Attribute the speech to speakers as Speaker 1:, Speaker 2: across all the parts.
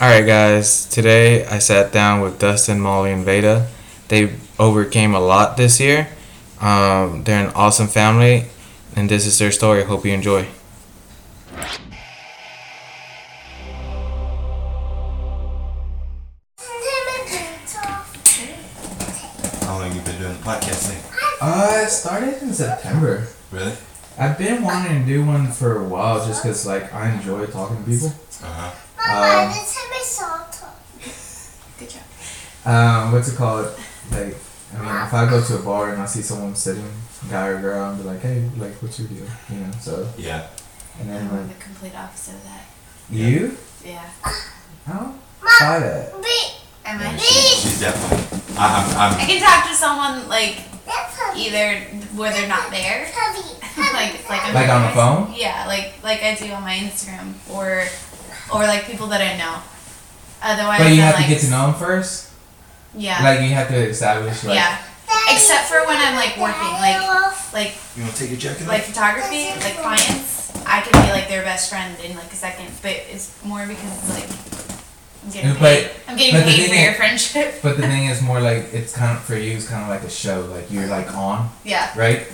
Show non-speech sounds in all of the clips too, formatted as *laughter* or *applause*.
Speaker 1: Alright, guys, today I sat down with Dustin, Molly, and Veda. They overcame a lot this year. Um, they're an awesome family, and this is their story. Hope you enjoy.
Speaker 2: How long you been doing the podcast thing?
Speaker 1: Uh, it started in September.
Speaker 2: Really?
Speaker 1: I've been wanting to do one for a while just because, like, I enjoy talking to people.
Speaker 2: Uh huh.
Speaker 1: Um,
Speaker 3: Good job.
Speaker 1: um, what's it called? Like, I mean, if I go to a bar and I see someone sitting, guy or girl, I'll be like, hey, like, what you do? You know, so.
Speaker 2: Yeah.
Speaker 1: And
Speaker 3: I'm
Speaker 1: then,
Speaker 3: on
Speaker 1: like,
Speaker 3: the complete opposite of that.
Speaker 2: Yeah.
Speaker 1: you?
Speaker 3: Yeah.
Speaker 1: How? Try that.
Speaker 3: Am
Speaker 2: yeah
Speaker 3: I?
Speaker 2: she, she's definitely. I, I'm.
Speaker 3: I
Speaker 2: I'm.
Speaker 3: can talk to someone like either where they're not there, *laughs* like it's like
Speaker 1: Like on the phone?
Speaker 3: Yeah, like like I do on my Instagram or or like people that I know. Otherwise,
Speaker 1: But you
Speaker 3: I'm
Speaker 1: have
Speaker 3: like,
Speaker 1: to get to know them first.
Speaker 3: Yeah.
Speaker 1: Like you have to establish like.
Speaker 3: yeah.
Speaker 4: Except for when I'm like working, like
Speaker 3: Like
Speaker 2: You want to take your jacket
Speaker 3: like
Speaker 2: off?
Speaker 3: photography, like clients, I could be like their best friend in like a second, but it's more because it's like I'm getting
Speaker 1: Yeah, but-
Speaker 3: paid. I'm getting
Speaker 1: but the
Speaker 3: paid for
Speaker 1: thing
Speaker 3: your
Speaker 1: is-
Speaker 3: friendship. *laughs*
Speaker 1: But the thing is more like it's kind of for you. It's kind of like a show. Like you're like on,
Speaker 3: Yeah.
Speaker 1: right?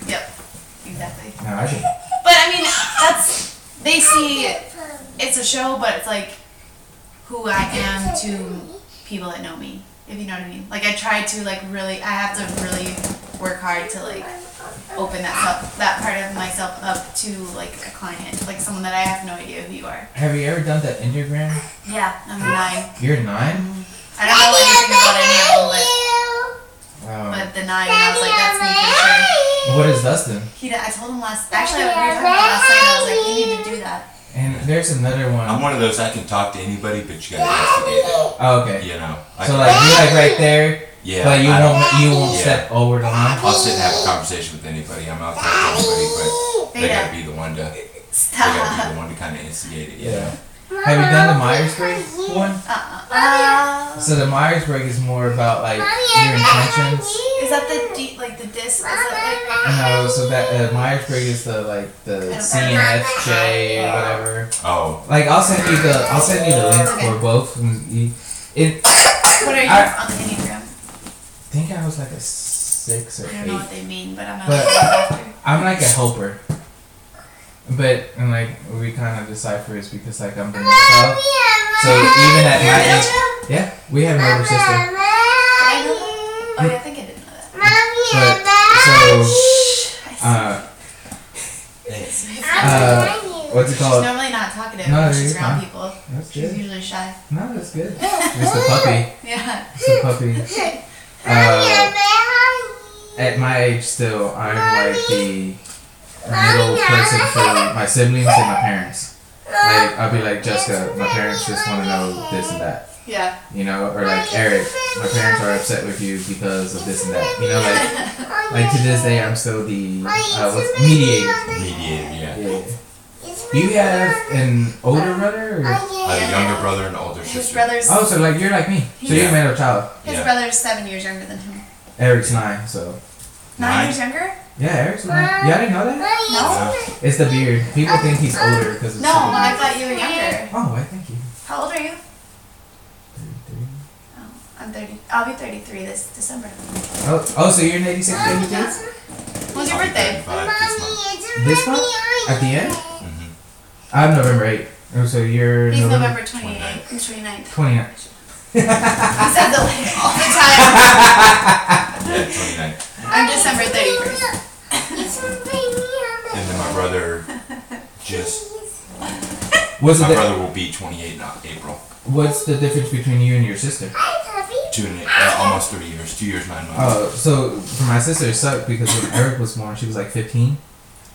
Speaker 3: Exactly.
Speaker 1: No, I think.
Speaker 3: But I mean, that's they see
Speaker 4: see
Speaker 3: it's a show, but it's like who I am to people that know me. If you know what I mean. Like I try to like really, I have to really work hard to like oh, open that up, that part of myself up to like a client, like someone that I have no idea who you are.
Speaker 1: Have you ever done that Enneagram?
Speaker 3: Yeah, I'm nine.
Speaker 1: You're nine.
Speaker 3: I don't know anything about any of them, but,
Speaker 1: Wow.
Speaker 3: but the nine, I was like, that's me for sure.
Speaker 1: Um, What is Duston?
Speaker 3: He, I told him last. Actually, we were talking about it last night. I was like, you need to do that.
Speaker 1: And there's another one.
Speaker 2: I'm one of those I can talk to anybody, but you gotta investigate
Speaker 1: Oh, okay.
Speaker 2: it. You know. I
Speaker 1: So
Speaker 2: can-
Speaker 1: like you're like right there,
Speaker 2: yeah.
Speaker 1: but you
Speaker 2: I don't-
Speaker 1: won't you won't
Speaker 2: Yeah.
Speaker 1: step over the line.
Speaker 2: I'll sit and have a conversation with anybody. I'm out there with anybody, but they
Speaker 3: Veda.
Speaker 2: gotta be the one to. They gotta be
Speaker 3: Stop.
Speaker 2: the one to kind of instigate it. You
Speaker 1: Yeah.
Speaker 2: know.
Speaker 1: Have you done the Myers Briggs one?
Speaker 3: Uh, uh,
Speaker 1: So the Myers Briggs is more about like your intentions.
Speaker 3: Is that the D, like the disc? Is that like
Speaker 1: No, so that uh, Myers Briggs is the like the CNFJ or whatever.
Speaker 2: Oh.
Speaker 1: Like I'll send you the I'll send you the link for both. and you- It I
Speaker 3: what are you
Speaker 1: I-
Speaker 3: on the enneagram?
Speaker 1: think I was like a six or
Speaker 3: I don't know
Speaker 1: eight.
Speaker 3: what they mean, but I'm Oh, not.
Speaker 1: But-
Speaker 3: But,
Speaker 1: I'm like a helper, but and like we kind of decipher is because like I'm the middle child. So even at
Speaker 3: You're middle
Speaker 1: my
Speaker 3: child?
Speaker 1: age, yeah, we have an older sister.
Speaker 3: Oh yeah, I think I didn't know that.
Speaker 1: Uh,
Speaker 2: Thanks.
Speaker 1: what's it
Speaker 3: she's
Speaker 1: called?
Speaker 3: normally not talkative
Speaker 1: No,
Speaker 3: when she's
Speaker 1: you're
Speaker 3: around
Speaker 1: fine.
Speaker 3: people.
Speaker 1: That's
Speaker 3: She's
Speaker 1: good.
Speaker 3: usually shy. *laughs*
Speaker 1: No, that's good. It's the puppy.
Speaker 3: Yeah.
Speaker 1: It's the puppy. Uh, at my age, still, I'm like the middle person for my siblings and my parents. Like I'll be like Jessica, my parents just want to know this and that, *laughs*
Speaker 3: Yeah.
Speaker 1: you know, or like Eric, my parents are upset with you because of this and that, you know, like like to this day I'm still the uh, what's mediator.
Speaker 2: Mediated. Yeah.
Speaker 1: Yeah. You have an older brother, or?
Speaker 2: I have a younger brother and an older
Speaker 3: *laughs* His
Speaker 2: sister.
Speaker 3: brother's
Speaker 1: oh, so like you're like me, so you're a middle child.
Speaker 3: his
Speaker 2: Yeah.
Speaker 3: brother's seven years younger than him.
Speaker 1: Eric's nine, so
Speaker 3: Nine,
Speaker 2: Nine?
Speaker 3: years younger?
Speaker 1: yeah, Eric's nine. Yeah, I didn't know that.
Speaker 2: Yeah.
Speaker 1: It's the beard. People think he's older because it's
Speaker 3: No,
Speaker 1: the beard.
Speaker 3: I thought you were younger.
Speaker 1: Oh, I thank you.
Speaker 3: How old are you?
Speaker 1: Thirty-three.
Speaker 3: I'm thirty. I'll be thirty-three this December.
Speaker 1: Oh, oh, so you're an 86, 82?
Speaker 3: When's your
Speaker 2: I'll be
Speaker 3: birthday?
Speaker 2: 35 this month.
Speaker 1: This one? At the end?
Speaker 2: Mhm.
Speaker 1: I'm November 8. Oh, so you're
Speaker 3: He's
Speaker 1: November
Speaker 3: November 28th. 29th.
Speaker 1: 29.
Speaker 3: *laughs* He says it like all the time.
Speaker 2: Yeah, 29.
Speaker 3: I'm December 31st.
Speaker 2: And then my brother
Speaker 1: *laughs*
Speaker 2: just
Speaker 1: *laughs* What's the,
Speaker 2: My
Speaker 1: di-
Speaker 2: brother will be 28 in April.
Speaker 1: what's the difference between you and your sister?
Speaker 2: Two and uh, almost three years. Two years, nine months.
Speaker 1: Oh, so for my sister, it sucked because when Eric was born, she was like 15.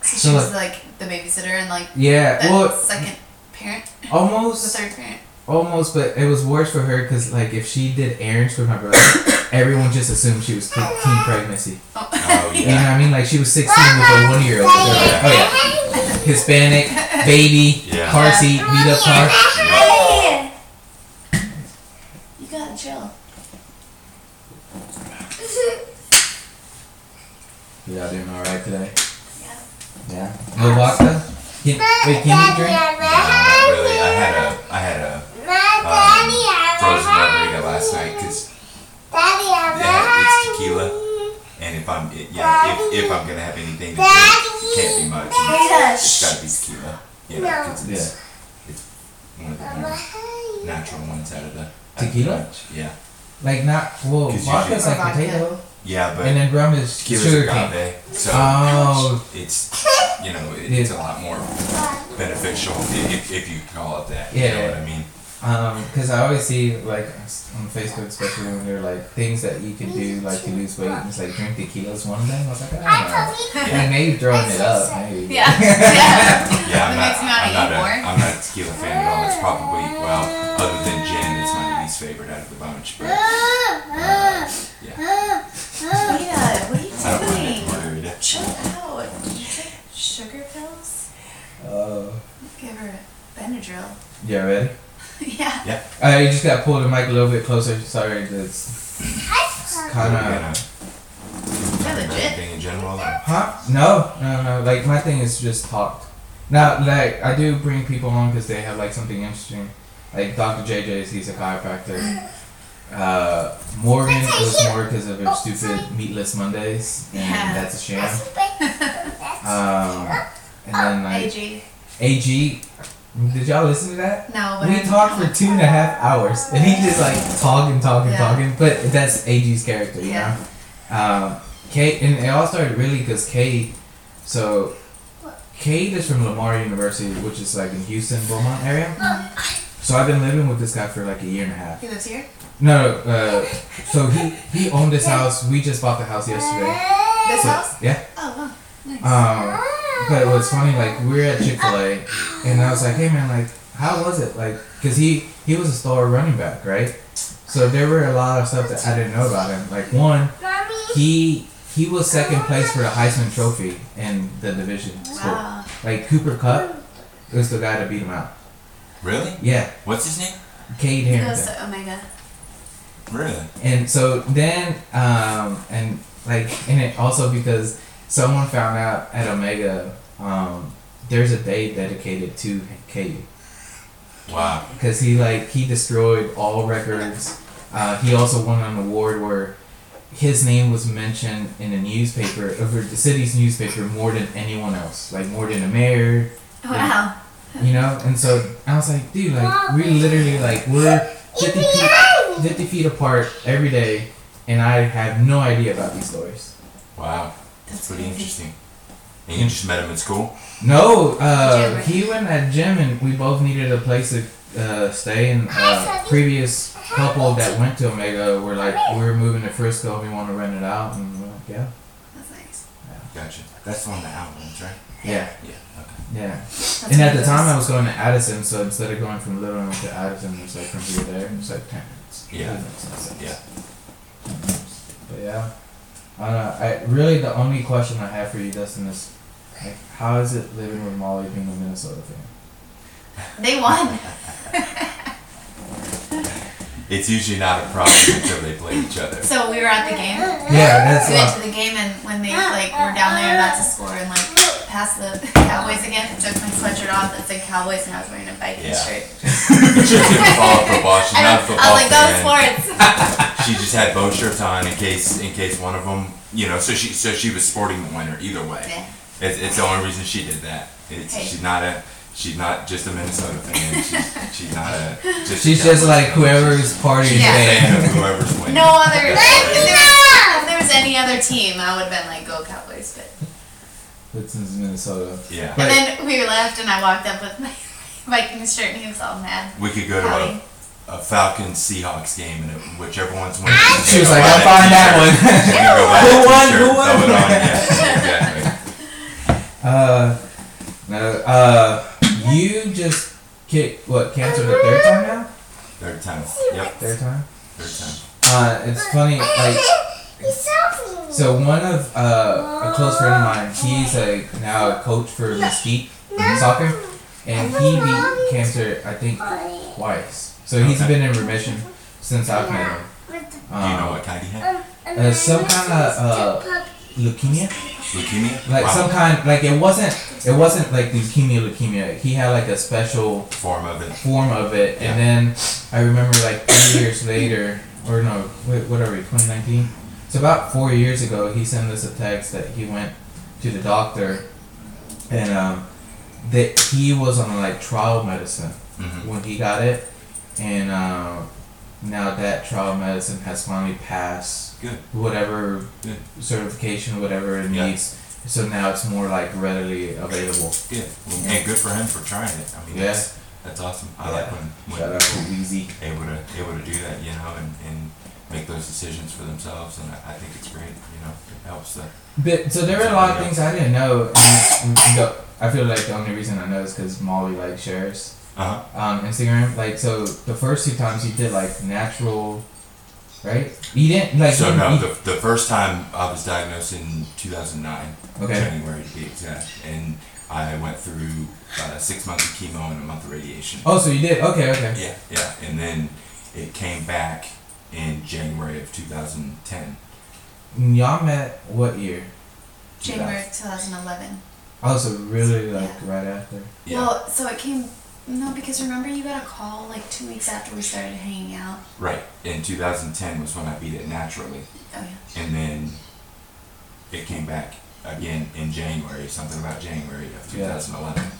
Speaker 3: So
Speaker 1: So
Speaker 3: she was like the babysitter and like
Speaker 1: Yeah,
Speaker 3: the
Speaker 1: well,
Speaker 3: second parent, the
Speaker 1: almost,
Speaker 3: third parent.
Speaker 1: almost, but it was worse for her because like if she did errands for my brother, *coughs* everyone just assumed she was teen teen pregnancy.
Speaker 3: Oh.
Speaker 2: Oh,
Speaker 3: *laughs*
Speaker 1: You know what
Speaker 2: yeah.
Speaker 1: I mean? Like she was 16 with a one year old.
Speaker 2: Yeah.
Speaker 1: Oh yeah, Hispanic baby,
Speaker 2: Yeah.
Speaker 1: car seat, beat up car.
Speaker 3: You gotta chill.
Speaker 1: Y'all doing all right today?
Speaker 3: Yeah.
Speaker 1: Yeah. No vodka? Can, wait, can you drink?
Speaker 2: No, not really. I had a I had a um, last night because
Speaker 4: Daddy, I'm
Speaker 2: Yeah, it's
Speaker 4: hungry.
Speaker 2: tequila. and if I'm it, yeah if, if I'm gonna have anything to drink, it can't be much. It's gotta be tequila. You know, 'cause
Speaker 1: Yeah.
Speaker 2: it's, it's one of the
Speaker 4: I'm
Speaker 2: more
Speaker 4: hungry.
Speaker 2: natural ones out of the out of
Speaker 1: Tequila?
Speaker 2: the bunch. Yeah.
Speaker 1: Like not well,
Speaker 2: 'Cause you
Speaker 1: vodka's
Speaker 3: should-
Speaker 1: like
Speaker 3: Or vodka.
Speaker 1: potato,
Speaker 2: Yeah,
Speaker 1: and
Speaker 2: but
Speaker 1: then rum is
Speaker 2: tequila's
Speaker 1: sugar cane.
Speaker 2: agave, so
Speaker 1: Oh,
Speaker 2: it's you know it, it's a lot more beneficial i- if, if you call it that. You know
Speaker 1: Yeah.
Speaker 2: what I mean?
Speaker 1: um, because I always see like on Facebook, especially when they're like things that you can do like to lose weight. And it's like drink tequila's one of them. I was like, "Ah." I don't know. *laughs*
Speaker 4: I told you.
Speaker 1: Like maybe throwing it up, maybe. *laughs*
Speaker 3: Yeah. yeah.
Speaker 2: Yeah, I'm
Speaker 3: That
Speaker 2: not,
Speaker 3: makes me wanna
Speaker 2: I'm, not
Speaker 3: eat
Speaker 2: a,
Speaker 3: more.
Speaker 2: I'm not a tequila fan at all. It's probably well, other than gin, it's my least favorite out of the bunch. But uh,
Speaker 3: Leah, Oh, what
Speaker 2: I don't
Speaker 3: are you
Speaker 2: mind it
Speaker 3: doing?
Speaker 2: margarita.
Speaker 3: Chill out. You take sugar pills?
Speaker 1: Uh,
Speaker 3: Give her Benadryl. *laughs*
Speaker 1: yeah, ready?
Speaker 3: yeah.
Speaker 1: Uh, you just got to pull the mic a little bit closer. Sorry, that's kind
Speaker 2: You
Speaker 1: of.
Speaker 2: know,
Speaker 3: They're legit.
Speaker 2: everything in general. or-
Speaker 1: Huh? No, no, no. Like my thing is just talk. Now, like I do bring people on because they have like something interesting. Like Dr. JJ's, he's a chiropractor. Uh, Morgan was more because of her stupid meatless Mondays, and
Speaker 3: Yeah.
Speaker 1: that's a shame.
Speaker 2: Uh,
Speaker 1: Um, and then
Speaker 3: Oh,
Speaker 1: like
Speaker 3: AG.
Speaker 1: AG, did y'all listen to that?
Speaker 3: No, but
Speaker 1: We talked for two and a half hours, and he just like talking, talking,
Speaker 3: Yeah.
Speaker 1: talking. But that's AG's character, you
Speaker 3: Yeah.
Speaker 1: know. Um, Kate, and it all started really because Kate. So, Kate is from Lamar University, which is like in Houston, Beaumont area. So I've been living with this guy for like a year and a half.
Speaker 3: He lives here?
Speaker 1: No, no, uh, so he he owned this house. We just bought the house yesterday.
Speaker 3: This
Speaker 1: So-
Speaker 3: house?
Speaker 1: Yeah.
Speaker 3: Oh, wow. Nice.
Speaker 1: Um, but what's funny, like we were at Chick Fil A, and I was like, "Hey man, like how was it?" Like, cause he he was a star running back, right? So there were a lot of stuff that I didn't know about him. Like one, he he was second place for the Heisman Trophy in the division school.
Speaker 3: wow.
Speaker 1: Like Cooper Cup was the guy to beat him out.
Speaker 2: Really?
Speaker 1: Yeah,
Speaker 2: What's his name?
Speaker 1: Cade
Speaker 3: He goes
Speaker 1: Harrington.
Speaker 3: to Omega.
Speaker 2: Really?
Speaker 1: And so then, um, and like, and it also because someone found out at Omega, um, there's a day dedicated to KU.
Speaker 2: Wow.
Speaker 1: because he like he destroyed all records. Uh, he also won an award where his name was mentioned in a newspaper over the city's newspaper more than anyone else, like more than the mayor,
Speaker 3: Wow.
Speaker 1: you know. And so I was like, dude, like we literally like we're 50 feet, 50 feet apart every day, and I have no idea about these stories.
Speaker 2: Wow. That's
Speaker 3: That's
Speaker 2: pretty
Speaker 3: crazy.
Speaker 2: interesting. And you just met him at school?
Speaker 1: No, uh,
Speaker 3: Gym, right?
Speaker 1: he went at gym, and we both needed a place to uh, stay. And uh, previous couple that went to Omega were like, we were moving to Frisco, and we want to rent it out, and we're like, yeah,
Speaker 3: That's nice.
Speaker 2: Gotcha. That's on the albums, right?
Speaker 1: yeah,
Speaker 2: Yeah. Okay.
Speaker 1: yeah.
Speaker 3: That's
Speaker 1: and at
Speaker 3: what
Speaker 1: the
Speaker 3: it
Speaker 1: time, I
Speaker 3: is.
Speaker 1: was going to Addison, so instead of going from Little Rock to Addison, it's like from here to there, and it's like ten minutes.
Speaker 2: Yeah.
Speaker 1: That makes no sense.
Speaker 2: Yeah.
Speaker 1: But yeah, I don't know. I really the only question I have for you, Dustin, is like, how is it living with Molly being a Minnesota
Speaker 3: *laughs*
Speaker 1: fan?
Speaker 3: They won.
Speaker 2: It's usually not a problem until they play each other. *laughs*
Speaker 3: So we were at the game.
Speaker 1: Yeah, that's
Speaker 3: We
Speaker 1: why.
Speaker 3: went to the game and when they like were down there about to score and like past the *laughs* Cowboys again, I took my sweatshirt off that said Cowboys and I was wearing a Vikings
Speaker 2: Yeah.
Speaker 3: shirt.
Speaker 2: She's in follow football. She's
Speaker 3: I
Speaker 2: not a
Speaker 3: was, I
Speaker 2: football
Speaker 3: was like,
Speaker 2: fan.
Speaker 3: go sports.
Speaker 2: *laughs* She just had both shirts on in case in case one of them, you know. So she so she was sporting the winner either way.
Speaker 3: Yeah.
Speaker 2: It's, it's the only reason she did that. It's,
Speaker 3: Hey.
Speaker 2: She's not a she's not just a Minnesota fan. She's, she's not a. Just
Speaker 1: *laughs* She's
Speaker 2: a
Speaker 1: just like
Speaker 2: Cowboys fan.
Speaker 1: whoever's partying
Speaker 3: Yeah.
Speaker 2: She's a fan
Speaker 1: today.
Speaker 2: of *laughs* whoever's winning.
Speaker 3: No other. If
Speaker 2: That's what it
Speaker 3: there, *laughs*
Speaker 2: is.
Speaker 3: was, if there was any other team, I would have been like, go Cowboys. But
Speaker 1: Hudson's Minnesota.
Speaker 2: Yeah.
Speaker 1: But-
Speaker 3: and then we left, and I walked up with my *laughs* Vikings shirt, and he was all mad.
Speaker 2: We could go to
Speaker 3: Howdy.
Speaker 2: a, a Falcons Seahawks game and it, whichever one's winning.
Speaker 1: She was like, I'll find
Speaker 2: She
Speaker 1: that
Speaker 2: could
Speaker 3: *laughs*
Speaker 1: Who
Speaker 2: go buy
Speaker 1: won?
Speaker 2: that
Speaker 1: Who won?
Speaker 2: t-shirt, throw
Speaker 1: one.
Speaker 2: it on, yeah, exactly.
Speaker 1: Uh, no, uh, you just kicked what cancer the third time now?
Speaker 2: Third time. Yep,
Speaker 1: Third time.
Speaker 2: third time.
Speaker 1: Uh, it's funny. Like so, one of uh, a close friend of mine, he's a now a coach for Mesquite in soccer, and he beat cancer I think twice. So he's
Speaker 2: Okay.
Speaker 1: been in remission since I've met him.
Speaker 2: Do you know
Speaker 1: Um,
Speaker 2: what kind he had?
Speaker 1: uh, some kind of uh, leukemia.
Speaker 2: Leukemia?
Speaker 1: like
Speaker 2: wow.
Speaker 1: some kind like it wasn't it wasn't like leukemia leukemia he had like a special
Speaker 2: form of it.
Speaker 1: form of it and then i remember like three years later or no, wait, what are we? 2019. So about four years ago, he sent us a text that he went to the doctor, and um, that he was on like trial medicine
Speaker 2: Mhm.
Speaker 1: when he got it, and uh, now that trial medicine has finally passed
Speaker 2: Good.
Speaker 1: whatever
Speaker 2: Good.
Speaker 1: certification, whatever it
Speaker 2: Yeah.
Speaker 1: needs. So now it's more like readily available.
Speaker 2: Good. Well, and good for him for trying it. I mean,
Speaker 1: Yeah.
Speaker 2: that's, that's awesome. I like when, when
Speaker 1: Shout out to Weezy.
Speaker 2: able to able to do that, you know, and, and make those decisions for themselves, and I, I think it's great, you know, it helps the
Speaker 1: But so there were a lot of things I didn't know. And, and the, I feel like the only reason I know is because Molly like shares
Speaker 2: uh huh
Speaker 1: on Instagram. Like so, the first two times you did like natural, right? You didn't like.
Speaker 2: so
Speaker 1: you-
Speaker 2: no
Speaker 1: you-
Speaker 2: the, the first time I was diagnosed in 2009
Speaker 1: okay.
Speaker 2: January to be exact and I went through uh, six months of chemo and a month of radiation
Speaker 1: Oh, so you did. Okay, okay.
Speaker 2: yeah yeah and then it came back in January of 2010
Speaker 1: And Y'all met what year?
Speaker 3: January 2011.
Speaker 1: Oh, so really like right after.
Speaker 2: yeah
Speaker 3: Well, so it came. No, because remember you got a call like two weeks after we started hanging out.
Speaker 2: right in 2010 was when I beat it naturally
Speaker 3: Oh yeah.
Speaker 2: and then it came back again in January, something about January of
Speaker 1: Yeah.
Speaker 2: 2011,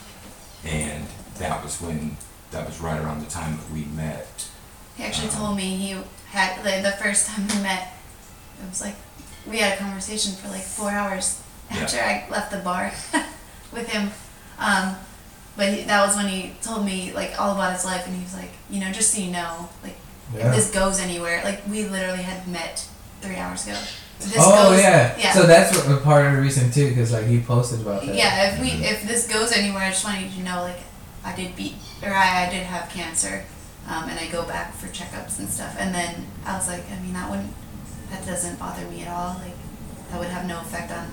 Speaker 2: and that was when that was right around the time that we met.
Speaker 3: He actually
Speaker 2: Uh-huh.
Speaker 3: told me he had like, the first time we met. It was like we had a conversation for like four hours
Speaker 2: Yeah.
Speaker 3: after I left the bar *laughs* with him. Um, but he, that was when he told me like all about his life, and he was like, you know, just so you know, like
Speaker 1: Yeah.
Speaker 3: if this goes anywhere, like we literally had met three hours ago. If This
Speaker 1: oh
Speaker 3: goes,
Speaker 1: yeah.
Speaker 3: yeah.
Speaker 1: So that's what, part of the reason too, because like he posted about that.
Speaker 3: Yeah, if we if this goes anywhere, I just wanted you to know like I did beat or I, I did have cancer, um, and I go back for checkups and stuff. And then I was like, I mean that wouldn't that doesn't bother me at all. Like that would have no effect on.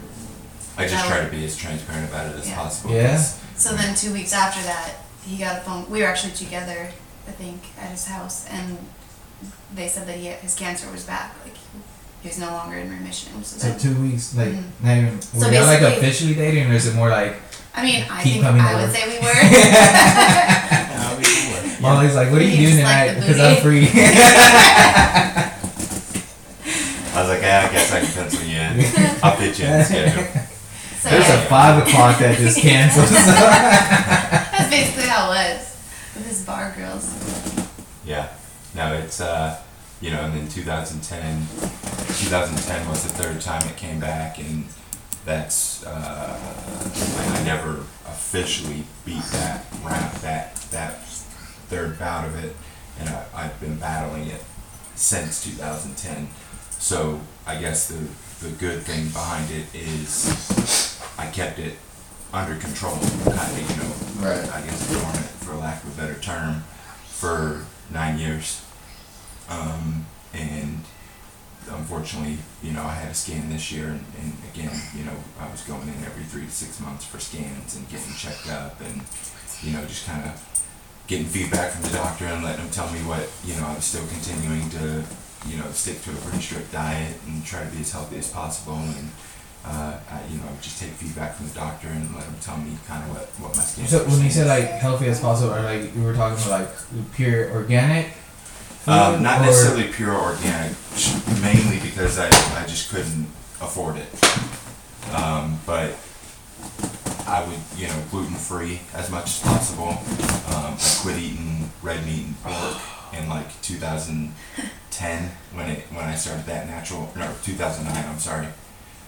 Speaker 2: I just
Speaker 3: That
Speaker 2: try to be as transparent about it as
Speaker 3: Yeah.
Speaker 2: possible.
Speaker 1: Yeah.
Speaker 2: *laughs* 'cause-
Speaker 3: So then two weeks after that, he got a phone. We were actually together, I think, at his house, and they said that he, his cancer was back. Like he was no longer in remission. So,
Speaker 1: So
Speaker 3: then,
Speaker 1: two weeks, like
Speaker 3: Mhm.
Speaker 1: not even.
Speaker 3: So
Speaker 1: Were y'all like
Speaker 3: basically-
Speaker 1: officially dating, or is it more like?
Speaker 3: I mean, I
Speaker 1: Keep
Speaker 3: think
Speaker 1: coming
Speaker 3: I would
Speaker 1: over.
Speaker 3: say
Speaker 1: *laughs*
Speaker 3: we were. *laughs*
Speaker 2: Yeah, we were.
Speaker 1: Molly's like, what are you,
Speaker 3: You
Speaker 1: doing
Speaker 3: just
Speaker 1: tonight?
Speaker 3: like the
Speaker 1: Because I'm free.
Speaker 2: I was like, yeah, I guess I can pencil
Speaker 1: *laughs*
Speaker 2: you in. *laughs* I'll fit you in the schedule.
Speaker 3: so
Speaker 1: There's
Speaker 3: yeah.
Speaker 1: a five o'clock that
Speaker 3: *laughs*
Speaker 1: just cancels. *laughs*
Speaker 3: That's basically how it was with his bar girls.
Speaker 2: Yeah. No, it's uh, you know, and then 2010, 2010 was the third time it came back, and that's uh, I I never officially beat that round, that that third bout of it, and I, I've been battling it since 2010. So I guess the the good thing behind it is I kept it under control, kind of, you know,
Speaker 1: Right.
Speaker 2: I guess dormant for lack of a better term, for nine years. Um, and unfortunately, you know, I had a scan this year, and, and again, you know, I was going in every three to six months for scans and getting checked up, and you know, just kind of getting feedback from the doctor and letting them tell me what you know. I was still continuing to, you know, stick to a pretty strict diet and try to be as healthy as possible, and. Uh, I, you know, I would just take feedback from the doctor and let them tell me kind of what, what my skin.
Speaker 1: so when you
Speaker 2: was
Speaker 1: said like healthy as possible, or like you were talking about like pure organic.
Speaker 2: Um,
Speaker 1: food,
Speaker 2: not
Speaker 1: Uh, or-
Speaker 2: necessarily pure organic, mainly because I, I just couldn't afford it. Um, but I would, you know, gluten free as much as possible. Um, I quit eating red meat and pork in like 2010 when it when I started that natural. No, 2009. I'm sorry.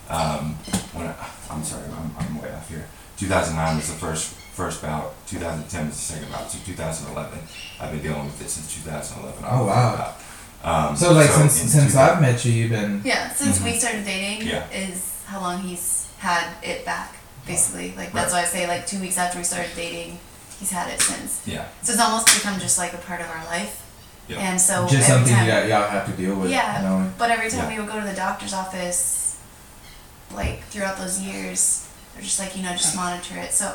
Speaker 2: Um, when I, I'm sorry, I'm, I'm way off here. 2009 was the first first bout. 2010 was the second bout. So 2011. I've been dealing with this since 2011.
Speaker 1: Oh, wow.
Speaker 2: About. Um,
Speaker 1: So like since
Speaker 2: in
Speaker 1: since
Speaker 2: 2000
Speaker 1: I've met you, you've been
Speaker 3: Yeah, since we
Speaker 2: Mhm.
Speaker 3: started dating
Speaker 2: Yeah.
Speaker 3: is how long he's had it back, basically. Like that's
Speaker 2: Right.
Speaker 3: why I say like two weeks after we started dating, he's had it since.
Speaker 2: yeah,
Speaker 3: So it's almost become just like a part of our life.
Speaker 2: Yeah.
Speaker 3: And so
Speaker 1: just
Speaker 3: every
Speaker 1: something
Speaker 3: time,
Speaker 1: that y'all have to deal with.
Speaker 3: Yeah.
Speaker 1: You know?
Speaker 3: but every time
Speaker 2: Yeah.
Speaker 3: we would go to the doctor's office, like throughout those years, they're just like you know just monitor it. So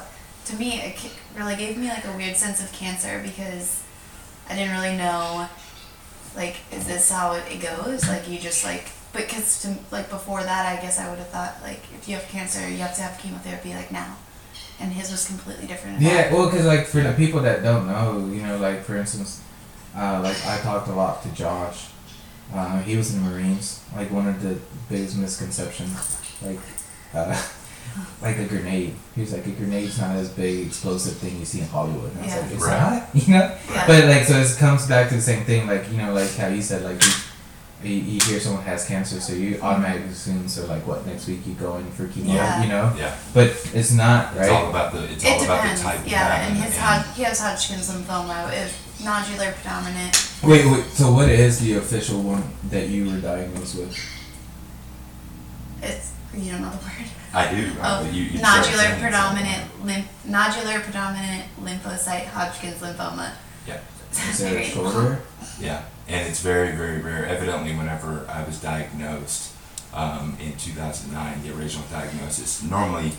Speaker 3: to me, it ki- really gave me like a weird sense of cancer because I didn't really know like is this how it it goes like you just like because to like before that i guess i would have thought like if you have cancer you have to have chemotherapy like now and his was completely different
Speaker 1: Yeah, well, because like for the people that don't know, you know, like for instance, uh, like I talked a lot to Josh Uh, he was in the Marines. Like one of the biggest misconceptions, like, uh, *laughs* like a grenade. He was like, a grenade's not as big explosive thing you see in Hollywood. And I was
Speaker 3: Yeah.
Speaker 1: like, it's
Speaker 2: Right.
Speaker 1: not, *laughs* you know.
Speaker 3: Yeah.
Speaker 1: But like, so it comes back to the same thing. Like you know, like how you said, like. You, you, you hear someone has cancer, so you automatically assume. So, like, what next week you go in for chemo,
Speaker 3: Yeah.
Speaker 1: you know?
Speaker 2: Yeah.
Speaker 1: But it's not
Speaker 2: It's all
Speaker 1: right.
Speaker 2: about the it's
Speaker 3: It
Speaker 2: all about the
Speaker 3: depends.
Speaker 2: type. you
Speaker 3: yeah,
Speaker 2: have
Speaker 3: and his
Speaker 2: and-
Speaker 3: Hod- he has Hodgkin's lymphoma, is nodular predominant.
Speaker 1: Wait, wait. So, what is the official one that you were diagnosed with?
Speaker 3: It's you don't know the word.
Speaker 2: I do. I,
Speaker 3: Of
Speaker 2: you, you start saying
Speaker 3: nodular
Speaker 2: it.
Speaker 3: predominant lymph nodular predominant lymphocyte Hodgkin's lymphoma. *laughs*
Speaker 2: Yeah.
Speaker 1: Is it
Speaker 3: Very
Speaker 1: a
Speaker 3: *laughs*
Speaker 1: shoulder?
Speaker 2: Yeah, and it's very, very rare. Evidently, whenever I was diagnosed um, in 2009, the original diagnosis, normally,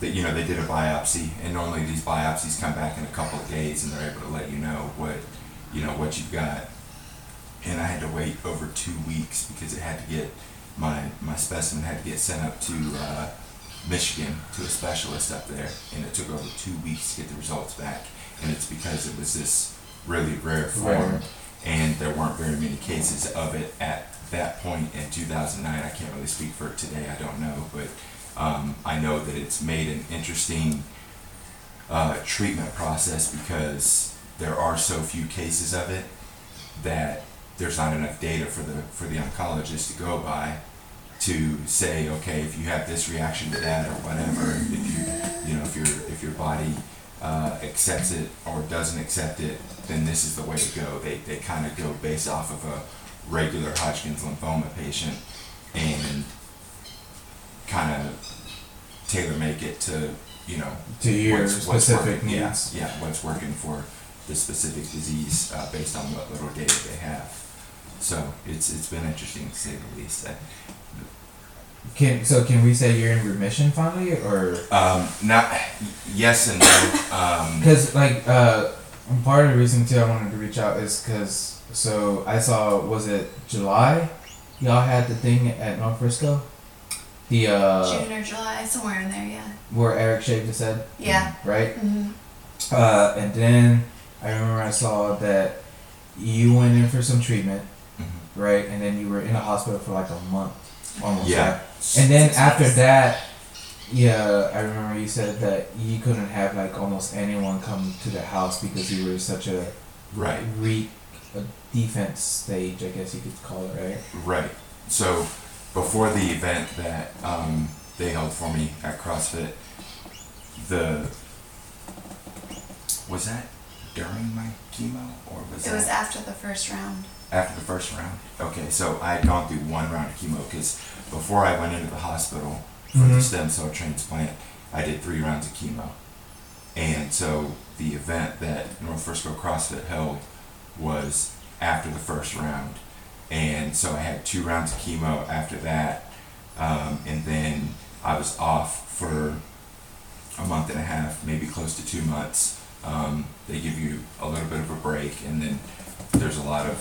Speaker 2: that you know, they did a biopsy, and normally these biopsies come back in a couple of days, and they're able to let you know what, you know, what you've got. And I had to wait over two weeks because it had to get my my specimen had to get sent up to uh, Michigan to a specialist up there, and it took over two weeks to get the results back. And it's because it was this really rare form
Speaker 1: Rare.
Speaker 2: and there weren't very many cases of it at that point in 2009. I can't really speak for today, I don't know, but um, I know that it's made an interesting uh, treatment process because there are so few cases of it that there's not enough data for the for the oncologist to go by to say okay if you have this reaction to that or whatever if you you know if your if your body uh, accepts it or doesn't accept it then this is the way to go they they kind of go based off of a regular Hodgkin's lymphoma patient and kind of tailor make it to you know
Speaker 1: To your
Speaker 2: what's- what's
Speaker 1: specific
Speaker 2: working-
Speaker 1: needs.
Speaker 2: yeah, yeah, what's working for the specific disease uh, based on what little data they have. So it's it's been interesting to say the least. I-
Speaker 1: Can so can we say you're in remission finally, or
Speaker 2: Um, not yes and no. Um,
Speaker 1: because like uh, and part of the reason too I wanted to reach out is because so I saw was it July, y'all had the thing at North Frisco, the uh,
Speaker 3: June or July, somewhere in there, yeah.
Speaker 1: where Eric shaved his head,
Speaker 3: *coughs* Yeah.
Speaker 1: right?
Speaker 2: Mm-hmm.
Speaker 3: hmm
Speaker 1: Uh, and then I remember I saw that you went in for some treatment,
Speaker 2: mhm.
Speaker 1: right? And then you were in the hospital for like a month, almost.
Speaker 2: Yeah.
Speaker 1: right? And then after that, yeah, I remember you said that you couldn't have like almost anyone come to the house because you were such a
Speaker 2: right,
Speaker 1: weak uh defense stage, I guess you could call it, right?
Speaker 2: right. So before the event that um, they held for me at CrossFit, the was that during my chemo or was
Speaker 3: It
Speaker 2: that
Speaker 3: was after the first round.
Speaker 2: after the first round. Okay, so I had gone through one round of chemo because before I went into the hospital for the
Speaker 1: Mhm.
Speaker 2: stem cell transplant, I did three rounds of chemo. And so the event that North Frisco CrossFit held was after the first round. And so I had two rounds of chemo after that. Um, and then I was off for a month and a half, maybe close to two months. Um, they give you a little bit of a break, and then there's a lot of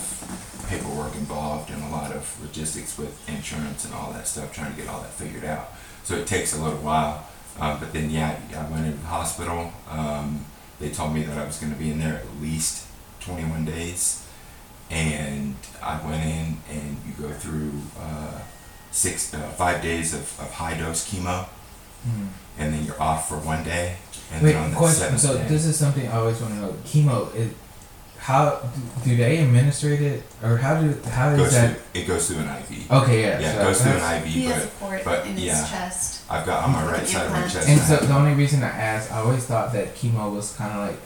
Speaker 2: paperwork involved and a lot of logistics with insurance and all that stuff, trying to get all that figured out. So it takes a little while. Um, but then, yeah, I went into the hospital. Um, they told me that I was going to be in there at least 21 days. And I went in, and you go through uh, six, uh, five days of, of high dose chemo, and then you're off for one day. Mm-hmm. And
Speaker 1: Mm-hmm. Wait,
Speaker 2: then on the
Speaker 1: question.
Speaker 2: seventh
Speaker 1: So
Speaker 2: day,
Speaker 1: this is something I always want to know. Chemo, it, how do- do they administer it, or how do how
Speaker 2: it
Speaker 1: is
Speaker 2: goes
Speaker 1: that?
Speaker 2: through, it goes through an IV.
Speaker 1: Okay, yeah.
Speaker 2: yeah,
Speaker 1: so
Speaker 2: it goes through
Speaker 1: that's-
Speaker 2: an
Speaker 3: He
Speaker 2: IV, but
Speaker 3: has a port
Speaker 2: but,
Speaker 3: in
Speaker 2: yeah.
Speaker 3: his chest.
Speaker 2: I've got on my right
Speaker 3: Yeah.
Speaker 2: side of my chest.
Speaker 1: And
Speaker 2: I
Speaker 1: so
Speaker 2: have-
Speaker 1: the only reason I asked, I always thought that chemo was kind of like,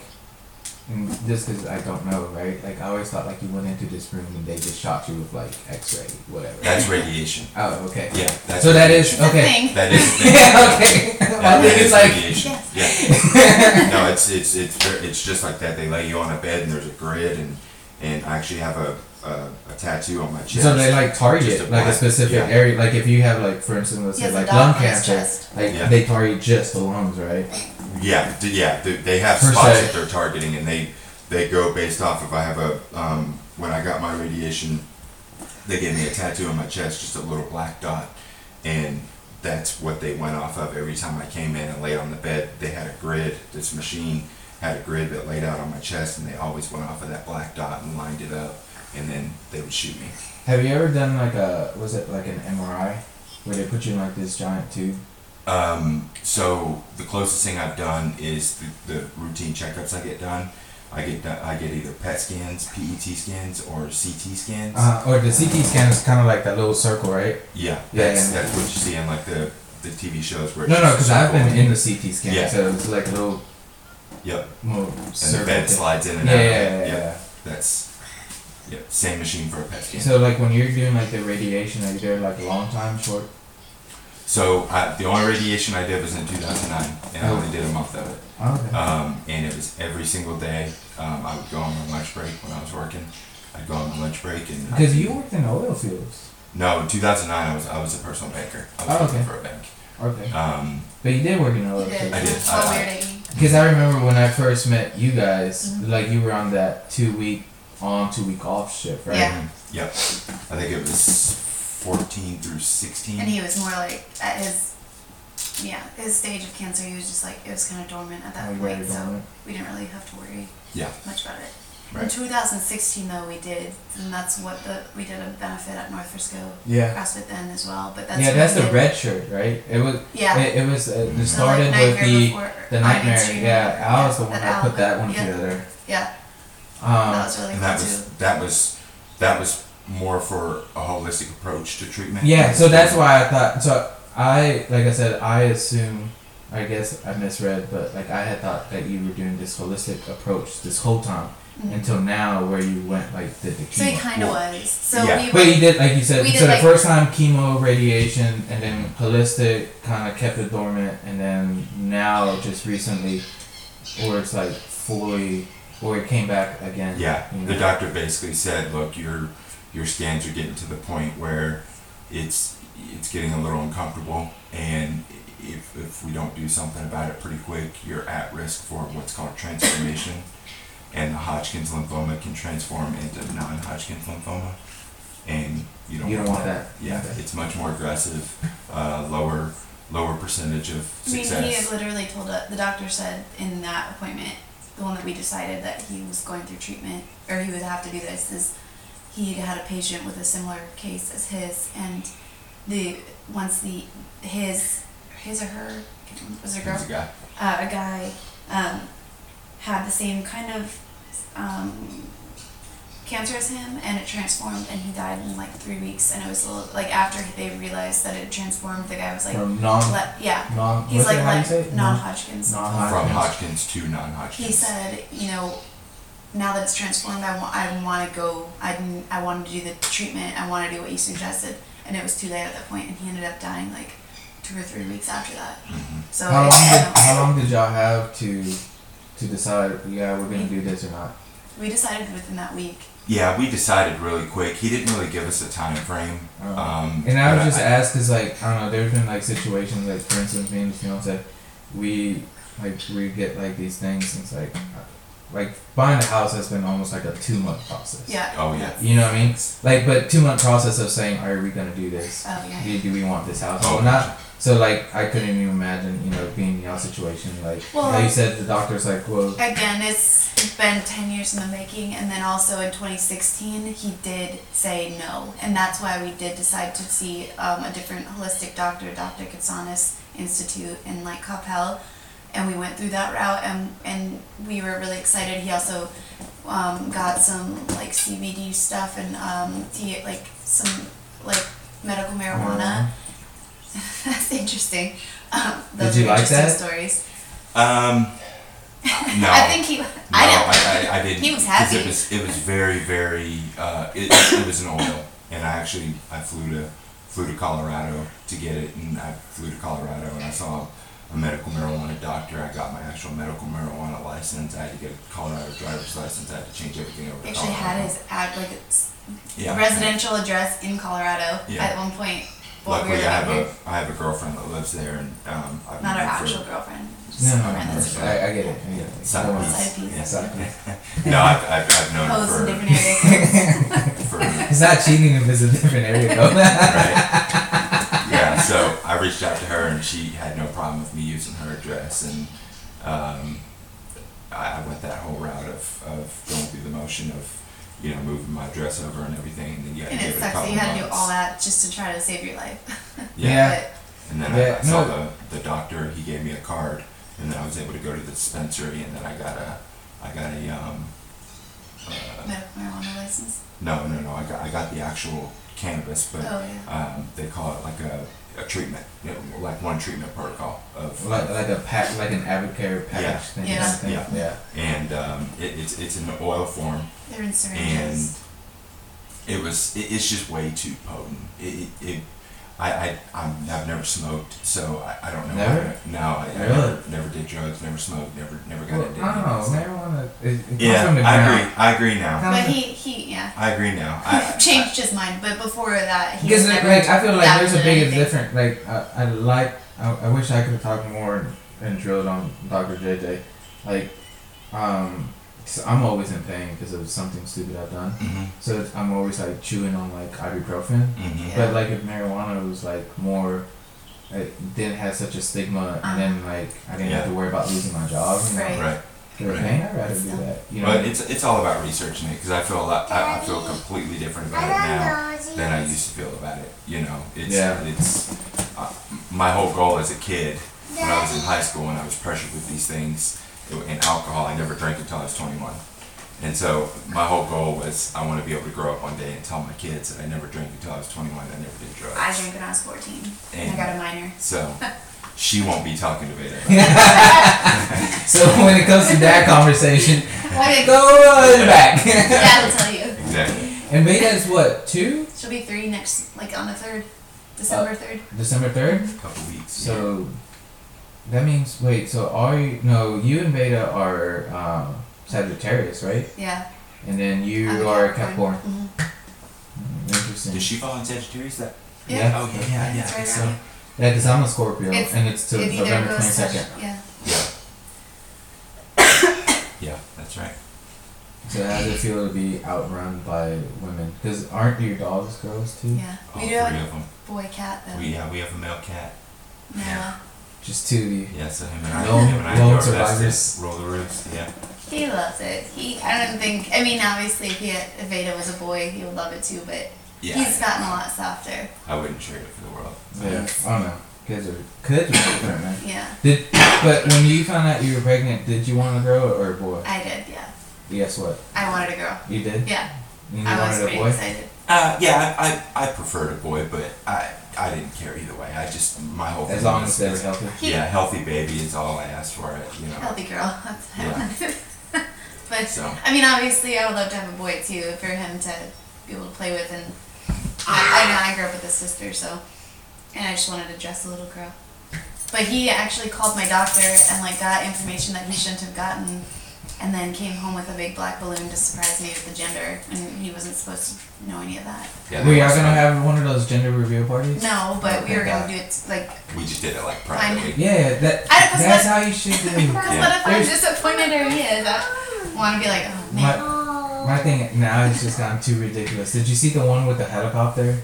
Speaker 1: and this because I don't know, right? Like I always thought like you went into this room and they just shot you with like X-ray, whatever.
Speaker 2: that's radiation.
Speaker 1: oh, okay.
Speaker 2: Yeah, that's
Speaker 1: So that
Speaker 2: radiation.
Speaker 1: is *laughs* okay.
Speaker 3: Thing.
Speaker 2: that
Speaker 1: *laughs*
Speaker 2: is
Speaker 1: yeah, okay.
Speaker 2: Yeah,
Speaker 1: I
Speaker 2: that
Speaker 1: think
Speaker 2: is
Speaker 1: it's like
Speaker 2: radiation.
Speaker 3: Yes.
Speaker 2: Yeah.
Speaker 1: *laughs*
Speaker 2: no, it's it's it's ver- it's just like that. They lay you on a bed and there's a grid and and I actually have a a, a tattoo on my chest.
Speaker 1: so they like target
Speaker 2: Just a
Speaker 1: like a
Speaker 2: black-
Speaker 1: specific
Speaker 2: yeah.
Speaker 1: area. Like if you have like for instance, let's
Speaker 3: He
Speaker 1: say
Speaker 3: has a
Speaker 1: like
Speaker 3: dot
Speaker 1: lung
Speaker 3: on his
Speaker 1: cancer,
Speaker 3: chest.
Speaker 1: like
Speaker 2: Yeah.
Speaker 1: they target just the lungs, right?
Speaker 2: Yeah, d- yeah, they, they have
Speaker 1: Per
Speaker 2: spots
Speaker 1: se.
Speaker 2: that they're targeting, and they they go based off of I have a um, when I got my radiation, they gave me a tattoo on my chest, just a little black dot, and that's what they went off of every time I came in and laid on the bed. They had a grid. This machine had a grid that laid out on my chest, and they always went off of that black dot and lined it up. and then they would shoot me.
Speaker 1: Have you ever done like a was it like an MRI where they put you in like this giant tube?
Speaker 2: Um, so the closest thing I've done is the, the routine checkups I get done. I get done, I get either PET scans, PET scans, or CT scans.
Speaker 1: Uh, or the CT scan is kind of like that little circle, right?
Speaker 2: Yeah,
Speaker 1: Yeah,
Speaker 2: that's,
Speaker 1: yeah.
Speaker 2: that's what you see in like the, the TV shows where.
Speaker 1: No,
Speaker 2: it's
Speaker 1: no,
Speaker 2: just
Speaker 1: because I've
Speaker 2: circle.
Speaker 1: been in the CT scan,
Speaker 2: Yeah.
Speaker 1: so it's like a little
Speaker 2: Yep,
Speaker 1: little
Speaker 2: and the
Speaker 1: circle.
Speaker 2: bed
Speaker 1: thing.
Speaker 2: slides in
Speaker 1: Yeah,
Speaker 2: and
Speaker 1: yeah,
Speaker 2: out.
Speaker 1: yeah, yeah,
Speaker 2: Yep, that's yep. Same machine for a PET scan.
Speaker 1: So like when you're doing like the radiation, are you there like a long time, short?
Speaker 2: So I, the only radiation I did was in 2009, and I
Speaker 1: Oh.
Speaker 2: only did a month of it.
Speaker 1: Oh, okay.
Speaker 2: Um, and it was every single day. Um, I would go on my lunch break when I was working. I'd go on my lunch break and.
Speaker 1: Because you worked in the oil fields.
Speaker 2: No, in 2009, I was I was a personal banker. I was
Speaker 1: Oh,
Speaker 2: working
Speaker 1: okay.
Speaker 2: for a bank.
Speaker 1: Okay.
Speaker 2: Um,
Speaker 1: But you did work in the
Speaker 3: You
Speaker 1: oil
Speaker 3: did.
Speaker 2: I
Speaker 1: fields.
Speaker 2: did.
Speaker 3: Oh,
Speaker 2: I-
Speaker 3: weird, eh?
Speaker 1: Because I remember when I first met you guys,
Speaker 3: Mhm.
Speaker 1: like you were on that two week on, two week off shift, right?
Speaker 3: Yeah.
Speaker 2: Yep. I think it was 14 through 16.
Speaker 3: And he was more like at his, yeah, his stage of cancer. He was just like it was kind of dormant at that
Speaker 1: Like,
Speaker 3: point,
Speaker 1: right
Speaker 3: so
Speaker 1: on it.
Speaker 3: we didn't really have to worry
Speaker 2: Yeah.
Speaker 3: much about it. In
Speaker 2: Right.
Speaker 3: 2016, though, we did, and that's what the we did a benefit at North Frisco
Speaker 1: Yeah.
Speaker 3: CrossFit then as well. But that's
Speaker 1: yeah,
Speaker 3: when
Speaker 1: that's
Speaker 3: we
Speaker 1: the
Speaker 3: did-
Speaker 1: red shirt, right? It was.
Speaker 3: Yeah,
Speaker 1: It, it was. Uh, it
Speaker 2: Mhm.
Speaker 3: So, like,
Speaker 1: started with
Speaker 3: Nightmare
Speaker 1: the
Speaker 3: before-
Speaker 1: the
Speaker 3: Onion
Speaker 1: nightmare.
Speaker 3: Street.
Speaker 1: Yeah, I was the one
Speaker 3: That
Speaker 1: that
Speaker 3: Al-
Speaker 1: put that one
Speaker 3: yeah,
Speaker 1: together.
Speaker 3: Yeah, that
Speaker 1: Um,
Speaker 3: was really
Speaker 2: And
Speaker 3: cool
Speaker 2: that
Speaker 3: too.
Speaker 2: was that was that was more for a holistic approach to treatment.
Speaker 1: yeah, so that's why I thought. So I, like I said, I assume. I guess I misread, but like I had thought that you were doing this holistic approach this whole time
Speaker 3: Mhm.
Speaker 1: until now, where you went like did the chemo.
Speaker 3: So he kind of was. So
Speaker 2: Yeah.
Speaker 3: we were.
Speaker 1: But you did, like you said,
Speaker 3: We did,
Speaker 1: so the
Speaker 3: like-
Speaker 1: first time chemo, radiation, and then holistic kind of kept it dormant, and then now just recently, or it's like fully, or it came back again.
Speaker 2: Yeah,
Speaker 1: you
Speaker 2: the
Speaker 1: know?
Speaker 2: doctor basically said, "Look, your your scans are getting to the point where it's it's getting a little uncomfortable, and if if we don't do something about it pretty quick, you're at risk for what's called transformation, and the Hodgkin's lymphoma can transform into non-Hodgkin's lymphoma, and you don't
Speaker 1: You don't want that.
Speaker 2: Yeah,
Speaker 1: Okay.
Speaker 2: it's much more aggressive, uh, lower lower percentage of
Speaker 3: I mean,
Speaker 2: success.
Speaker 3: he had literally told us. The doctor said in that appointment, the one that we decided that he was going through treatment or he would have to do this is he had had a patient with a similar case as his, and the once the his his or her was it a girl
Speaker 2: He's a guy.
Speaker 3: uh, a guy um, had the same kind of um, cancer as him, and it transformed, and he died in like three weeks. And it was a little, like after they realized that it transformed, the guy was like,
Speaker 1: From non,
Speaker 3: le- yeah,
Speaker 1: non,
Speaker 3: he's
Speaker 1: what's it,
Speaker 3: like
Speaker 1: how do you
Speaker 3: le-
Speaker 1: say? it?
Speaker 3: non-Hodgkin's.
Speaker 1: Non-Hodgkin's.
Speaker 2: from
Speaker 1: Hodgkin's.
Speaker 2: Hodgkin's to non-Hodgkin's.
Speaker 3: He said, you know, now that it's transformed, I want, I want to go. I didn't- I want to do the treatment. I want to do what you suggested, and it was too late at that point, and he ended up dying like two or three weeks after that.
Speaker 2: Mhm.
Speaker 3: So
Speaker 1: How long
Speaker 3: it's, you
Speaker 1: did
Speaker 3: know,
Speaker 1: how long did y'all have to to decide? Yeah, we're gonna do this or not.
Speaker 3: we decided within that week.
Speaker 2: Yeah, we decided really quick. He didn't really give us a time frame.
Speaker 1: Um,
Speaker 2: Um,
Speaker 1: And I
Speaker 2: but
Speaker 1: was just asked because, like, I don't know, there's been like situations, like for instance, me and the fiance, we like we get like these things, and it's like, uh, like buying a house has been almost like a two month process.
Speaker 3: Yeah.
Speaker 2: Oh yeah.
Speaker 1: You know what I mean? Like, but two month process of saying, are we gonna do this?
Speaker 3: Oh yeah.
Speaker 1: Do, do we want this house
Speaker 2: Oh,
Speaker 1: or not? So like, I couldn't even imagine, you know, being in your situation. Like,
Speaker 3: Well,
Speaker 1: like you said, the doctor's like, well,
Speaker 3: Again, it's been 10 years in the making, and then also in 2016, he did say no. And that's why we did decide to see um, a different holistic doctor, Dr. Katsanis Institute in like Coppell. And we went through that route, and, and we were really excited. He also um, got some like CBD stuff and um, tea, like some like medical
Speaker 1: um, Uh-huh.
Speaker 3: marijuana. *laughs* that's interesting. Um, those
Speaker 1: you
Speaker 3: are
Speaker 1: like
Speaker 3: interesting
Speaker 1: that?
Speaker 3: stories. *laughs*
Speaker 2: Um, no.
Speaker 3: I think he.
Speaker 2: no,
Speaker 3: I know.
Speaker 2: I, I, I didn't.
Speaker 3: He was
Speaker 2: 'cause
Speaker 3: happy.
Speaker 2: It was, it was very, very. Uh, it, it was an oil, and I actually I flew to flew to Colorado to get it, and I flew to Colorado and I saw a medical marijuana doctor. I got my actual medical marijuana license. I had to get a Colorado driver's license. I had to change everything over. to
Speaker 3: He actually
Speaker 2: Colorado.
Speaker 3: had his ad like s-
Speaker 2: yeah.
Speaker 3: residential address in Colorado
Speaker 2: Yeah.
Speaker 3: at one point. while we
Speaker 2: Luckily,
Speaker 3: were
Speaker 2: I have
Speaker 3: younger.
Speaker 2: a I have a girlfriend that lives there, and um, I've
Speaker 3: not
Speaker 2: known
Speaker 3: our
Speaker 2: her for-
Speaker 3: actual girlfriend. just
Speaker 1: no, no, no,
Speaker 3: friend that's-
Speaker 2: sorry.
Speaker 1: I, I get it. I get it.
Speaker 2: Side
Speaker 1: Come on.
Speaker 3: Side piece.
Speaker 2: piece.
Speaker 1: Side piece.
Speaker 3: *laughs*
Speaker 2: No, I've, I've, I've known
Speaker 3: Posed in
Speaker 2: her *laughs*
Speaker 3: different areas.
Speaker 2: for, for right.
Speaker 1: *laughs* It's not cheating if it's a different area
Speaker 2: *laughs*
Speaker 1: though.
Speaker 2: Yeah,
Speaker 3: *laughs*
Speaker 2: so I reached out to her and she had no problem with me using her address and um, I I went that whole route of, of going through the motion of you know, moving my dress over and everything, and then you had to
Speaker 3: And
Speaker 2: give
Speaker 3: it
Speaker 2: it a
Speaker 3: sucks that
Speaker 2: couple
Speaker 3: you had to do
Speaker 2: months.
Speaker 3: all that just to try to save your life. *laughs*
Speaker 1: Yeah.
Speaker 2: And then
Speaker 1: Yeah,
Speaker 2: I, I saw
Speaker 1: no.
Speaker 2: the, the doctor. He gave me a card, and then I was able to go to the dispensary, and then I got a, I got a um,
Speaker 3: But
Speaker 2: uh,
Speaker 3: medical marijuana license.
Speaker 2: no, no, no. I got I got the actual cannabis, but
Speaker 3: Oh, yeah.
Speaker 2: um, they call it like a, a treatment, you know, like one treatment protocol of
Speaker 1: Like, like a pack, like an Avocare package
Speaker 2: Yeah.
Speaker 1: thing.
Speaker 3: Yeah.
Speaker 1: something.
Speaker 2: Yeah.
Speaker 1: yeah.
Speaker 2: and um, it, it's it's in the oil form,
Speaker 3: They're in
Speaker 2: and
Speaker 3: syringes.
Speaker 2: it was it, it's just way too potent. It, it, it I, I I'm, I've never smoked, so I, I don't know.
Speaker 1: Never?
Speaker 2: I, no, I, I
Speaker 1: Really?
Speaker 2: never, never did drugs, never smoked, never never got
Speaker 1: Well, oh,
Speaker 2: addicted.
Speaker 1: I don't know. Marijuana. It, it comes
Speaker 2: Yeah,
Speaker 1: from the
Speaker 2: I
Speaker 1: ground.
Speaker 2: agree. I agree now.
Speaker 3: But he, he, yeah.
Speaker 2: I agree now.
Speaker 3: *laughs*
Speaker 2: I,
Speaker 3: changed his mind, but before that, he
Speaker 1: Because
Speaker 3: was
Speaker 1: like,
Speaker 3: never
Speaker 1: like, I feel like
Speaker 3: that
Speaker 1: there's a
Speaker 3: good at
Speaker 1: big
Speaker 3: anything.
Speaker 1: difference. Like I, I like I, I wish I could have talked more and, and drilled on Dr. JJ. Like, um, i I'm always in pain because of something stupid I've done.
Speaker 2: Mhm,
Speaker 1: So it's- I'm always like chewing on like ibuprofen.
Speaker 2: mhm.
Speaker 3: Yeah.
Speaker 1: But like if marijuana was like more, it didn't have such a stigma, and then like I didn't have to worry about losing my job. You know?
Speaker 3: Uh-huh. Right.
Speaker 2: Right,
Speaker 1: For
Speaker 2: Right.
Speaker 1: pain, I'd rather do that. You know.
Speaker 2: but it's it's all about researching it because I feel a lot, I, I feel completely different about it now. than I used to feel about it. You know, it's
Speaker 1: Yeah.
Speaker 2: it's uh, my whole goal as a kid when I was in high school and I was pressured with these things it- and alcohol. I never drank until I was 21, and so my whole goal was I want to be able to grow up one day and tell my kids that I never drank until I was 21. I never did drugs.
Speaker 3: I drank when I was 14. And I
Speaker 2: And-
Speaker 3: got a
Speaker 1: *laughs*
Speaker 3: minor.
Speaker 2: So she won't be talking to me. About it.
Speaker 1: so *laughs* when it comes to that
Speaker 3: *laughs*
Speaker 1: conversation,
Speaker 3: Why did
Speaker 1: go uh, back. *laughs*
Speaker 3: Dad'll tell you.
Speaker 2: Exactly.
Speaker 1: and Vita's what two?
Speaker 3: She'll be three next, like on the third,
Speaker 1: Oh.
Speaker 3: December third.
Speaker 1: December third.
Speaker 2: A couple weeks.
Speaker 1: So that means wait. So are you? No, you and Beta are um, Sagittarius, right?
Speaker 3: Yeah.
Speaker 1: And then you
Speaker 3: I'm a
Speaker 1: are Capricorn.
Speaker 3: Mhm.
Speaker 1: Mm,
Speaker 2: yeah.
Speaker 1: Interesting.
Speaker 2: Did she fall in Sagittarius? That.
Speaker 3: Yeah.
Speaker 1: Ah, Yeah.
Speaker 2: Oh yeah, yeah, yeah.
Speaker 3: It's
Speaker 2: I
Speaker 3: right
Speaker 2: guess
Speaker 3: around.
Speaker 1: Yeah, because I'm a Scorpio,
Speaker 3: It's-
Speaker 1: and it's to
Speaker 3: It either
Speaker 1: November twenty
Speaker 3: goes
Speaker 1: second.
Speaker 3: to, yeah.
Speaker 2: Yeah. yeah, that's right.
Speaker 1: So how does it feel to be outrun by women? Because aren't your dogs girls too?
Speaker 3: Yeah.
Speaker 2: All
Speaker 3: we do
Speaker 2: three
Speaker 3: have
Speaker 2: of them.
Speaker 3: a boy cat though.
Speaker 2: We yeah, we have a male cat.
Speaker 3: Noah.
Speaker 1: Just two of you.
Speaker 2: Yeah, so him and I,
Speaker 1: Lone-
Speaker 2: him and I do
Speaker 1: lone
Speaker 2: our best
Speaker 1: survivors.
Speaker 2: to roll the roofs. Yeah,
Speaker 3: He loves it. He, I don't think, I mean, obviously if, he had, if Veda was a boy, he would love it too, but
Speaker 2: yeah.
Speaker 3: he's gotten a lot softer.
Speaker 2: I wouldn't trade it for the world.
Speaker 1: Yeah. I don't know. Kids are kids are different, man.
Speaker 3: Yeah.
Speaker 1: Did but when you found out you were pregnant, did you want a girl or a boy?
Speaker 3: I did, yeah.
Speaker 1: Guess what?
Speaker 3: I wanted a girl.
Speaker 1: You did.
Speaker 3: Yeah.
Speaker 1: And you
Speaker 3: I was
Speaker 1: wanted a
Speaker 3: pretty
Speaker 1: boy.
Speaker 3: excited.
Speaker 2: Uh, yeah, I, I I preferred a boy, but I I didn't care either way. I just my whole
Speaker 1: As
Speaker 2: thing
Speaker 1: long
Speaker 2: was-
Speaker 1: as they were healthy.
Speaker 3: He-
Speaker 2: yeah, healthy baby is all I asked for. It you know.
Speaker 3: healthy girl. That's what I
Speaker 2: Yeah.
Speaker 3: wanted. *laughs* but
Speaker 2: So.
Speaker 3: I mean, obviously, I would love to have a boy too for him to be able to play with. And I, I know I grew up with a sister, so and I just wanted to dress a little girl. But he actually called my doctor and like got information that he shouldn't have gotten, and then came home with a big black balloon to surprise me with the gender, and he wasn't supposed to know any of that.
Speaker 2: Yeah,
Speaker 1: Were
Speaker 2: they
Speaker 1: y'all
Speaker 2: were
Speaker 1: gonna
Speaker 2: fun.
Speaker 1: have one of those gender reveal parties?
Speaker 3: No, but we
Speaker 1: Okay,
Speaker 3: were gonna
Speaker 1: got
Speaker 3: do it like
Speaker 2: We just did it like privately.
Speaker 1: Yeah, that
Speaker 3: I was
Speaker 1: that's how you should do.
Speaker 3: because *laughs* what if I'm
Speaker 1: There's-
Speaker 3: disappointed or he is? I want to be like, oh man.
Speaker 1: My my thing now has just gotten too ridiculous. Did you see the one with the helicopter?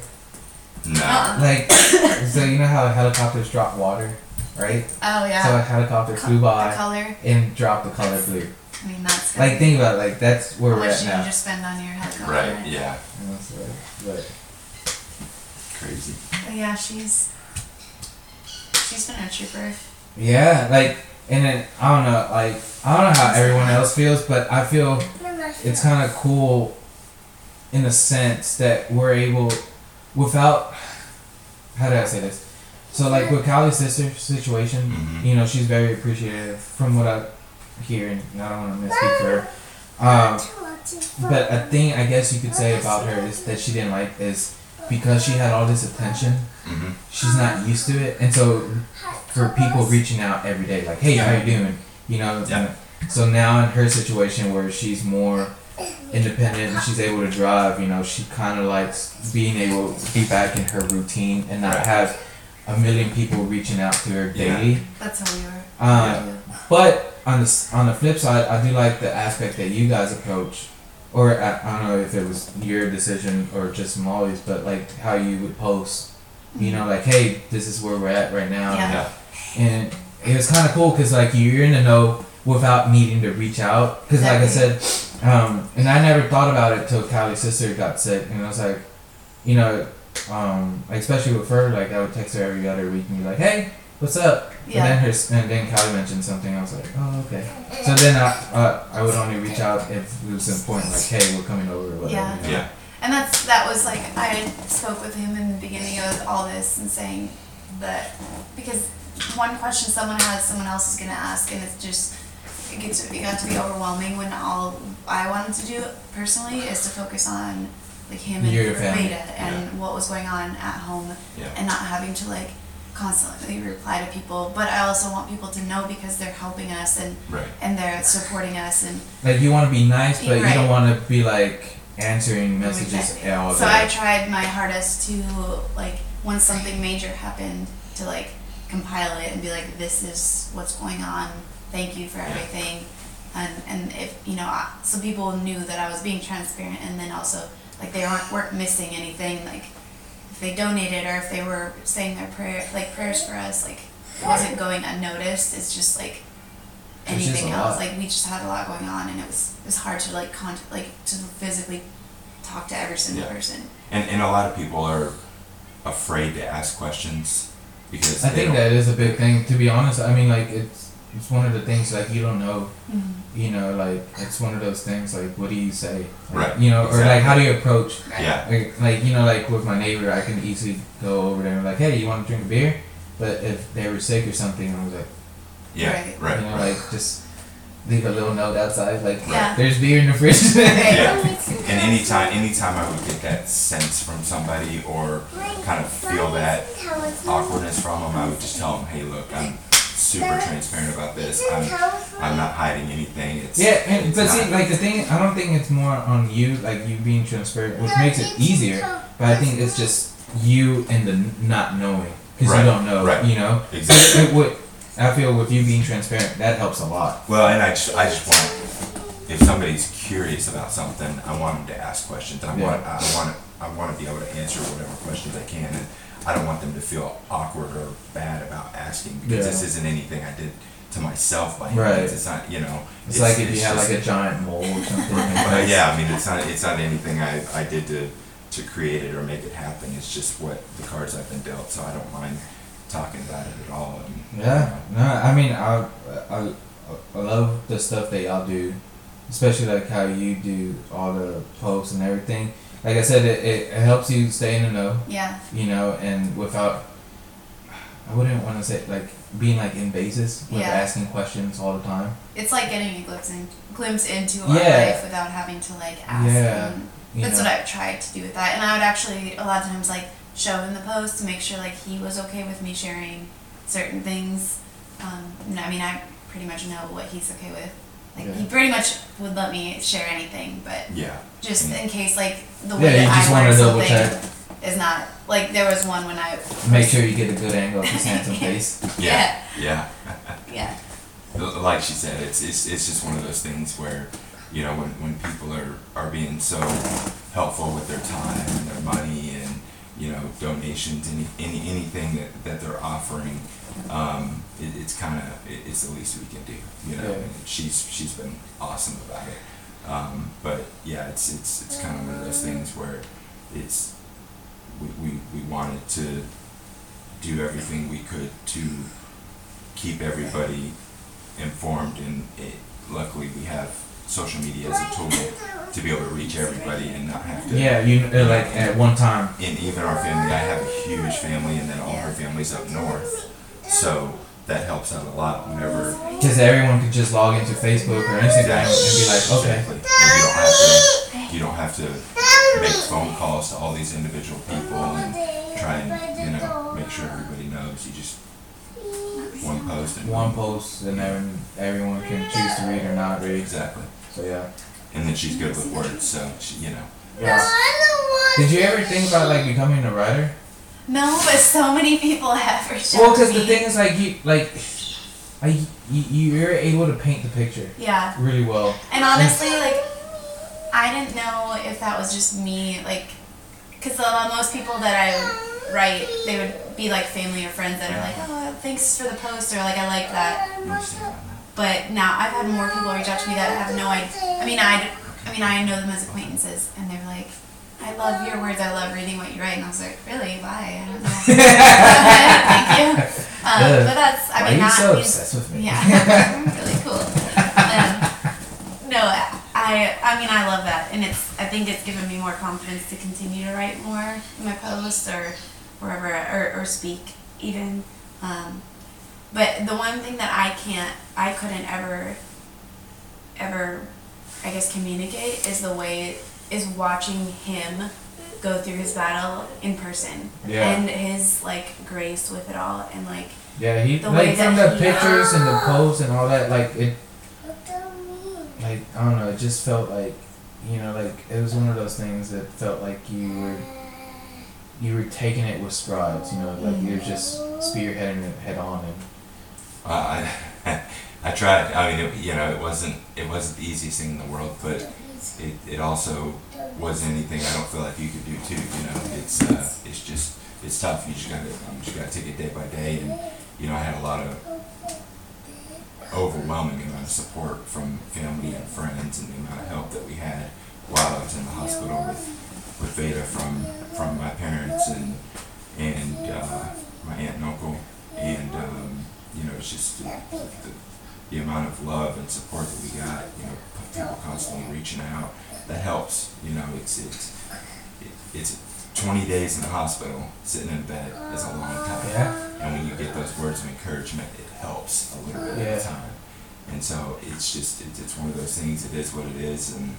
Speaker 2: No.
Speaker 3: Uh-uh.
Speaker 1: Like, so you know how helicopters drop water, right?
Speaker 3: Oh yeah.
Speaker 1: So a helicopter
Speaker 3: Co-
Speaker 1: flew
Speaker 3: The
Speaker 1: by
Speaker 3: color.
Speaker 1: and dropped the color blue.
Speaker 3: I mean, that's
Speaker 1: Like, think about it. Like, that's where
Speaker 3: how
Speaker 1: we're
Speaker 3: much
Speaker 1: at
Speaker 3: did
Speaker 1: now.
Speaker 3: you just spend on your helicopter?
Speaker 2: Right. Yeah.
Speaker 1: And that's what- but-
Speaker 2: Crazy.
Speaker 3: But yeah, she's she's been a trooper.
Speaker 1: Yeah, like, and then I don't know, like I don't know how everyone else feels, but I feel it's kind of cool in a sense that we're able without how do I say this? So like with Callie's sister situation,
Speaker 2: Mhm.
Speaker 1: you know, she's very appreciative from what I hear and I don't wanna misspeak for her. Um, but a thing I guess you could say about her is that she didn't like is because she had all this attention,
Speaker 2: Mhm.
Speaker 1: she's not used to it. And so for people reaching out every day, like, hey, how you doing? You know.
Speaker 2: Yeah.
Speaker 1: So now in her situation where she's more independent and she's able to drive, you know, she kind of likes being able to be back in her routine and not
Speaker 2: Right.
Speaker 1: have a million people reaching out to her
Speaker 2: Yeah.
Speaker 1: daily.
Speaker 3: That's how we were.
Speaker 1: Um, But on the s- on the flip side, I do like the aspect that you guys approach, or I, I don't know if it was your decision or just Molly's, but like how you would post, you know, like hey, this is where we're at right now,
Speaker 3: Yeah.
Speaker 2: Yeah.
Speaker 1: and it was kind of cool because like you're in the know without needing to reach out because like i said Um, and I never thought about it till Callie's sister got sick, and I was like, you know, um, like, especially with her, like I would text her every other week and be like, hey, what's up?
Speaker 3: Yeah.
Speaker 1: And then her, s- and then Callie mentioned something. I was like, oh okay. So then I, uh, I would only reach out if it was important, like, hey, we're coming over or whatever.
Speaker 3: Yeah.
Speaker 1: you know?
Speaker 2: Yeah.
Speaker 3: And that's that was like I spoke with him in the beginning of all this and saying that because one question someone has, someone else is gonna ask, and it's just it gets it got to be overwhelming when all I wanted to do personally is to focus on like him and
Speaker 1: Your family,
Speaker 3: Veda and what was going on at home
Speaker 2: Yeah.
Speaker 3: and not having to like constantly reply to people. But I also want people to know because they're helping us and
Speaker 2: Right.
Speaker 3: and they're supporting us and
Speaker 1: Like you want to be nice, but you
Speaker 3: Right.
Speaker 1: don't want to be like answering messages
Speaker 3: Exactly.
Speaker 1: all
Speaker 3: So I
Speaker 1: day.
Speaker 3: tried my hardest to like once something major happened to like compile it and be like, this is what's going on. Thank you for everything, and and if you know, I- so people knew that I was being transparent, and then also like they aren't weren't missing anything. Like if they donated or if they were saying their prayer like prayers for us, like it wasn't going unnoticed. It's just like
Speaker 1: Which is
Speaker 3: anything
Speaker 1: a
Speaker 3: else.
Speaker 1: lot.
Speaker 3: Like we just had a lot going on, and it was it was hard to like con- like to physically talk to every single
Speaker 2: Yeah.
Speaker 3: person.
Speaker 2: And and a lot of people are afraid to ask questions because
Speaker 1: I
Speaker 2: they
Speaker 1: think
Speaker 2: don't-
Speaker 1: that is a big thing. To be honest, I mean, like it's it's one of the things like you don't know. You know, like it's one of those things. Like, what do you say? Like,
Speaker 2: Right,
Speaker 1: You know, or like
Speaker 2: exactly.
Speaker 1: how do you approach?
Speaker 2: yeah
Speaker 1: Like, like you know, like with my neighbor, I can easily go over there and be like, hey, you want to drink a beer? But if they were sick or something, I was like,
Speaker 2: yeah
Speaker 3: Right.
Speaker 2: right
Speaker 1: you know,
Speaker 2: right.
Speaker 1: like just leave a little note outside, like
Speaker 3: Yeah.
Speaker 1: there's beer in the
Speaker 2: *laughs*
Speaker 1: fridge.
Speaker 2: And anytime, anytime I would get that sense from somebody or kind of feel that awkwardness from them, I would just tell them, "Hey, look, I'm super transparent about this. I'm, I'm not hiding anything. It's
Speaker 1: Yeah, and,
Speaker 2: it's
Speaker 1: but see,
Speaker 2: not-
Speaker 1: like the thing, I don't think it's more on you, like you being transparent, which makes it easier. But I think it's just you and the n- not knowing, because
Speaker 2: Right,
Speaker 1: you don't know,
Speaker 2: right.
Speaker 1: you know.
Speaker 2: exactly.
Speaker 1: It would, I feel with you being transparent, that helps a lot.
Speaker 2: Well, and I just, I just want if somebody's curious about something, I want them to ask questions. I
Speaker 1: Yeah.
Speaker 2: want, I want, I want to be able to answer whatever questions I can, and I don't want them to feel awkward or bad about asking because this
Speaker 1: Yeah.
Speaker 2: isn't anything I did to myself by any
Speaker 1: Right.
Speaker 2: means. It's not, you know.
Speaker 1: It's, like if you
Speaker 2: it's
Speaker 1: had
Speaker 2: just-
Speaker 1: like a giant mole or something.
Speaker 2: But *laughs* uh, yeah, I mean, it's not it's not anything I, I did to to create it or make it happen. It's just what the cards I've been dealt, so I don't mind talking about it at all. And,
Speaker 1: Yeah, no, I mean, I, I, I love the stuff that y'all do, especially like how you do all the posts and everything. Like I said, it, it helps you stay in the know,
Speaker 3: Yeah.
Speaker 1: you know, and without, I wouldn't want to say like being like invasive with
Speaker 3: Yeah.
Speaker 1: asking questions all the time.
Speaker 3: It's like getting a glimpse, in, glimpse into our
Speaker 1: Yeah.
Speaker 3: life without having to like ask.
Speaker 1: Yeah.
Speaker 3: And
Speaker 1: You
Speaker 3: that's
Speaker 1: know?
Speaker 3: what I've tried to do with that. And I would actually a lot of times like show him the post to make sure like he was okay with me sharing certain things. Um, and I mean, I pretty much know what he's okay with. Like
Speaker 1: Yeah.
Speaker 3: he pretty much would let me share anything, but
Speaker 2: um, Yeah,
Speaker 3: just in case like the
Speaker 1: Yeah,
Speaker 3: way
Speaker 1: you
Speaker 3: that
Speaker 1: just
Speaker 3: I
Speaker 1: wanna
Speaker 3: learned
Speaker 1: double
Speaker 3: something
Speaker 1: check.
Speaker 3: is not like there was one when I
Speaker 1: Make sure you get a good angle of his handsome face.
Speaker 2: yeah, yeah.
Speaker 3: yeah
Speaker 2: L- Like she said, it's it's it's just one of those things where, you know, when when people are are being so helpful with their time and their money and you know donations any any anything that that they're offering. Um, it, it's kind of it, it's the least we can do, you know.
Speaker 1: Yeah.
Speaker 2: And she's she's been awesome about it. Um, but yeah, it's it's it's kind of one of those things where it's we, we, we wanted to do everything we could to keep everybody informed and it, luckily we have social media as a tool to be able to reach everybody and not have to
Speaker 1: Yeah, you uh, like at one time.
Speaker 2: and even our family I have a huge family and then all her family's up north so that helps out a lot whenever
Speaker 1: Because everyone could just log into Facebook or Instagram and be like, okay,
Speaker 2: Exactly. And you don't have to you don't have to make phone calls to all these individual people and try and you know make sure everybody knows you just one post and
Speaker 1: one post and then everyone can choose to read or not read.
Speaker 2: exactly
Speaker 1: So yeah.
Speaker 2: and then she's good with words so she you know
Speaker 1: Yeah. Did you ever think about like becoming a writer?
Speaker 3: no but so many people *laughs* have reached
Speaker 1: Well,
Speaker 3: out to
Speaker 1: because the
Speaker 3: me.
Speaker 1: thing is, like you, like, like you, you're able to paint the picture
Speaker 3: yeah
Speaker 1: really
Speaker 3: *laughs*
Speaker 1: well.
Speaker 3: and honestly like I didn't know if that was just me like because most people that I would write they would be like family or friends that are like oh thanks for the post or like I like that
Speaker 2: understand that.
Speaker 3: but now I've had more people reach out to me that have no idea I mean I I mean, I know them as acquaintances, and they're like, I love your words. I love reading what you write. And I was like, really? Why? I don't know. Thank
Speaker 1: *laughs*
Speaker 3: you. Um,
Speaker 1: Ugh.
Speaker 3: but that's,
Speaker 1: Why
Speaker 3: I mean,
Speaker 1: are you
Speaker 3: not
Speaker 1: so
Speaker 3: in-
Speaker 1: obsessed with me? *laughs*
Speaker 3: Yeah, *laughs* really cool. Um, no, I, I mean, I love that, and it's. I think it's given me more confidence to continue to write more in my posts or wherever, or, or speak even. Um, but the one thing that I can't, I couldn't ever, ever, I guess, communicate is the way is watching him go through his battle in person
Speaker 1: yeah.
Speaker 3: and his like grace with it all and like
Speaker 1: Yeah, he
Speaker 3: the way
Speaker 1: like from
Speaker 3: that
Speaker 1: the
Speaker 3: he- Ah.
Speaker 1: pictures and the posts and all that, like it like I don't know, it just felt like you know, like it was one of those things that felt like you were you were taking it with strides, you know, like you're just
Speaker 3: Mm.
Speaker 1: spearheading it head on and
Speaker 2: Uh, I, *laughs* I tried. I mean, it, you know, it wasn't it wasn't the easiest thing in the world, but it, it also was anything I don't feel like you could do too. You know, it's uh, it's just it's tough. You just gotta you just gotta take it day by day, and you know, I had a lot of overwhelming amount of support from family and friends, and the amount of help that we had while I was in the hospital with with Veda from from my parents and and uh, my aunt and uncle, and um, you know, it's just the, the, the amount of love and support that we got. You know, people constantly reaching out that helps. You know, it's it's it- it's 20 days in the hospital, sitting in bed is a long time.
Speaker 1: Yeah.
Speaker 2: And when you get those words of encouragement, it helps a little bit at
Speaker 1: Yeah.
Speaker 2: a time. And so it's just it's, it's one of those things. It is what it is, and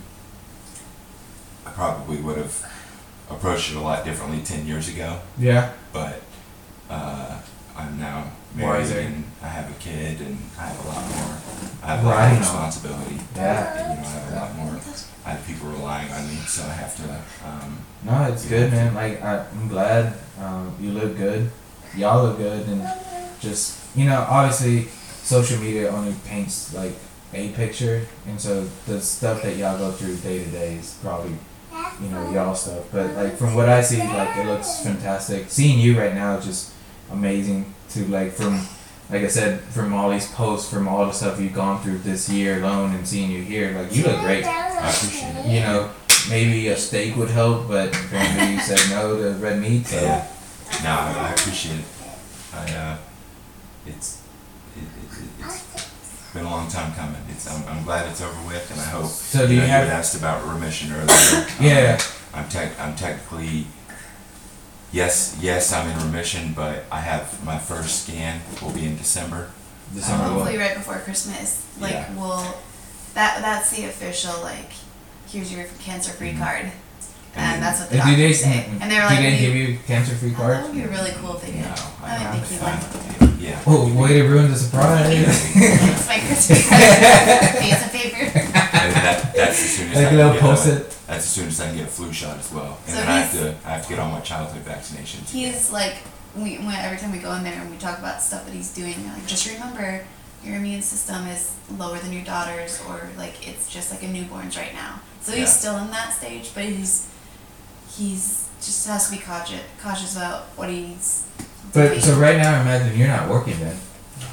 Speaker 2: I probably would have approached it a lot differently 10 years ago.
Speaker 1: Yeah.
Speaker 2: But uh, I'm now married
Speaker 1: Wiser.
Speaker 2: and I have a kid, and I have a lot more. I have a lot
Speaker 1: Right.
Speaker 2: of responsibility.
Speaker 1: Yeah.
Speaker 2: And, you know, I have a lot more. I have people relying on me, so I have to. Um,
Speaker 1: No, it's good man. Like I, I'm glad um, you look good. Y'all look good and just you know, obviously social media only paints like a picture and so the stuff that y'all go through day to day is probably you know, y'all stuff. But like from what I see, like it looks fantastic. Seeing you right now is just amazing. To like from, like I said, from all these posts, from all the stuff you've gone through this year alone, and seeing you here, like you look great.
Speaker 4: I
Speaker 2: appreciate it.
Speaker 1: You know, maybe a steak would help, but apparently you said no to red meat. So
Speaker 2: yeah. No, I, I appreciate it. I uh, it's it, it, it, it's been a long time coming. It's I'm, I'm glad it's over with, and I hope.
Speaker 1: So do
Speaker 2: you,
Speaker 1: you
Speaker 2: know,
Speaker 1: have-
Speaker 2: you had asked about remission
Speaker 1: *laughs*
Speaker 2: earlier? Um,
Speaker 1: yeah,
Speaker 2: I'm tech. I'm technically. Yes, yes, I'm in remission, but I have my first scan will be in December.
Speaker 1: December
Speaker 2: Um,
Speaker 1: what?
Speaker 3: hopefully right before Christmas. Like
Speaker 2: Yeah.
Speaker 3: we'll that that's the official like here's your cancer free
Speaker 2: Mhm.
Speaker 3: card.
Speaker 2: And
Speaker 3: And that's what the
Speaker 1: Mm-hmm. Did they
Speaker 3: doctors
Speaker 1: say?
Speaker 3: say. And they were
Speaker 1: did they
Speaker 3: like
Speaker 1: give
Speaker 3: "We-
Speaker 1: you cancer free
Speaker 3: oh, that would
Speaker 1: card?
Speaker 3: be really cool if they did.
Speaker 2: No,
Speaker 3: I
Speaker 2: I
Speaker 3: don't think he would.
Speaker 2: don't. Yeah.
Speaker 1: *laughs* Oh, way to ruin the surprise!
Speaker 3: *laughs* It's my Christmas present. piece of paper.
Speaker 2: And that, that's as soon as
Speaker 1: *laughs*
Speaker 2: I
Speaker 1: like a
Speaker 2: can
Speaker 1: little
Speaker 2: get
Speaker 1: post
Speaker 2: a-
Speaker 1: it.
Speaker 2: That's as soon as I can get a flu shot as well, and
Speaker 3: So
Speaker 2: then I have
Speaker 3: he's-
Speaker 2: to I have to get all my childhood vaccinations.
Speaker 3: He's like we when, every time we go in there and we talk about stuff that he's doing, we're like just remember your immune system is lower than your daughter's or like it's just like a newborn's right now. So
Speaker 2: Yeah.
Speaker 3: he's still in that stage, but he's he's just has to be cautious cautious about what he's
Speaker 1: But
Speaker 3: doing.
Speaker 1: so right now, imagine you're not working then.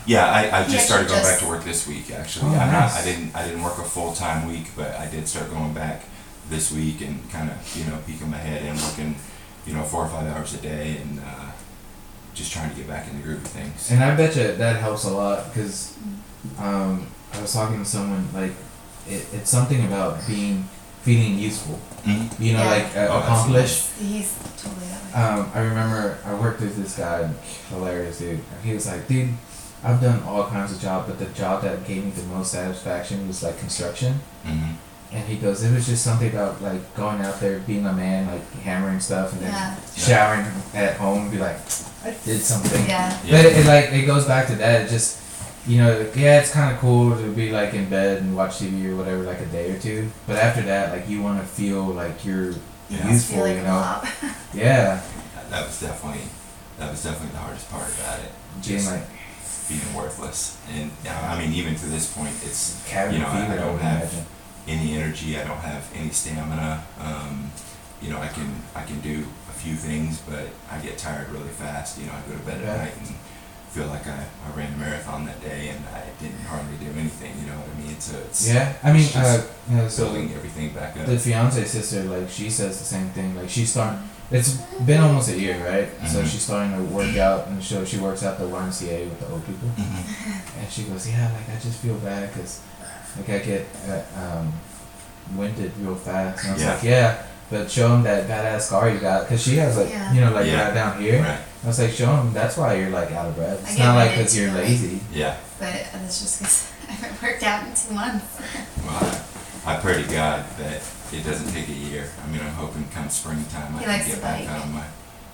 Speaker 2: Yeah, I, I just
Speaker 3: Yeah,
Speaker 2: started
Speaker 3: she
Speaker 2: going back
Speaker 3: just-
Speaker 2: to work this week. Actually,
Speaker 1: Oh,
Speaker 2: I'm
Speaker 1: nice.
Speaker 2: not. I didn't. I didn't work a full time week, but I did start going back this week and kind of you know peeking my head and working, you know, four or five hours a day and uh, just trying to get back in the groove of things.
Speaker 1: And I bet you that helps a lot because um, I was talking to someone like it, it's something about being feeling useful,
Speaker 2: Mhm.
Speaker 1: you know,
Speaker 3: Yeah.
Speaker 1: like uh,
Speaker 2: Oh,
Speaker 1: accomplished.
Speaker 3: he's totally that way.
Speaker 1: Um, I remember I worked with this guy, and hilarious dude. And he was like, dude, I've done all kinds of jobs, but the job that gave me the most satisfaction was like construction.
Speaker 2: Mhm.
Speaker 1: And he goes, it was just something about like going out there, being a man, like hammering stuff, and then
Speaker 3: Yeah.
Speaker 1: showering at home, be like, I did something.
Speaker 3: Yeah.
Speaker 1: But it, it like it goes back to that. It just you know, yeah, it's kind of cool to be like in bed and watch TV or whatever, like a day or two. But after that, like you want to feel like you're
Speaker 2: Yeah.
Speaker 3: Just
Speaker 1: useful,
Speaker 3: feel like
Speaker 1: you
Speaker 3: a
Speaker 1: know?
Speaker 3: blob.
Speaker 1: Yeah,
Speaker 2: That- that was definitely that was definitely the hardest part about it,
Speaker 1: being like
Speaker 2: being worthless. And uh, I mean, even to this point, it's
Speaker 1: cabin
Speaker 2: You know, I- I
Speaker 1: fever. I
Speaker 2: don't
Speaker 1: would
Speaker 2: have-
Speaker 1: imagine.
Speaker 2: any energy. I don't have any stamina. Um, you know, I can I can do a few things, but I get tired really fast. You know, I go to bed
Speaker 1: Yeah.
Speaker 2: at night and feel like I, I ran a marathon that day and I didn't hardly do anything. You know what I mean? So it's
Speaker 1: Yeah, I mean,
Speaker 2: It's just
Speaker 1: uh, yeah, so
Speaker 2: building everything back up.
Speaker 1: the fiance sister, like, she says the same thing. Like, she's starting. It's been almost a year, right? So
Speaker 2: Mhm.
Speaker 1: she's starting to work out, and so she works out the YMCA with the old people.
Speaker 2: Mhm.
Speaker 1: And she goes, yeah, like I just feel bad because like I get uh, um, winded real fast. And I was
Speaker 2: Yeah.
Speaker 1: like, yeah, but show him that badass scar you got because she has like
Speaker 3: Yeah.
Speaker 1: you know like
Speaker 2: Yeah.
Speaker 1: right down here.
Speaker 2: *laughs* Right.
Speaker 1: I was like, show him that's why you're like out of breath.
Speaker 3: I
Speaker 1: It's
Speaker 3: get
Speaker 1: not like
Speaker 3: winded
Speaker 1: because you're
Speaker 3: too, like-
Speaker 1: lazy.
Speaker 2: Yeah.
Speaker 3: But that's just because *laughs* I haven't worked out in two months.
Speaker 2: Well, I, I pray to God that it doesn't take a year. I mean, I'm hoping come springtime I
Speaker 3: He
Speaker 2: can
Speaker 3: likes
Speaker 2: get
Speaker 3: to
Speaker 2: back
Speaker 3: bike.
Speaker 2: on my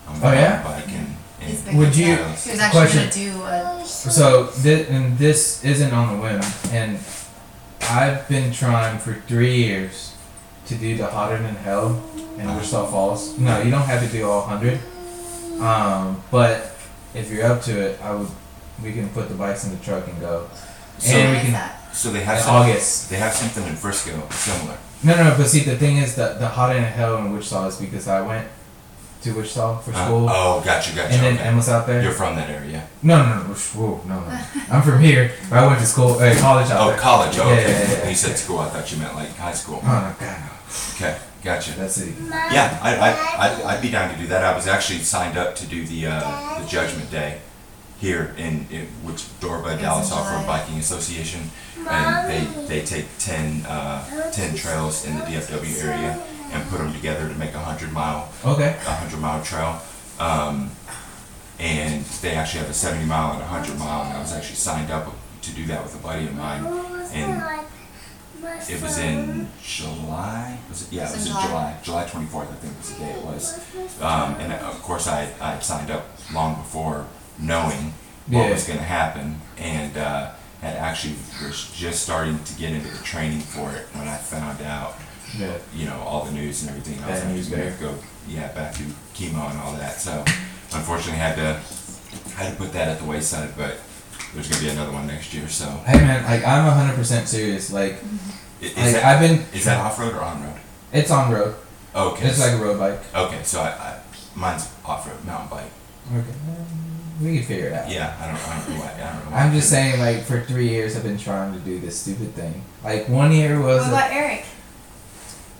Speaker 2: on
Speaker 1: Oh,
Speaker 2: my
Speaker 1: yeah?
Speaker 2: bike and,
Speaker 3: He's
Speaker 2: and
Speaker 3: been
Speaker 1: Would you-
Speaker 3: He was actually
Speaker 1: Question.
Speaker 3: gonna do a
Speaker 1: So this and this isn't on the whim, and I've been trying for three years to do the hotter than hell in Wichita Falls. No, you don't have to do all hundred, um, but if you're up to it, I would. We can put the bikes in the truck and go.
Speaker 2: So-
Speaker 1: and we
Speaker 3: like
Speaker 1: can
Speaker 3: that.
Speaker 2: so they
Speaker 1: in
Speaker 2: have some,
Speaker 1: August.
Speaker 2: they have something in Frisco similar.
Speaker 1: No, no, no, but see, the thing is that the hotter than hell in Wichita is because I went to Wichita for
Speaker 2: Uh,
Speaker 1: school,
Speaker 2: oh, gotcha, gotcha.
Speaker 1: and then
Speaker 2: okay.
Speaker 1: Emma's out there.
Speaker 2: You're from that area.
Speaker 1: No, no, no, whoa, no, no. I'm from here, but I went to school, uh, college out
Speaker 2: Oh,
Speaker 1: there.
Speaker 2: college. Oh,
Speaker 1: Yeah,
Speaker 2: okay.
Speaker 1: yeah, yeah, yeah.
Speaker 2: When you said school, I thought you meant like high school.
Speaker 1: Oh no, God, no.
Speaker 2: Okay, gotcha.
Speaker 1: That's it.
Speaker 2: Yeah, I, I, I'd, I'd be down to do that. I was actually signed up to do the, uh, the Judgment Day here in, in which Dorba
Speaker 3: It's
Speaker 2: Dallas
Speaker 3: in
Speaker 2: Off-Road
Speaker 3: July.
Speaker 2: Biking Association. And they, they take 10, uh, 10 trails in the DFW area and put them together to make a 100 mile,
Speaker 1: Okay.
Speaker 2: a 100 mile trail. Um, and they actually have a 70 mile and a 100 mile. And I was actually signed up to do that with a buddy of mine.
Speaker 4: and
Speaker 2: It was in July. Was it? Yeah, it was
Speaker 3: It was
Speaker 2: in
Speaker 3: in July.
Speaker 2: July. July 24th, I think was the day it was. Um, and uh, of course, I I had signed up long before knowing what
Speaker 1: Yeah.
Speaker 2: was going to happen, and uh, had actually was just starting to get into the training for it when I found out,
Speaker 1: Yeah.
Speaker 2: you know, all the news and everything. I was
Speaker 1: Bad
Speaker 2: like,
Speaker 1: news
Speaker 2: "You're gonna
Speaker 1: bear.
Speaker 2: go, yeah, back through chemo and all that. So, unfortunately, had to had to put that at the wayside, but. There's gonna be another one next year, so
Speaker 1: Hey man, like I'm hundred percent serious. Like,
Speaker 2: I- is
Speaker 1: like
Speaker 2: that,
Speaker 1: I've been.
Speaker 2: is that off road or on road?
Speaker 1: It's on road.
Speaker 2: Okay,
Speaker 1: It's like a road bike.
Speaker 2: Okay, so I, I mine's off road mountain bike.
Speaker 1: Okay. We can figure it out.
Speaker 2: Yeah, I don't, I don't know why. I don't know. Why.
Speaker 1: I'm just saying, like for three years, I've been trying to do this stupid thing. Like one year was.
Speaker 3: What
Speaker 1: a,
Speaker 3: about Eric?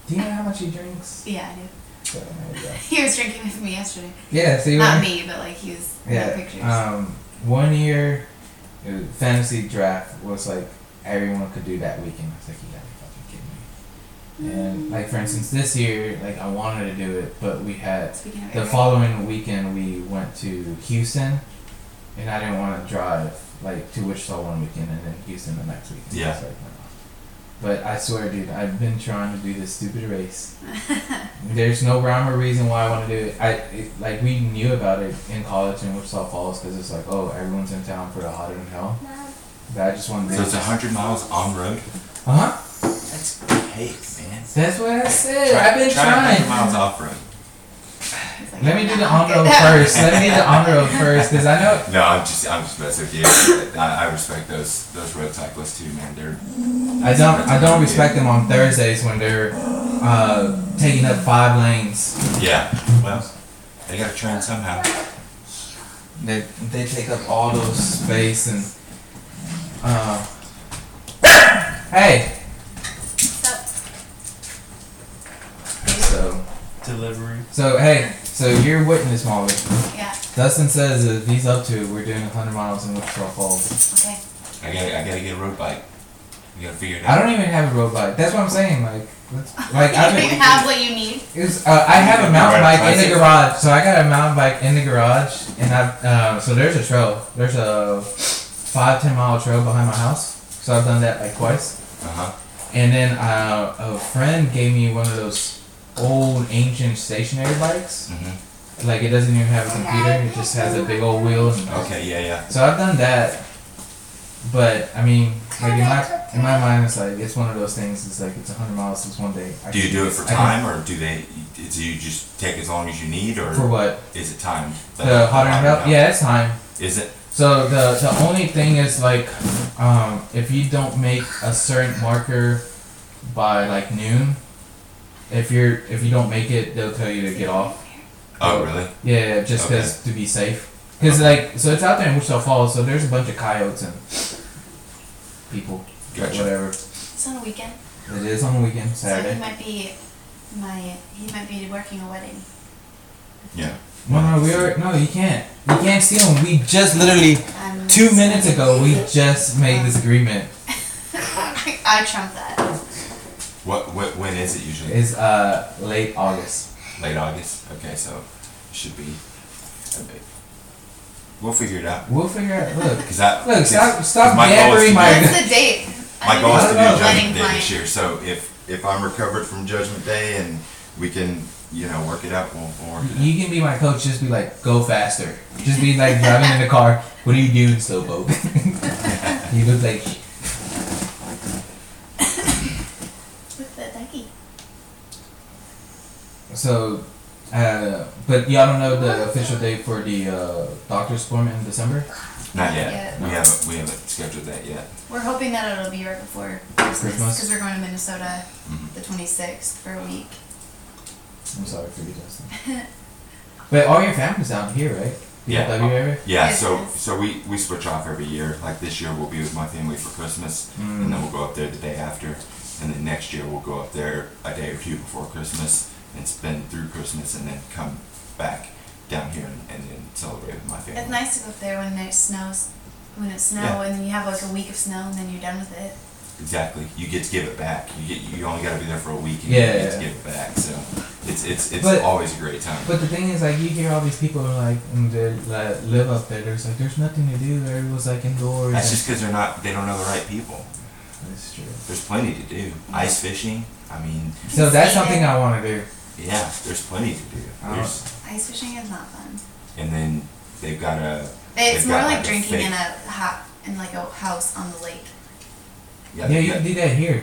Speaker 1: do you know how much he drinks?
Speaker 3: Yeah, I do.
Speaker 1: So, there you go.
Speaker 3: *laughs* He was drinking with me yesterday.
Speaker 1: Yeah. So you
Speaker 3: Not
Speaker 1: were-
Speaker 3: me, but like he was in the pictures.
Speaker 1: Yeah. Um, one year, it was- fantasy draft was like everyone could do that weekend. I was like, you gotta be fucking kidding me. And like for instance, this year, like I wanted to do it, but we had
Speaker 3: Speaking of
Speaker 1: The
Speaker 3: Eric. *laughs*
Speaker 1: following weekend, we went to Houston, and I didn't want to drive like to Wichita one weekend and then Houston the next weekend.
Speaker 2: Yeah.
Speaker 1: It's like, no. But I swear, dude, I've been trying to do this stupid race. There's no rhyme or reason why I want to do it. I it, like we knew about it in college in Wichita Falls because it's like, oh, everyone's in town for the hotter than hell. But I just want to.
Speaker 2: So it's hundred miles on road.
Speaker 1: Uh huh.
Speaker 2: That's cake, man.
Speaker 1: That's what I said.
Speaker 2: Try-
Speaker 1: I've been
Speaker 2: try
Speaker 1: trying.
Speaker 2: 100 miles off road.
Speaker 3: He's like,
Speaker 1: Let me do the
Speaker 3: "Nah,
Speaker 1: on
Speaker 3: I'm
Speaker 1: road
Speaker 3: *laughs* good."
Speaker 1: first. Let me do the on road first because I know
Speaker 2: No, I'm just I'm just messing with you. I, I respect those those road cyclists too, man. They're
Speaker 1: I don't I don't respect them on Thursdays when they're uh, taking up five lanes.
Speaker 2: yeah. Well, they gotta train somehow.
Speaker 1: They they take up all those space and uh, *coughs* hey. So
Speaker 5: Delivery.
Speaker 1: so hey so you're witness Molly.
Speaker 3: Yeah,
Speaker 1: Dustin says if he's up to it, we're doing 100 miles in Wichita Falls.
Speaker 3: okay.
Speaker 2: I gotta I gotta get a road bike. You gotta figure it
Speaker 1: I
Speaker 2: out.
Speaker 1: don't even have a road bike. That's what I'm saying. Like let's, like I've
Speaker 3: you *laughs*
Speaker 1: been.
Speaker 3: have what you need.
Speaker 1: It was, uh, I have a mountain
Speaker 2: Ride a
Speaker 1: bike in the
Speaker 2: bicycle.
Speaker 1: garage, so I got a mountain bike in the garage, and I've uh, so there's a trail, there's a five ten mile trail behind my house, so I've done that like twice,
Speaker 2: Uh huh.
Speaker 1: and then uh, a friend gave me one of those old ancient stationary bikes,
Speaker 2: hmm
Speaker 1: like it doesn't even have a computer, it just has a big old wheel. And
Speaker 2: Okay. Yeah. Yeah.
Speaker 1: So I've done that, but I mean, like in my in my mind, it's like it's one of those things. It's like it's hundred miles this one day. I
Speaker 2: Do you
Speaker 1: can-
Speaker 2: do it for
Speaker 1: I can-
Speaker 2: time, or do they? Do you just take as long as you need, or
Speaker 1: For what?
Speaker 2: is it time?
Speaker 1: The hotter and hell? Yeah, it's time.
Speaker 2: Is it?
Speaker 1: So the the only thing is like, um, if you don't make a certain marker by like noon, if you're if you don't make it, they'll tell you to get off.
Speaker 2: Oh, really?
Speaker 1: Yeah, just
Speaker 2: Okay.
Speaker 1: 'cause to be safe. Cause like, so it's out there in Wichita Falls. So there's a bunch of coyotes and people,
Speaker 2: Gotcha.
Speaker 1: whatever.
Speaker 3: It's on a weekend.
Speaker 1: It is on the weekend,
Speaker 3: So he
Speaker 1: Saturday.
Speaker 3: might be my he might be working a wedding.
Speaker 2: Yeah.
Speaker 1: No, no, we are. No, you can't. You can't steal them. We just literally
Speaker 3: I'm
Speaker 1: two minutes ago. We just made this agreement.
Speaker 3: *laughs* I trump that.
Speaker 2: What, what when is it usually?
Speaker 1: It's uh late August.
Speaker 2: Late August. Okay, so it should be. a bit- We'll figure it out.
Speaker 1: We'll figure out. Look,
Speaker 2: Cause I
Speaker 1: Look,
Speaker 2: cause-
Speaker 1: stop-
Speaker 2: 'cause
Speaker 1: stop
Speaker 2: my goal
Speaker 1: yammering
Speaker 2: is to
Speaker 1: my-
Speaker 2: be-
Speaker 3: When's the date?
Speaker 2: My
Speaker 3: I
Speaker 2: goal is
Speaker 3: need
Speaker 2: to
Speaker 1: don't
Speaker 2: be
Speaker 1: know.
Speaker 2: a
Speaker 3: a
Speaker 2: Judgment Day
Speaker 3: client.
Speaker 2: this year. So if if I'm recovered from Judgment Day and we can, you know, work it out, we'll, we'll work it out.
Speaker 1: you can be my coach. Just be like, go faster. Just be like driving in the car. What are you doing, slowpoke? *laughs* you look like
Speaker 3: With the ducky.
Speaker 1: so. Uh, but y'all don't know the official date for the uh, doctor's appointment in December.
Speaker 2: Not
Speaker 3: Not
Speaker 2: yet.
Speaker 3: yet.
Speaker 2: We haven't we haven't scheduled that yet.
Speaker 3: We're hoping that it'll be right before Christmas
Speaker 1: Christmas?
Speaker 3: because we're going to Minnesota
Speaker 2: Mhm.
Speaker 3: the 26th for a week.
Speaker 1: I'm sorry for you, Justin. but all your family's down here, right? You got
Speaker 2: Yeah.
Speaker 1: W area.
Speaker 2: Yeah.
Speaker 3: Yes,
Speaker 2: So
Speaker 3: yes.
Speaker 2: so we we switch off every year. Like this year, we'll be with my family for Christmas,
Speaker 1: Mm.
Speaker 2: and then we'll go up there the day after, and then next year we'll go up there a day or two before Christmas and spend through Christmas, and then come back down here and, and then celebrate with my family.
Speaker 3: It's nice to go up there when it snows, when it snow,
Speaker 2: Yeah.
Speaker 3: and then you have like a week of snow, and then you're done with it.
Speaker 2: Exactly. You get to give it back. You get you only got to be there for a week and
Speaker 1: Yeah,
Speaker 2: you get to
Speaker 1: yeah.
Speaker 2: give it back. So it's it's it's
Speaker 1: But-
Speaker 2: always a great time.
Speaker 1: But the thing is, like, you hear all these people are like, and they like, live up there. There's like, there's nothing to do. Everyone's like indoors.
Speaker 2: That's
Speaker 1: and-
Speaker 2: just because they're not they don't know the right people.
Speaker 1: That's true.
Speaker 2: There's plenty to do. Ice fishing. I mean,
Speaker 1: So that's something I want to do.
Speaker 2: yeah, there's plenty to do.
Speaker 1: Oh.
Speaker 2: There's,
Speaker 3: Ice fishing is not fun.
Speaker 2: and then they've got a
Speaker 3: It's
Speaker 2: They've
Speaker 3: more
Speaker 2: got,
Speaker 3: like,
Speaker 2: like, a
Speaker 3: drinking
Speaker 2: fake-
Speaker 3: in a hot in like a house on the lake.
Speaker 2: yeah,
Speaker 1: Yeah, you
Speaker 2: the,
Speaker 1: can do that here.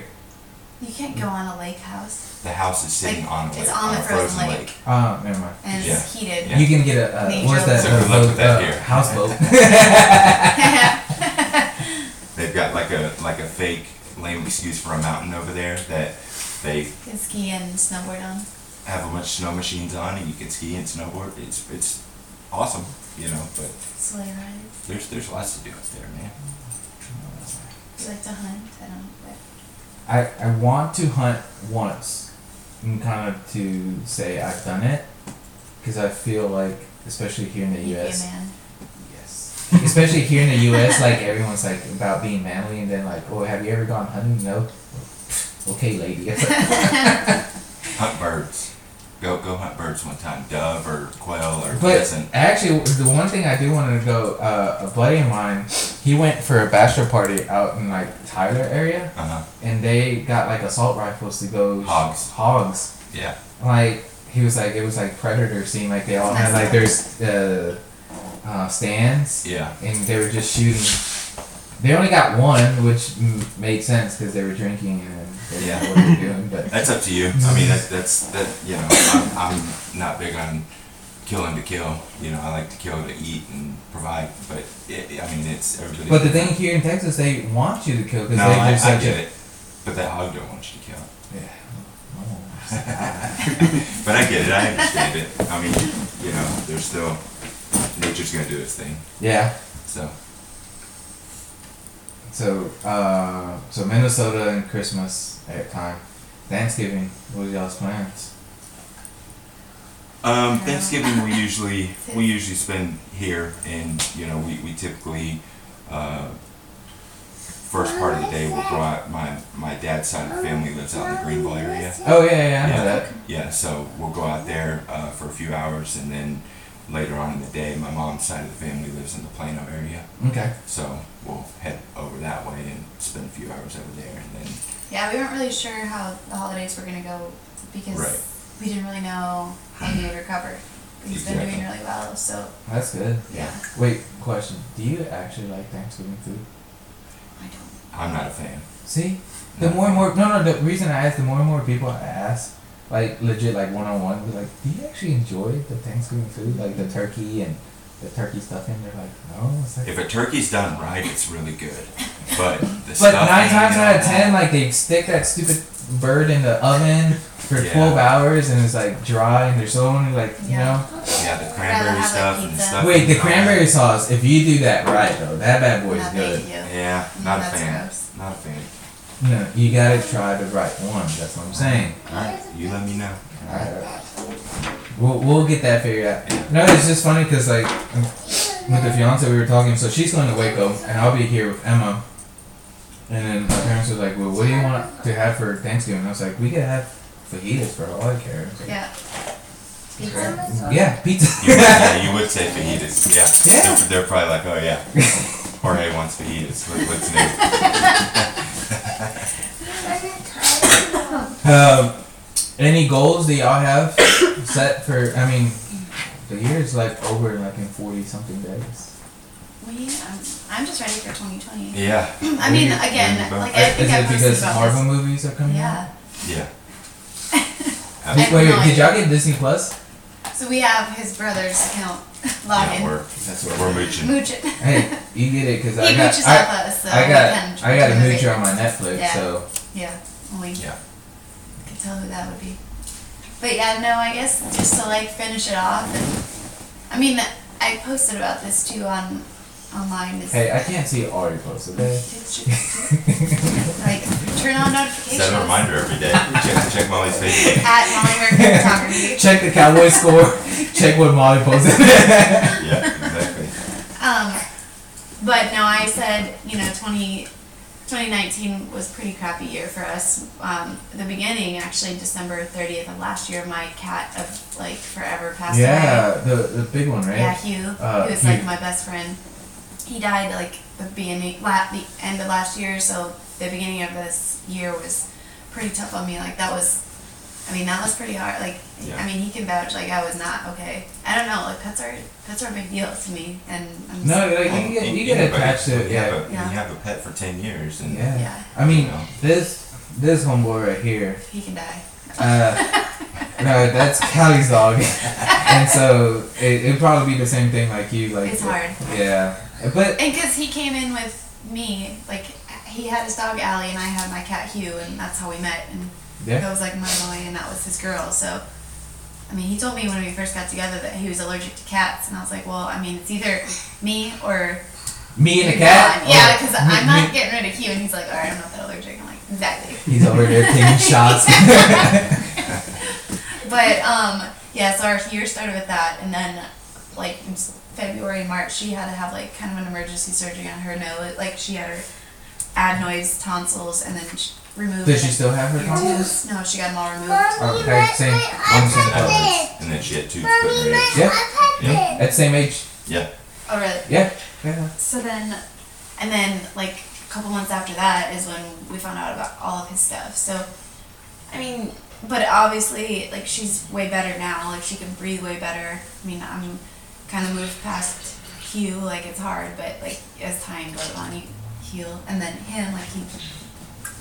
Speaker 3: You can't go on a lake house.
Speaker 2: the house is sitting
Speaker 3: Like,
Speaker 2: on a lake,
Speaker 3: It's on
Speaker 2: a
Speaker 3: the frozen lake,
Speaker 1: Oh, never mind.
Speaker 3: and it's heated.
Speaker 2: Yeah.
Speaker 1: You can get a uh, what's that?
Speaker 3: So
Speaker 1: uh,
Speaker 2: good luck with
Speaker 1: boat,
Speaker 2: that
Speaker 1: uh,
Speaker 2: here. *laughs*
Speaker 1: houseboat.
Speaker 2: They've got like a like a fake lame excuse for a mountain over there that they
Speaker 3: you can ski *laughs* and snowboard on.
Speaker 2: have a bunch of snow machines on and you can ski and snowboard. It's it's awesome, you know. But
Speaker 3: Sleigh rides.
Speaker 2: there's there's lots to do up there, man.
Speaker 3: You like to hunt? I don't know. But
Speaker 1: *laughs* I I want to hunt once, and kind of to say I've done it, because I feel like, especially here in the
Speaker 3: you'd be
Speaker 1: U.S.
Speaker 3: a man.
Speaker 1: Yes. Especially here in the U.S., like everyone's like about being manly, and then like, oh, have you ever gone hunting? No. Okay, lady. *laughs* It's like,
Speaker 2: Hunt birds. Go go hunt birds one time. Dove or quail or
Speaker 1: but
Speaker 2: pheasant.
Speaker 1: actually, the one thing I do want to go, uh, a buddy of mine, he went for a bachelor party out in like Tyler area,
Speaker 2: Uh huh.
Speaker 1: and they got like assault rifles to go sh-
Speaker 2: Hogs.
Speaker 1: Hogs.
Speaker 2: Yeah.
Speaker 1: Like he was like, it was like predator scene. Like they all had like their uh, uh, stands.
Speaker 2: Yeah.
Speaker 1: and they were just shooting. They only got one, which m- made sense because they were drinking and they didn't know what they were doing. But
Speaker 2: That's up to you. *laughs* I mean that that's that you know, I'm I'm not big on killing to kill. You know, I like to kill to eat and provide. But it, I mean it's everybody
Speaker 1: but the thing here in Texas, they want you to kill because
Speaker 2: No,
Speaker 1: they're
Speaker 2: I,
Speaker 1: just
Speaker 2: I
Speaker 1: such
Speaker 2: get
Speaker 1: a.
Speaker 2: it. But that hog don't want you to kill. *laughs*
Speaker 1: Yeah.
Speaker 2: But I get it. I understand it. I mean, you know, there's still nature's gonna do its thing.
Speaker 1: Yeah.
Speaker 2: So
Speaker 1: So uh, so Minnesota and Christmas at time. Thanksgiving. What was y'all's plans?
Speaker 2: um, Thanksgiving we usually we usually spend here, and you know we we typically uh, first part of the day we'll go out. My my dad's side of the family lives out in the Greenville area.
Speaker 1: Oh yeah, yeah, yeah, I know
Speaker 2: Yeah.
Speaker 1: that.
Speaker 2: Yeah, so we'll go out there uh, for a few hours, and then later on in the day, my mom's side of the family lives in the Plano area.
Speaker 1: Okay.
Speaker 2: So we'll head over that way and spend a few hours over there, and then
Speaker 3: Yeah, we weren't really sure how the holidays were gonna go because
Speaker 2: Right.
Speaker 3: we didn't really know how he would recover. He's been doing
Speaker 2: Exactly.
Speaker 3: really well, so
Speaker 1: That's good.
Speaker 3: yeah.
Speaker 1: Wait, question. Do you actually like Thanksgiving food?
Speaker 3: I don't.
Speaker 2: I'm not a fan.
Speaker 1: See, the more and more no no the reason I ask the more and more people I ask like legit like one on one be like do you actually enjoy the Thanksgiving food like the turkey and the turkey stuffing they're like no it's like
Speaker 2: If a turkey's done right, it's really good. But the
Speaker 1: but
Speaker 2: stuff.
Speaker 1: nine times out of ten like they stick that stupid bird in the oven for
Speaker 2: Yeah.
Speaker 1: 12 hours and it's like dry and there's so many like you
Speaker 3: Yeah.
Speaker 1: know
Speaker 2: Yeah, the
Speaker 3: Rather
Speaker 2: cranberry
Speaker 3: have, like,
Speaker 2: stuff and the
Speaker 3: pizza.
Speaker 2: stuff.
Speaker 1: wait the
Speaker 2: and all that.
Speaker 1: cranberry sauce if you do that right though that bad boy is
Speaker 3: No,
Speaker 1: good
Speaker 3: thank you. Mm,
Speaker 2: Yeah, not a
Speaker 3: That's
Speaker 2: fan.
Speaker 3: gross.
Speaker 2: Not a fan.
Speaker 1: no you gotta try the right one that's what i'm saying
Speaker 2: All right, you let me
Speaker 1: *laughs*
Speaker 2: know. All right.
Speaker 1: We'll, we'll get that figured out. No, it's just funny because like with the fiance we were talking, so she's going to Waco and I'll be here with Emma. And then my parents were like, "Well, what do you want to have for Thanksgiving?" And I was like, "We could have fajitas for all I care." It's like,
Speaker 3: Yeah. Pizza.
Speaker 1: "Well, yeah, pizza. *laughs*
Speaker 2: You would, yeah, you would say fajitas. Yeah.
Speaker 1: Yeah.
Speaker 2: They're, they're probably like, oh yeah, Jorge wants fajitas. What, what's new?
Speaker 1: um, any goals that y'all have set for? I mean, the year is like over like in forty something days.
Speaker 3: We, I'm, I'm just ready for 2020.
Speaker 2: Yeah.
Speaker 3: *clears throat* I mean, again,
Speaker 2: Rainbow.
Speaker 3: like I
Speaker 1: Is
Speaker 3: think
Speaker 1: it
Speaker 3: I've
Speaker 1: because
Speaker 3: posted about
Speaker 1: Marvel
Speaker 3: this.
Speaker 1: movies are coming out?
Speaker 3: Yeah. *laughs*
Speaker 2: Yeah.
Speaker 1: Wait,
Speaker 3: I have no
Speaker 1: did y'all get Disney Plus?
Speaker 3: So we have his brother's account
Speaker 2: yeah
Speaker 3: *laughs* login.
Speaker 2: we're,
Speaker 1: That's
Speaker 2: we're mooching.
Speaker 3: Mooch it. *laughs*
Speaker 1: Hey, you get it because I
Speaker 3: he
Speaker 1: got
Speaker 3: mooches
Speaker 1: I,
Speaker 3: off us, so
Speaker 1: I
Speaker 3: we
Speaker 1: got
Speaker 3: can
Speaker 1: I got a
Speaker 3: do it.
Speaker 1: moocher on my Netflix,
Speaker 3: Yeah.
Speaker 1: so
Speaker 3: Yeah, we
Speaker 2: Yeah.
Speaker 3: could tell who that would be. But yeah, no, I guess just to like finish it off. And, I mean, I posted about this too on online. Is
Speaker 1: hey, I can't see all your posts,
Speaker 3: *laughs*
Speaker 1: okay?
Speaker 3: Did you- *laughs* like turn on notifications
Speaker 2: Set a reminder every day. Check, check Molly's Facebook.
Speaker 3: at Molly
Speaker 1: *laughs*
Speaker 3: Mercury Photography.
Speaker 1: check the Cowboy score. check what Molly
Speaker 3: *laughs*
Speaker 1: posted.
Speaker 2: Yeah, exactly.
Speaker 3: Um, but no, I said, you know, 20, 2019 was a pretty crappy year for us. Um, the beginning, actually, December 30th of last year, my cat of like forever passed away.
Speaker 1: yeah, the the big one, right?
Speaker 3: Yeah, Hugh,
Speaker 1: Uh,
Speaker 3: who was
Speaker 1: Hugh.
Speaker 3: like my best friend. He died like the beginning, la- the end of last year, so the beginning of this year was pretty tough on me. Like that was, I mean, that was pretty hard. Like,
Speaker 2: Yeah.
Speaker 3: I mean, he can vouch. Like I was not okay. I don't know. Like pets are pets are a big deal to me, and I'm
Speaker 1: No, like
Speaker 2: Well,
Speaker 1: you get
Speaker 2: Oh, and
Speaker 1: you get
Speaker 2: have a-
Speaker 1: attached to it,
Speaker 2: you have
Speaker 1: yeah.
Speaker 2: a-
Speaker 3: Yeah.
Speaker 2: You have a pet for ten years, and
Speaker 1: Yeah.
Speaker 3: yeah,
Speaker 1: I mean,
Speaker 2: You know.
Speaker 1: this this homeboy right here.
Speaker 3: he can die.
Speaker 1: Uh,
Speaker 3: *laughs*
Speaker 1: no, that's Callie's dog, and so it it'd probably be the same thing like you, like
Speaker 3: It's hard.
Speaker 1: yeah. But
Speaker 3: And because he came in with me, like he had his dog Allie, and I had my cat Hugh, and that's how we met. And
Speaker 1: Yeah.
Speaker 3: that was like my boy, and that was his girl. So, I mean, he told me when we first got together that he was allergic to cats, and I was like, well, I mean, it's either me or
Speaker 1: me and a
Speaker 3: you're
Speaker 1: cat.
Speaker 3: gone. Yeah,
Speaker 1: or
Speaker 3: because
Speaker 1: me-
Speaker 3: I'm
Speaker 1: me-
Speaker 3: not getting rid of Hugh, and he's like, all right, I'm not that allergic. I'm like, exactly.
Speaker 1: He's over there
Speaker 3: *laughs*
Speaker 1: taking shots. *laughs*
Speaker 3: But um, yeah, so our year started with that, and then like in s- February, March, she had to have like kind of an emergency surgery on her nose. Like she had her adenoids, tonsils, and then sh removed.
Speaker 1: Did she still have her
Speaker 3: her
Speaker 1: tonsils?
Speaker 3: tonsils? No, she got them all removed.
Speaker 1: Okay, same. I'm same
Speaker 2: and then-
Speaker 1: colors.
Speaker 2: and then she had two put in her head.
Speaker 1: Yeah. At the same age.
Speaker 2: Yeah.
Speaker 3: Oh really?
Speaker 1: Yeah. Yeah.
Speaker 3: So then, and then like a couple months after that is when we found out about all of his stuff. So, I mean, but obviously, like she's way better now. Like she can breathe way better. I mean, I'm kind of moved past Hugh. Like it's hard, but like as time goes on, you heal. And then him, like he,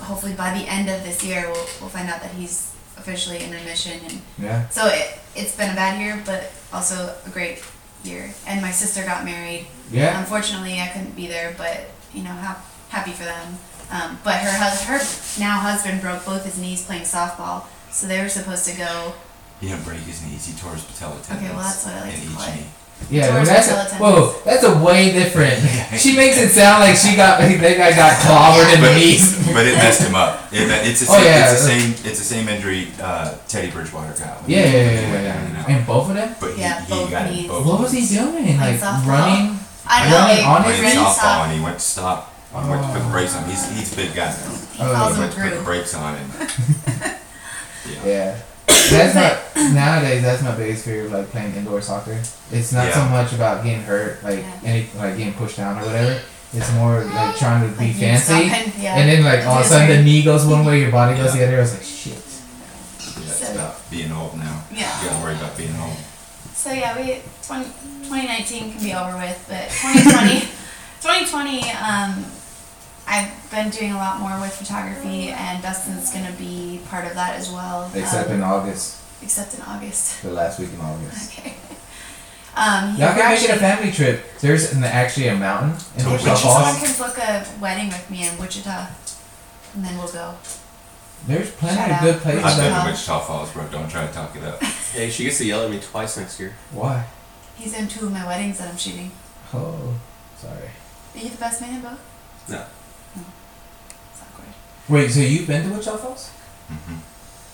Speaker 3: hopefully by the end of this year, we'll we'll find out that he's officially in remission and
Speaker 1: Yeah.
Speaker 3: so it, it's been a bad year, but also a great year. And my sister got married.
Speaker 1: Yeah.
Speaker 3: Unfortunately, I couldn't be there, but you know, ha- happy for them. Um, but her hus- her now husband broke both his knees playing softball, so they were supposed to go.
Speaker 2: He didn't break his knees. He tore his patellar tendons.
Speaker 3: well, that's what I like
Speaker 2: in
Speaker 3: to
Speaker 2: each
Speaker 3: call it.
Speaker 2: knee.
Speaker 1: Yeah.
Speaker 3: George
Speaker 1: well, that's
Speaker 3: Marcella
Speaker 1: a,
Speaker 3: tendons.
Speaker 1: whoa. That's a way different. *laughs*
Speaker 2: *laughs*
Speaker 1: She makes it sound like she got they got got clobbered in the
Speaker 2: But,
Speaker 1: knees.
Speaker 2: *laughs* but it messed him up. It, it's the
Speaker 1: Oh,
Speaker 2: same.
Speaker 1: yeah.
Speaker 2: It's the same. It's the same injury uh, Teddy Bridgewater got. when
Speaker 1: Yeah. Yeah. Yeah.
Speaker 2: he- when he
Speaker 1: yeah,
Speaker 2: went down
Speaker 1: yeah.
Speaker 2: and out.
Speaker 1: And both of them.
Speaker 2: But he,
Speaker 3: Yeah,
Speaker 2: he
Speaker 3: both
Speaker 2: got
Speaker 3: knees.
Speaker 2: it both.
Speaker 1: What was he doing? Like
Speaker 3: softball.
Speaker 1: running.
Speaker 3: I know.
Speaker 1: Running
Speaker 3: like,
Speaker 1: on
Speaker 2: Playing
Speaker 1: his
Speaker 3: running
Speaker 2: softball
Speaker 3: soft-
Speaker 2: and he went to stop. He went to put the brakes on. He's he's a big guy now.
Speaker 3: He
Speaker 1: Oh.
Speaker 3: calls
Speaker 2: He
Speaker 3: him
Speaker 2: went to put the
Speaker 3: Gru.
Speaker 2: brakes on
Speaker 3: *laughs*
Speaker 2: and yeah.
Speaker 1: Yeah. That's my
Speaker 3: *clears throat*
Speaker 1: nowadays. That's my biggest fear of like playing indoor soccer. It's not so
Speaker 2: Yeah.
Speaker 1: much about getting hurt, like
Speaker 3: Yeah.
Speaker 1: any like getting pushed down or whatever. It's more like trying to be
Speaker 3: Like, you
Speaker 1: fancy.
Speaker 3: stop and- yeah.
Speaker 1: And then like all of a sudden the knee goes
Speaker 3: *laughs*
Speaker 1: one way, your body goes the
Speaker 2: Yeah.
Speaker 1: other. I was like, shit.
Speaker 2: Yeah, it's
Speaker 3: So-
Speaker 2: about being old now.
Speaker 3: Yeah.
Speaker 2: You gotta worry about being old.
Speaker 3: So yeah, we 20, 2019 can be over with, but 2020, *laughs* 2020, um, I've been doing a lot more with photography, and Dustin's gonna be part of that as well.
Speaker 1: Except
Speaker 3: um,
Speaker 1: in August,
Speaker 3: except in August.
Speaker 1: the last week in August.
Speaker 3: Okay. Um,
Speaker 1: Y'all
Speaker 3: we're
Speaker 1: can make it a
Speaker 3: actually-
Speaker 1: family trip. There's an, actually a mountain in
Speaker 2: To
Speaker 3: If we-
Speaker 1: Wichita
Speaker 2: Wichita.
Speaker 3: someone
Speaker 1: Falls.
Speaker 3: can book a wedding with me in Wichita, and then we'll go.
Speaker 1: There's plenty
Speaker 3: Shut
Speaker 1: of
Speaker 3: up.
Speaker 1: good places.
Speaker 2: I've been
Speaker 1: That,
Speaker 2: to Wichita Falls, bro. Don't try to talk it up.
Speaker 5: Hey, she gets to yell at me twice next year.
Speaker 1: why?
Speaker 3: He's in two of my weddings that I'm shooting.
Speaker 1: Oh, sorry.
Speaker 3: Are you the best man in both?
Speaker 5: No.
Speaker 3: No. It's awkward.
Speaker 1: Wait, so you've been to Wichita Falls?
Speaker 2: hmm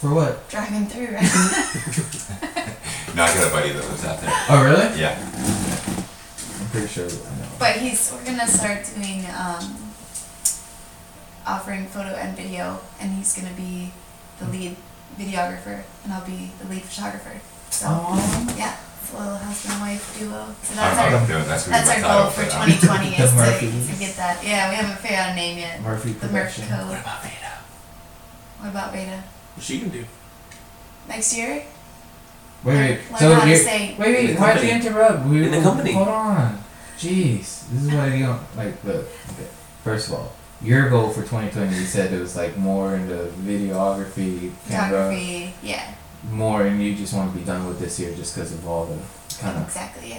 Speaker 1: For what?
Speaker 3: Driving through, right?
Speaker 2: No, I got a buddy that lives out there.
Speaker 1: Oh, really?
Speaker 2: Yeah.
Speaker 1: I'm pretty sure I know.
Speaker 3: but he's we're gonna start doing um, offering photo and video, and he's gonna be the lead videographer, and I'll be the lead photographer. So
Speaker 1: Oh.
Speaker 3: yeah, it's a little husband and wife duo. So
Speaker 2: I don't
Speaker 3: that's
Speaker 2: know what
Speaker 3: our
Speaker 2: I'm doing. That's,
Speaker 3: that's our
Speaker 2: weird.
Speaker 3: goal for 2020
Speaker 1: *laughs* The
Speaker 3: is
Speaker 1: Murphys.
Speaker 3: to, to get that. Yeah, we haven't figured out a name yet.
Speaker 1: Murphy
Speaker 3: The Murph
Speaker 1: Production.
Speaker 3: Code.
Speaker 5: about Veda?
Speaker 3: What about Beta?
Speaker 5: What she can do?
Speaker 3: Next year?
Speaker 1: Wait, wait.
Speaker 3: Learn
Speaker 1: So
Speaker 3: how to
Speaker 1: you're,
Speaker 3: say-
Speaker 1: wait, wait.
Speaker 5: In the
Speaker 1: Why'd you
Speaker 5: company.
Speaker 1: interrupt? We
Speaker 5: In the
Speaker 1: were-
Speaker 5: company.
Speaker 1: Hold on. Jeez, this is why you don't like. Look, okay. first of all, your goal for 2020, you said it was like more into videography, camera,
Speaker 3: Photography. Yeah,
Speaker 1: more, and you just want to be done with this year just because of all the kind of
Speaker 3: exactly. Yeah.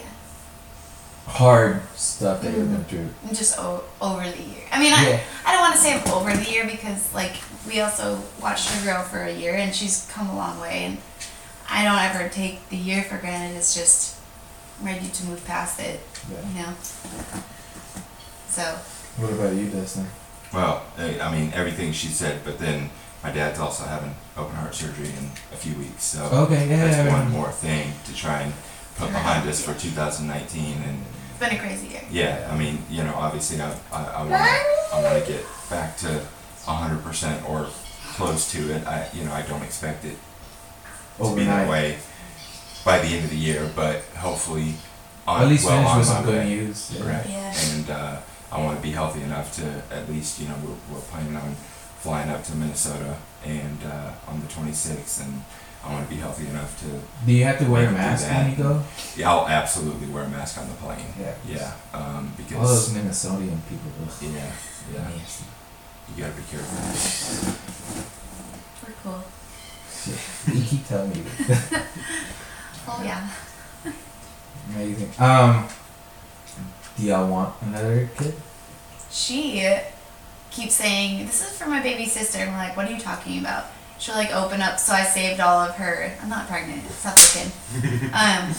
Speaker 1: hard stuff that you've been
Speaker 3: Mhm.
Speaker 1: through.
Speaker 3: I'm just o- over the year. I mean,
Speaker 1: Yeah.
Speaker 3: I, I don't want to say I'm over the year because, like, we also watched her grow for a year and she's come a long way. And I don't ever take the year for granted. It's just I'm ready to move past it,
Speaker 1: Yeah.
Speaker 3: you know? So,
Speaker 1: What about you, Dustin?
Speaker 2: Well, I I mean, everything she said, but then my dad's also having open heart surgery in a few weeks, so
Speaker 1: Okay, yeah,
Speaker 2: that's
Speaker 1: Oh, yeah,
Speaker 2: one
Speaker 1: yeah.
Speaker 2: more thing to try and put behind us for 2019. And
Speaker 3: it's been a crazy year.
Speaker 2: yeah, I mean, you know, obviously, I I, I want I want to get back to 100 percent or close to it. I you know I don't expect it to be that
Speaker 1: Overnight.
Speaker 2: way by the end of the year, but hopefully, on,
Speaker 1: At least
Speaker 2: well
Speaker 1: finish
Speaker 2: on
Speaker 1: with
Speaker 2: my
Speaker 1: some
Speaker 2: way.
Speaker 1: good news. Yeah.
Speaker 2: Right.
Speaker 3: Yeah.
Speaker 2: And uh, I want to be healthy enough to at least, you know, we're, we're planning on flying up to Minnesota and uh, on the 26th, and I want to be healthy enough to.
Speaker 1: Do you have to wear a
Speaker 2: Do
Speaker 1: mask
Speaker 2: that.
Speaker 1: when you go?
Speaker 2: Yeah, I'll absolutely wear a mask on the plane.
Speaker 1: Yeah.
Speaker 2: Yeah, um,
Speaker 1: All those
Speaker 2: because
Speaker 1: Minnesotan people. ugh.
Speaker 2: yeah, yeah, you gotta be careful.
Speaker 3: We're cool.
Speaker 1: You keep telling me. this.
Speaker 3: Oh, yeah.
Speaker 1: Amazing. Um, do y'all want another kid?
Speaker 3: She keeps saying, This is for my baby sister. And we're like, What are you talking about? She'll like open up. So I saved all of her. I'm not pregnant. Stop looking. um,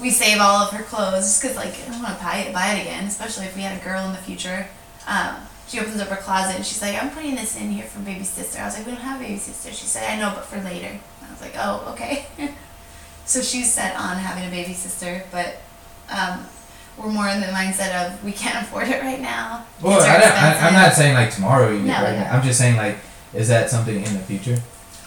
Speaker 3: we save all of her clothes just because, like, I don't want to buy it, buy it again, especially if we had a girl in the future. Um, she opens up her closet and she's like, I'm putting this in here for baby sister. I was like, We don't have a baby sister. She said, I know, but for later. I was like, Oh, okay. *laughs* so she's set on having a baby sister, but um, we're more in the mindset of we can't *laughs* afford it right now.
Speaker 1: Well,
Speaker 3: It's
Speaker 1: I don't, I,
Speaker 3: expensive.
Speaker 1: I'm not saying like tomorrow you
Speaker 3: No,
Speaker 1: get pregnant.
Speaker 3: yeah.
Speaker 1: I'm just saying like, is that something in the future?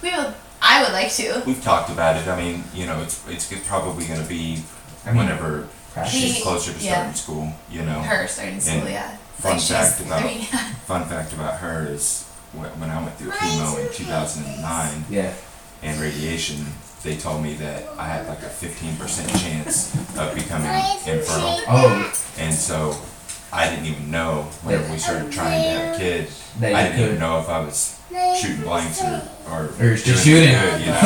Speaker 3: We would. I would like to.
Speaker 2: We've talked about it. I mean, you know, it's it's probably gonna be
Speaker 1: I mean,
Speaker 2: whenever
Speaker 1: Practice.
Speaker 2: she's closer to
Speaker 3: yeah.
Speaker 2: starting school. You know,
Speaker 3: Her starting school, yeah.
Speaker 2: Fun
Speaker 3: like
Speaker 2: fact
Speaker 3: she's
Speaker 2: about-
Speaker 3: three.
Speaker 2: Fun fact about her is wh- when I went through chemo in 2009
Speaker 1: Yeah.
Speaker 2: and radiation, they told me that I had like a 15% chance of becoming infertile.
Speaker 1: Oh,
Speaker 2: And so I didn't even know whenever we started trying to have kids,
Speaker 1: that
Speaker 2: I
Speaker 1: you
Speaker 2: didn't even
Speaker 1: could.
Speaker 2: know if I was shooting blanks or, or,
Speaker 1: Or
Speaker 2: doing
Speaker 1: just shooting.
Speaker 2: good, you know?
Speaker 1: *laughs*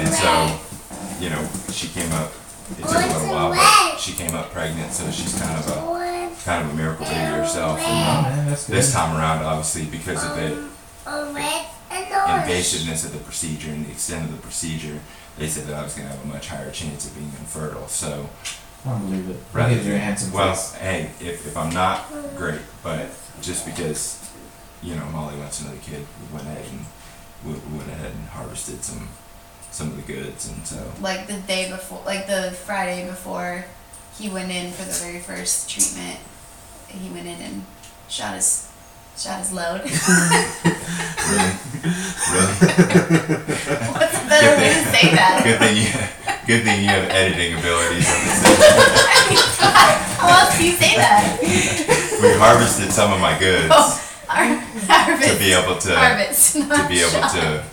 Speaker 2: And so, you know, she came up, it took a little while, but she came up pregnant, so she's kind of a, kind of a miracle baby herself.
Speaker 1: Oh,
Speaker 2: And, um,
Speaker 1: man, that's good.
Speaker 2: this time around, obviously, because of the
Speaker 4: Invasive.
Speaker 2: invasiveness of the procedure and the extent of the procedure, they said that I was going to have a much higher chance of being infertile. So,
Speaker 1: I don't believe it. Look
Speaker 2: rather
Speaker 1: at your
Speaker 2: than,
Speaker 1: handsome
Speaker 2: well,
Speaker 1: face.
Speaker 2: hey, if, if I'm not, great. But just because, you know, Molly wants another kid, we went ahead and we, we went ahead and harvested some some of the goods, and so
Speaker 3: *laughs* like the day before, like the Friday before he went in for the very first treatment, he went in and shot his shot his load. *laughs*
Speaker 2: really, really
Speaker 3: What's a better way to say that?
Speaker 2: good thing you good thing you have editing abilities on this.
Speaker 3: How else do you say *laughs* that?
Speaker 2: We harvested some of my goods
Speaker 3: *laughs* Oh, har- harvest.
Speaker 2: to be able to
Speaker 3: harvest.
Speaker 2: to
Speaker 3: not
Speaker 2: be able
Speaker 3: shot.
Speaker 2: to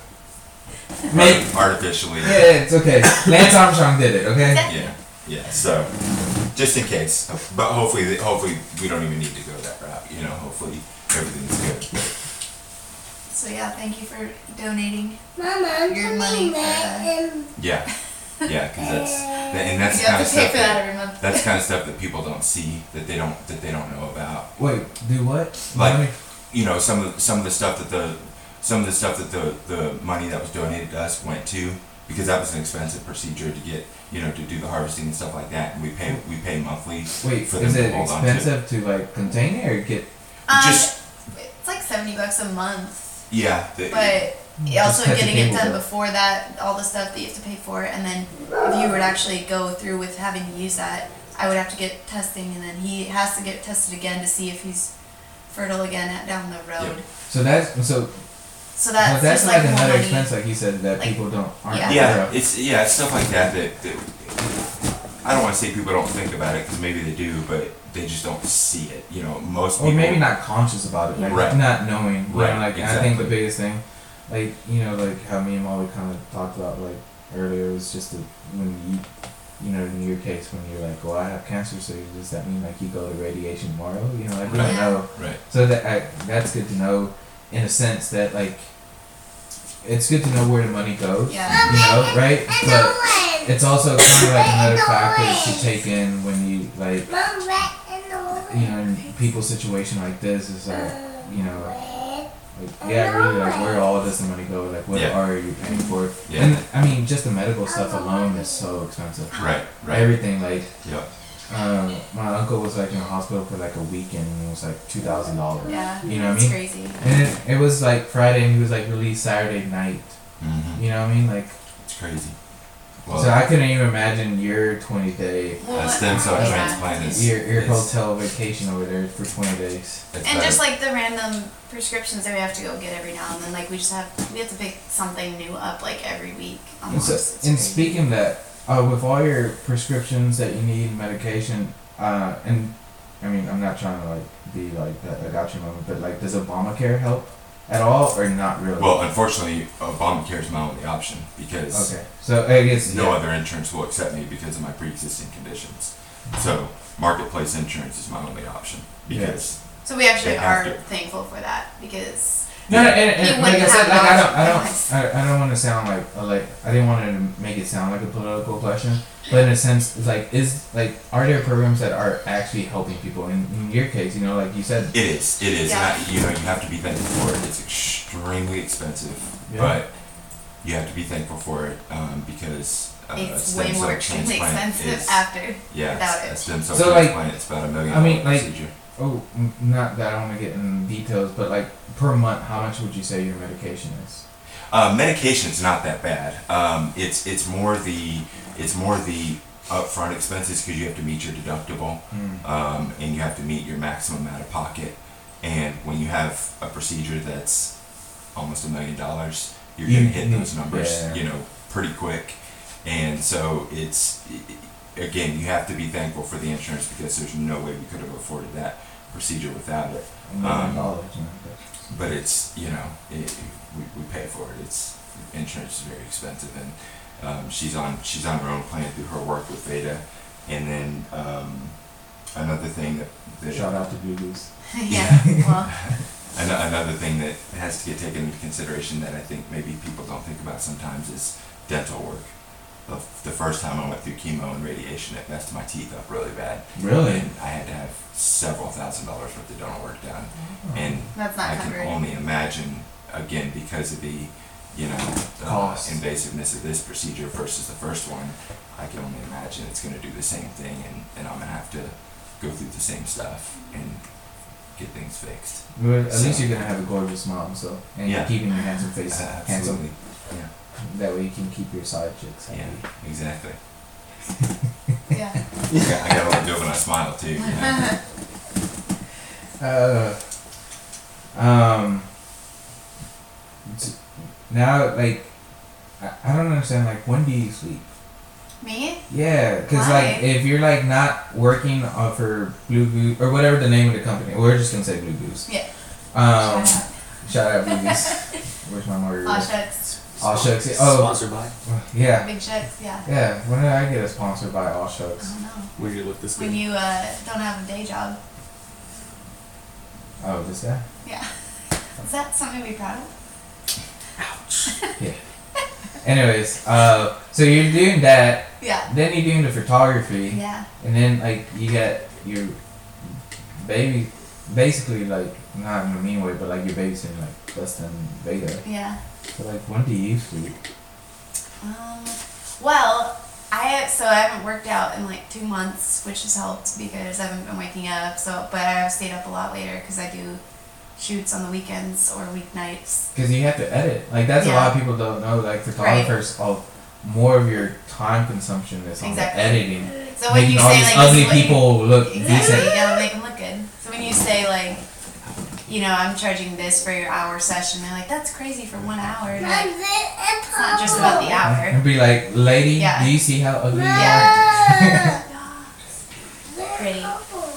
Speaker 1: Make-
Speaker 2: artificially.
Speaker 1: yeah, it's okay. Lance Armstrong did it. Okay.
Speaker 2: Yeah, yeah. So, just in case, but hopefully, hopefully we don't even need to go that route. You know, hopefully everything's good.
Speaker 3: So yeah, thank you for donating.
Speaker 4: Mama,
Speaker 3: Your money for that.
Speaker 2: Yeah, yeah, because that's that, and that's
Speaker 3: you
Speaker 2: the kind
Speaker 3: have
Speaker 2: of
Speaker 3: to pay
Speaker 2: stuff
Speaker 3: for that
Speaker 2: that,
Speaker 3: every month.
Speaker 2: that's the kind of stuff that people don't see that they don't that they don't know about.
Speaker 1: Wait, do what?
Speaker 2: Like-
Speaker 1: Mommy?
Speaker 2: You know, some of some of the stuff that the some of the stuff that the, the money that was donated to us went to because that was an expensive procedure to get, you know, to do the harvesting and stuff like that. And we pay we pay monthly.
Speaker 1: Wait,
Speaker 2: For
Speaker 1: is
Speaker 2: them
Speaker 1: it
Speaker 2: to hold on to.
Speaker 1: expensive to like contain it or get?
Speaker 3: Um,
Speaker 2: Just-
Speaker 3: it's like seventy bucks a month,
Speaker 2: Yeah, the,
Speaker 3: but
Speaker 1: Mm, Just
Speaker 3: also
Speaker 1: cut the
Speaker 3: getting it
Speaker 1: cable
Speaker 3: done
Speaker 1: bill.
Speaker 3: before that, all the stuff that you have to pay for, and then if you were to actually go through with having to use that, I would have to get testing, and then he has to get tested again to see if he's fertile again at, down the road.
Speaker 1: So that's so.
Speaker 3: So
Speaker 1: That's, that's
Speaker 3: that's, just
Speaker 1: like,
Speaker 3: like more
Speaker 1: another
Speaker 3: money.
Speaker 1: expense, like he said, that
Speaker 3: Like,
Speaker 1: people don't aren't
Speaker 3: yeah.
Speaker 1: aware
Speaker 2: yeah,
Speaker 1: of.
Speaker 2: it's yeah, it's stuff like that that. that I don't want to say people don't think about it because maybe they do, but they just don't see it. You know, most
Speaker 1: or
Speaker 2: people.
Speaker 1: maybe not conscious about it, like
Speaker 2: Right.
Speaker 1: not knowing. You
Speaker 2: Right,
Speaker 1: Know, like I think the
Speaker 2: exactly.
Speaker 1: biggest thing, like you know, like how me and Molly kind of talked about like earlier was just the, when you, you know, in your case when you're like, well, I have cancer, so does that mean like you go to radiation tomorrow? You know, like we don't
Speaker 3: Right.
Speaker 1: know.
Speaker 2: Right.
Speaker 1: So that I, that's good to know, in a sense that like, it's good to know where the money goes.
Speaker 3: Yeah.
Speaker 1: You know, right? But
Speaker 4: But
Speaker 1: it's also kind of like another factor to take in when you like, you know, in people's situation like this is uh, like, you know, like
Speaker 2: Oh,
Speaker 1: yeah, really, like where all does the money go? Like, what
Speaker 2: Yeah.
Speaker 1: are you paying for?
Speaker 2: Yeah.
Speaker 1: And I mean, just the medical stuff alone is so expensive.
Speaker 2: Right. Right.
Speaker 1: Everything like.
Speaker 2: yeah.
Speaker 1: Um, my uncle was like in the hospital for like a weekend and it was like two thousand dollars.
Speaker 3: Yeah,
Speaker 1: You know what I
Speaker 3: it's
Speaker 1: mean?
Speaker 3: crazy.
Speaker 1: And it, it was like Friday, and he was like released Saturday night.
Speaker 2: hmm
Speaker 1: You know what I mean? Like,
Speaker 2: It's crazy. Well,
Speaker 1: so I couldn't even imagine your 20 day,
Speaker 3: Well,
Speaker 2: That's stem cell
Speaker 3: yeah.
Speaker 2: transplant is-
Speaker 1: your, your
Speaker 2: Yes.
Speaker 1: hotel vacation over there for 20 days.
Speaker 2: it's
Speaker 3: And
Speaker 2: better.
Speaker 3: just like the random prescriptions that we have to go get every now and then, like we just have we have to pick something new up like every week.
Speaker 1: And,
Speaker 3: Almost.
Speaker 1: so,
Speaker 3: It's
Speaker 1: and
Speaker 3: crazy.
Speaker 1: speaking of that, uh, with all your prescriptions that you need, medication, uh, and I mean, I'm not trying to like be like that I got you moment, but like, does Obamacare help at all or not really?
Speaker 2: Well, unfortunately, Obamacare is my only option because
Speaker 1: okay. So I guess
Speaker 2: no
Speaker 1: yeah.
Speaker 2: other insurance will accept me because of my pre-existing conditions. So, marketplace insurance is my only option because
Speaker 3: So we actually
Speaker 2: They have
Speaker 3: are
Speaker 2: to.
Speaker 3: thankful for that because
Speaker 1: No, no, and,
Speaker 3: You
Speaker 1: and like I
Speaker 3: wouldn't
Speaker 1: said,
Speaker 3: have
Speaker 1: like I don't, I
Speaker 3: options.
Speaker 1: don't, I, I don't want to sound like a- like I didn't want to make it sound like a political question, but in a sense, it's like is like are there programs that are actually helping people? In, in your case, you know, like you said,
Speaker 2: it is, it is.
Speaker 3: Yeah.
Speaker 2: And I, you know, you have to be thankful for it. It's extremely expensive,
Speaker 1: Yeah.
Speaker 2: but you have to be thankful for it um, because uh,
Speaker 3: it's
Speaker 2: stem
Speaker 3: way
Speaker 2: cell
Speaker 3: more extremely
Speaker 2: transplant
Speaker 3: expensive
Speaker 2: is-
Speaker 3: after. *laughs*
Speaker 2: yeah,
Speaker 3: without
Speaker 2: a
Speaker 3: it.
Speaker 2: stem cell
Speaker 1: So, like,
Speaker 2: transplant. it's about a million.
Speaker 1: I mean,
Speaker 2: dollar
Speaker 1: like,
Speaker 2: procedure.
Speaker 1: oh, n- not that I don't want to get in details, but like per month, how much would you say your medication is?
Speaker 2: Uh, medication's not that bad. Um, it's it's more the it's more the upfront expenses because you have to meet your deductible
Speaker 1: Mm.
Speaker 2: um, and you have to meet your maximum out of pocket. And when you have a procedure that's almost a million dollars, you're
Speaker 1: You-
Speaker 2: gonna hit
Speaker 1: you-
Speaker 2: those numbers,
Speaker 1: Mm-hmm. yeah.
Speaker 2: you know, pretty quick. And so it's again, you have to be thankful for the insurance because there's no way we could have afforded that procedure without it.
Speaker 1: A million
Speaker 2: Um,
Speaker 1: dollars. you know, but-
Speaker 2: But it's you know it, we, we pay for it. It's insurance is very expensive, and um, she's on she's on her own plan through her work with Veda, and then um, another thing that, that
Speaker 1: Shout out to Google's.
Speaker 3: yeah. Well,
Speaker 2: Ano- Another thing that has to get taken into consideration that I think maybe people don't think about sometimes is dental work. The, the first time I went through chemo and radiation, it messed my teeth up really bad.
Speaker 1: Really?
Speaker 2: And I had to have several thousand dollars worth of dental work done. And
Speaker 3: that's
Speaker 2: I
Speaker 3: not
Speaker 2: can
Speaker 3: covered.
Speaker 2: only imagine, again, because of the, you know, the
Speaker 1: Cost.
Speaker 2: invasiveness of this procedure versus the first one, I can only imagine it's going to do the same thing and, and I'm going to have to go through the same stuff and get things fixed.
Speaker 1: Well, at least
Speaker 2: So-
Speaker 1: you're gonna have a gorgeous mom, so and
Speaker 2: Yeah.
Speaker 1: you're keeping your handsome face handsome.
Speaker 2: Uh, Absolutely.
Speaker 1: That way you can keep your side chicks happy.
Speaker 2: Yeah, exactly. *laughs*
Speaker 3: Yeah.
Speaker 2: Yeah, I gotta let go when I smile too.
Speaker 3: *laughs*
Speaker 2: you know?
Speaker 1: Uh, um, t- now, like, I, I don't understand. Like, when do you sleep?
Speaker 3: Me?
Speaker 1: Yeah, because
Speaker 3: Why?
Speaker 1: like, if you're like not working uh, for Blue Goose or whatever the name of the company, we're just gonna say Blue Goose.
Speaker 3: Yeah.
Speaker 1: Um,
Speaker 3: Shout out.
Speaker 1: shout out Blue
Speaker 3: *laughs*
Speaker 1: Goose. Where's my
Speaker 3: Aw,
Speaker 1: margarita?
Speaker 3: shucks.
Speaker 1: All
Speaker 5: Spon-
Speaker 1: shucks, yeah. Oh.
Speaker 5: Sponsored by.
Speaker 1: *sighs* Yeah,
Speaker 3: Big shucks. Yeah.
Speaker 1: yeah. When did I get a sponsor by All
Speaker 3: I
Speaker 1: Shucks?
Speaker 3: don't know.
Speaker 5: Where you look this
Speaker 3: When
Speaker 5: good.
Speaker 3: you uh, don't have a day job. Uh-huh.
Speaker 1: Oh, this guy.
Speaker 3: Yeah. *laughs* Is that something to be proud of?
Speaker 1: Anyways, uh, so you're doing that,
Speaker 3: Yeah.
Speaker 1: then you're doing the photography.
Speaker 3: Yeah.
Speaker 1: And then like you got your baby, basically like not in a mean way, but like your babysitting like less than Veda.
Speaker 3: Yeah.
Speaker 1: So like, when do you sleep?
Speaker 3: Um, well, I so I haven't worked out in like two months, which has helped because I haven't been waking up. So, but I've stayed up a lot later because I do shoots on the weekends or weeknights.
Speaker 1: Because you have to edit. Like that's a
Speaker 3: Yeah.
Speaker 1: lot of people don't know. Like photographers, all more of your time consumption is on
Speaker 3: Exactly.
Speaker 1: the editing,
Speaker 3: So when
Speaker 1: making
Speaker 3: you
Speaker 1: all
Speaker 3: say
Speaker 1: these
Speaker 3: like
Speaker 1: ugly
Speaker 3: this is what-
Speaker 1: people look
Speaker 3: Exactly,
Speaker 1: decent.
Speaker 3: you gotta make them look good. So when you say like, you know, I'm charging this for your hour session, they're like, that's crazy for one hour. And like, it's not just about the hour.
Speaker 1: And be like, lady,
Speaker 3: Yeah.
Speaker 1: do you see how ugly
Speaker 4: *laughs* Yeah.
Speaker 3: Pretty.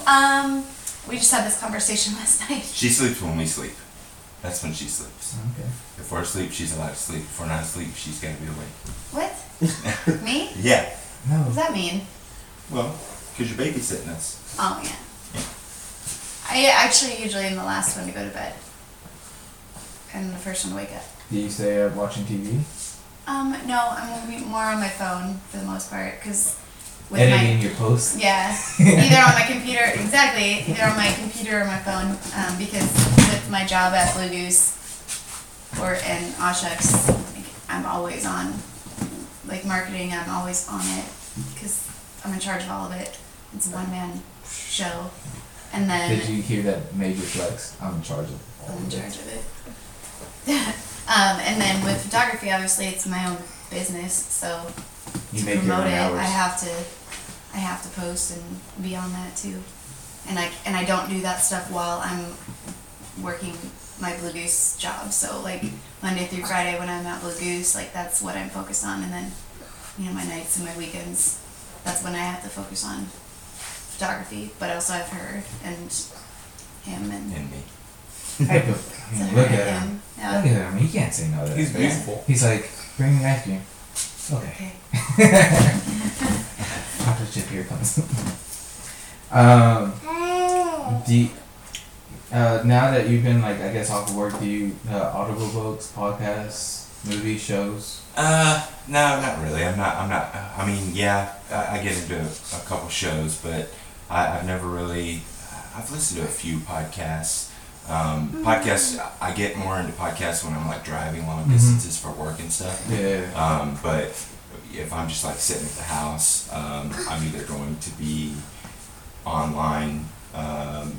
Speaker 3: Um, we just had this conversation *laughs* last night.
Speaker 2: She sleeps when we sleep. That's when she sleeps.
Speaker 1: you are? *laughs* okay.
Speaker 2: If we're asleep, she's allowed to sleep. If we're not asleep, she's got to be awake.
Speaker 1: *laughs*
Speaker 3: What? Me?
Speaker 2: Yeah.
Speaker 1: No.
Speaker 3: What does that mean?
Speaker 2: Well, because you're babysitting us.
Speaker 3: Oh yeah. I actually usually am the last one to go to bed, and the first one to wake up.
Speaker 1: Do you stay up watching TV?
Speaker 3: Um, no, I'm gonna be more on my phone for the most part because with my
Speaker 1: Editing your posts?
Speaker 3: Yeah, *laughs*
Speaker 1: *laughs*
Speaker 3: either on my computer, exactly, either on my computer or my phone, um, because with my job at Blue Goose or in Oshucks, like, I'm always on, like marketing, I'm always on it, because I'm in charge of all of it. It's a one man show, and
Speaker 1: Did
Speaker 3: then
Speaker 1: you hear that major flex? I'm in charge of all
Speaker 3: I'm in
Speaker 1: of
Speaker 3: charge
Speaker 1: it.
Speaker 3: of it. *laughs* um, and then with photography, obviously, it's my own business, so
Speaker 1: You
Speaker 3: to
Speaker 1: make your
Speaker 3: promote
Speaker 1: own
Speaker 3: it, I
Speaker 1: *laughs* hours.
Speaker 3: have to, I have to post and be on that too. And I and I don't do that stuff while I'm working my Blue Goose job. So like Monday through Friday when I'm at Blue Goose, like that's what I'm focused on. And then you know my nights and my weekends, that's when I have to focus on photography. But also I have her and him and
Speaker 2: And me.
Speaker 3: *laughs*
Speaker 1: Hey, but,
Speaker 3: so
Speaker 2: Hmm,
Speaker 1: man,
Speaker 3: her
Speaker 1: look
Speaker 3: and
Speaker 1: at him.
Speaker 3: him.
Speaker 1: Look
Speaker 3: Yeah.
Speaker 1: at him. He can't say no to that.
Speaker 5: He's beautiful.
Speaker 1: He's like, bring me ice cream. Okay.
Speaker 3: Okay.
Speaker 1: Chocolate chip here comes. *laughs* um, do you- uh, now that you've been like I guess off of work, do you uh, audible books, podcasts, movie shows?
Speaker 2: Uh, no, not really. I'm not. I'm not. I mean, yeah, I, I get into a, a couple shows, but I, I've never really. I've listened to a few podcasts. Um, podcasts. I get more into podcasts when I'm like driving long
Speaker 1: Mhm.
Speaker 2: distances for work and stuff.
Speaker 1: Yeah.
Speaker 2: Um, but if I'm just like sitting at the house, um, I'm either going to be online, um,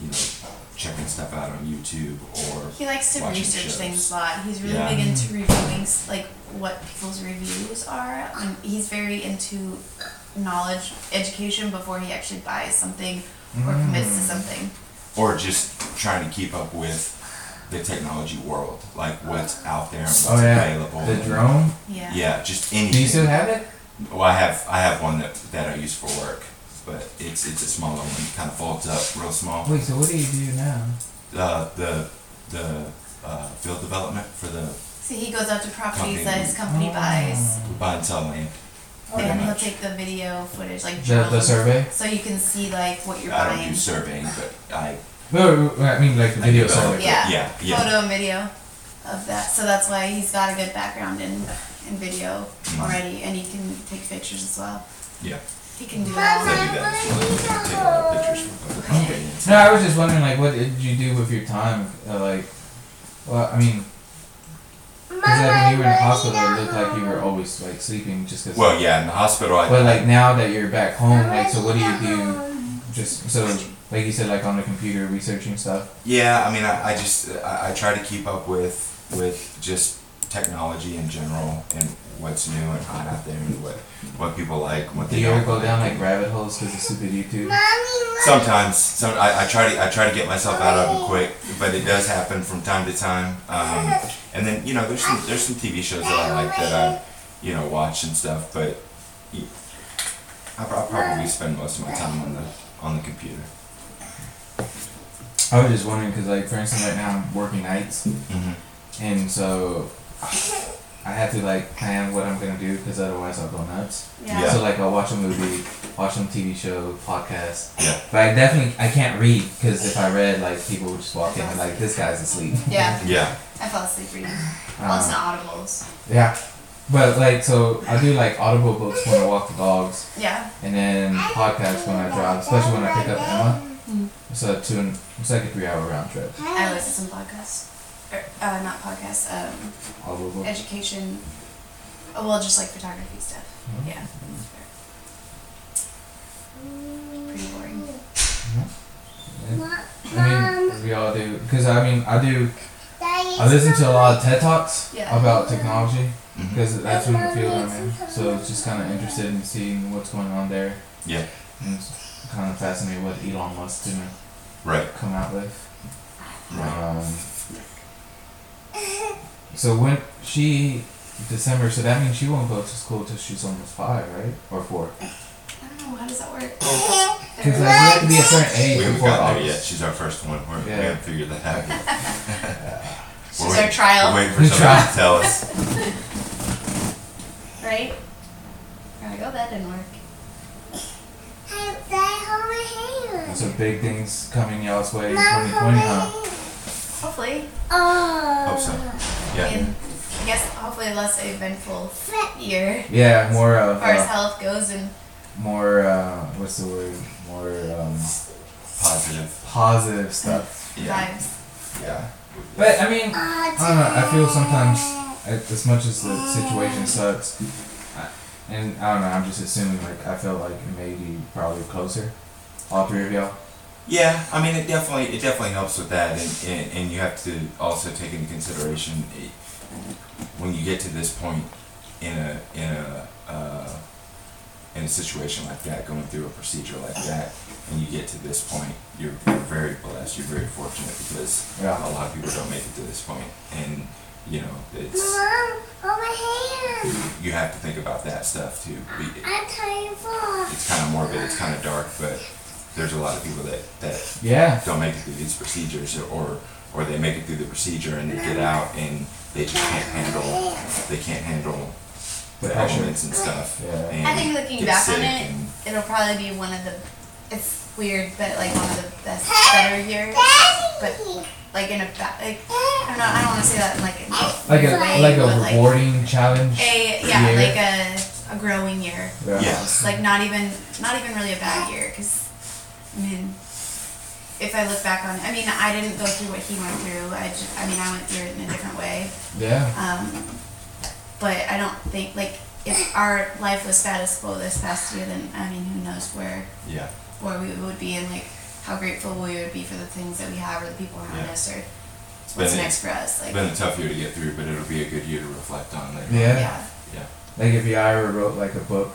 Speaker 2: you know, checking stuff out on YouTube or
Speaker 3: He likes to
Speaker 2: watching
Speaker 3: research
Speaker 2: shows.
Speaker 3: things a lot. He's really
Speaker 2: Yeah.
Speaker 3: big into reviewing, s- like what people's reviews are. Um, he's very into knowledge education before he actually buys something or commits
Speaker 2: Hmm.
Speaker 3: to something.
Speaker 2: or just trying to keep up with the technology world, like what's out there and what's
Speaker 1: Oh yeah.
Speaker 2: available.
Speaker 1: The drone.
Speaker 3: Yeah.
Speaker 2: Yeah, just
Speaker 1: Do you still
Speaker 2: anything.
Speaker 1: have it?
Speaker 2: Well, I have I have one that, that I use for work, but it's it's a smaller one, kind of folds up real small.
Speaker 1: Wait. So what do you do now?
Speaker 2: Uh, the the uh, field development for the
Speaker 3: So he goes out to
Speaker 2: Company.
Speaker 3: properties that his company
Speaker 1: Oh.
Speaker 3: buys,
Speaker 2: we buy and sell land. Oh. pretty
Speaker 3: and he'll
Speaker 2: much.
Speaker 3: take the video footage, like
Speaker 1: The, the
Speaker 3: drones,
Speaker 1: survey.
Speaker 3: so you can see like what you're
Speaker 2: I don't
Speaker 3: buying.
Speaker 2: do surveying, but I
Speaker 1: No, I mean like the
Speaker 2: I
Speaker 1: video
Speaker 2: develop
Speaker 1: survey.
Speaker 2: it.
Speaker 3: Yeah.
Speaker 2: yeah, yeah.
Speaker 3: Photo and video of that. So that's why he's got a good background in in video
Speaker 2: Mhm.
Speaker 3: already, and he can take pictures as well.
Speaker 2: Yeah.
Speaker 3: He can do
Speaker 2: I
Speaker 3: all
Speaker 2: do
Speaker 3: that.
Speaker 2: that as well. I take a lot of pictures of the property. and
Speaker 1: No,
Speaker 2: stuff.
Speaker 1: I was just wondering like what did you do with your time? Uh, like, well, I mean, because like when you were in the hospital, it looked like you were always like sleeping just because.
Speaker 2: Well, yeah, in the hospital, I
Speaker 1: But like now that you're back home, like so what do you do?
Speaker 4: do?
Speaker 1: Just so like you said, like on the computer researching stuff.
Speaker 2: Yeah, I mean, I, I just I, I try to keep up with with just technology in general and what's new and hot out there and what what people like, what
Speaker 1: Do
Speaker 2: they
Speaker 1: you
Speaker 2: don't.
Speaker 1: ever go down like rabbit holes because of stupid YouTube?
Speaker 2: Sometimes, some I, I try to I try to get myself out of them quick, but it does happen from time to time. Um, and then you know, there's some there's some TV shows that I like that I you know watch and stuff, but y- I, pro- I probably spend most of my time on the on the computer.
Speaker 1: I was just wondering because like for instance, right now I'm working nights,
Speaker 2: Mm-hmm.
Speaker 1: and so I have to like plan what I'm gonna do because otherwise I'll go nuts.
Speaker 2: Yeah.
Speaker 1: So like I'll watch a movie, watch some TV show, podcast.
Speaker 2: Yeah.
Speaker 1: But I definitely I can't read because if I read like people would just walk in and like this guy's asleep.
Speaker 3: Yeah,
Speaker 2: Yeah, Uh-huh.
Speaker 3: I fell asleep reading. I listen
Speaker 1: *laughs* Um,
Speaker 3: to audibles.
Speaker 1: yeah. But like so I do like audible books when I walk the dogs.
Speaker 3: Yeah.
Speaker 1: and then podcasts when I drive, especially when I pick up Emma.
Speaker 3: Mhm.
Speaker 1: It's a two, and, it's like a three hour round trip.
Speaker 4: Uh-huh.
Speaker 3: I listen to some podcasts. or, uh, not podcasts, um,
Speaker 1: All over.
Speaker 3: education. oh, Well, just like photography stuff.
Speaker 2: Mm-hmm.
Speaker 1: Mhm.
Speaker 3: Yeah. that's fair. Pretty boring.
Speaker 1: I mean, we all do. Because, I mean, I do. I listen to a lot of TED Talks
Speaker 3: Yeah.
Speaker 1: about technology.
Speaker 2: Mhm.
Speaker 1: Because that's what the field I'm in. So it's just kind of interested in seeing what's going on there.
Speaker 2: Yeah.
Speaker 1: And it's kind of fascinated what Elon Musk's going to
Speaker 2: Right.
Speaker 1: come out with.
Speaker 2: Right.
Speaker 1: Um, so when she, December, so that means she won't go to school till she's almost five, right? Or four.
Speaker 3: I don't know. Oh, How does that work?
Speaker 2: Oh.
Speaker 1: Because like, you have to be a certain
Speaker 2: We
Speaker 1: age
Speaker 2: haven't
Speaker 1: before
Speaker 2: gotten there yet.
Speaker 1: August.
Speaker 2: She's our first one. We're,
Speaker 1: Yeah.
Speaker 2: We haven't figured that out yet. We're
Speaker 3: *laughs* She's our
Speaker 2: waiting- We're
Speaker 3: trial,
Speaker 2: waiting for somebody
Speaker 1: Trial.
Speaker 2: to tell us.
Speaker 3: right? Right. Oh, that didn't work.
Speaker 1: So big things coming y'all's way in 2020, huh?
Speaker 3: Hopefully.
Speaker 4: Oh.
Speaker 2: Hope so.
Speaker 3: I *laughs*
Speaker 2: Yeah.
Speaker 3: mean, I guess hopefully less eventful year
Speaker 1: Yeah, more
Speaker 3: as
Speaker 1: of
Speaker 3: far as
Speaker 1: uh,
Speaker 3: health goes and
Speaker 1: more uh, what's the word? More um,
Speaker 2: Positive.
Speaker 1: positive stuff.
Speaker 2: Yeah.
Speaker 3: vibes.
Speaker 2: Yeah.
Speaker 1: But I mean,
Speaker 4: I
Speaker 1: don't know, I feel sometimes- as as much as the situation sucks, I- and I don't know, I'm just assuming like I felt like maybe probably closer, all three of y'all.
Speaker 2: Yeah, I mean, it definitely it definitely helps with that, and, and, and you have to also take into consideration eh, when you get to this point in a in a uh, in a situation like that, going through a procedure like that, and you get to this point, you're, you're very blessed, you're very fortunate because
Speaker 1: Yeah.
Speaker 2: a lot of people don't make it to this point, and you know it's
Speaker 4: Mom, over here.
Speaker 2: you have to think about that stuff too. We-
Speaker 4: I'm trying for.
Speaker 2: It's kind of morbid, it's kind of dark, but there's a lot of people that that
Speaker 1: Yeah.
Speaker 2: don't make it through these procedures or or they make it through the procedure and they get out and they just can't handle they can't handle
Speaker 1: The
Speaker 2: the
Speaker 1: pressure.
Speaker 2: elements and stuff.
Speaker 1: Yeah.
Speaker 2: And
Speaker 3: I think looking
Speaker 2: get
Speaker 3: back on
Speaker 2: sick
Speaker 3: it-
Speaker 2: and-
Speaker 3: It'll probably be one of the. It's weird, but like one of the best better years. But like in a ba- like I don't know. I don't want to say that in like a
Speaker 1: Like
Speaker 3: weird
Speaker 1: a
Speaker 3: way,
Speaker 1: like
Speaker 3: but,
Speaker 1: a rewarding challenge.
Speaker 3: a yeah
Speaker 1: year.
Speaker 3: like a a growing year.
Speaker 1: yeah.
Speaker 2: Yeah.
Speaker 3: It's like not even not even really a bad year because I mean if I look back on I mean I didn't go through what he went through I just I mean I went through it in a different way
Speaker 1: Yeah.
Speaker 3: um, but I don't think like if our life was status quo this past year then I mean who knows where
Speaker 2: Yeah.
Speaker 3: where we would be and like how grateful we would be for the things that we have or the people around
Speaker 2: Yeah.
Speaker 3: us or
Speaker 2: It's
Speaker 3: what's
Speaker 2: been, a-
Speaker 3: next for us
Speaker 2: it's
Speaker 3: like
Speaker 2: been a tough year to get through, but it'll be a good year to reflect on later.
Speaker 1: Yeah.
Speaker 3: yeah
Speaker 1: Like if Yaira wrote like a book,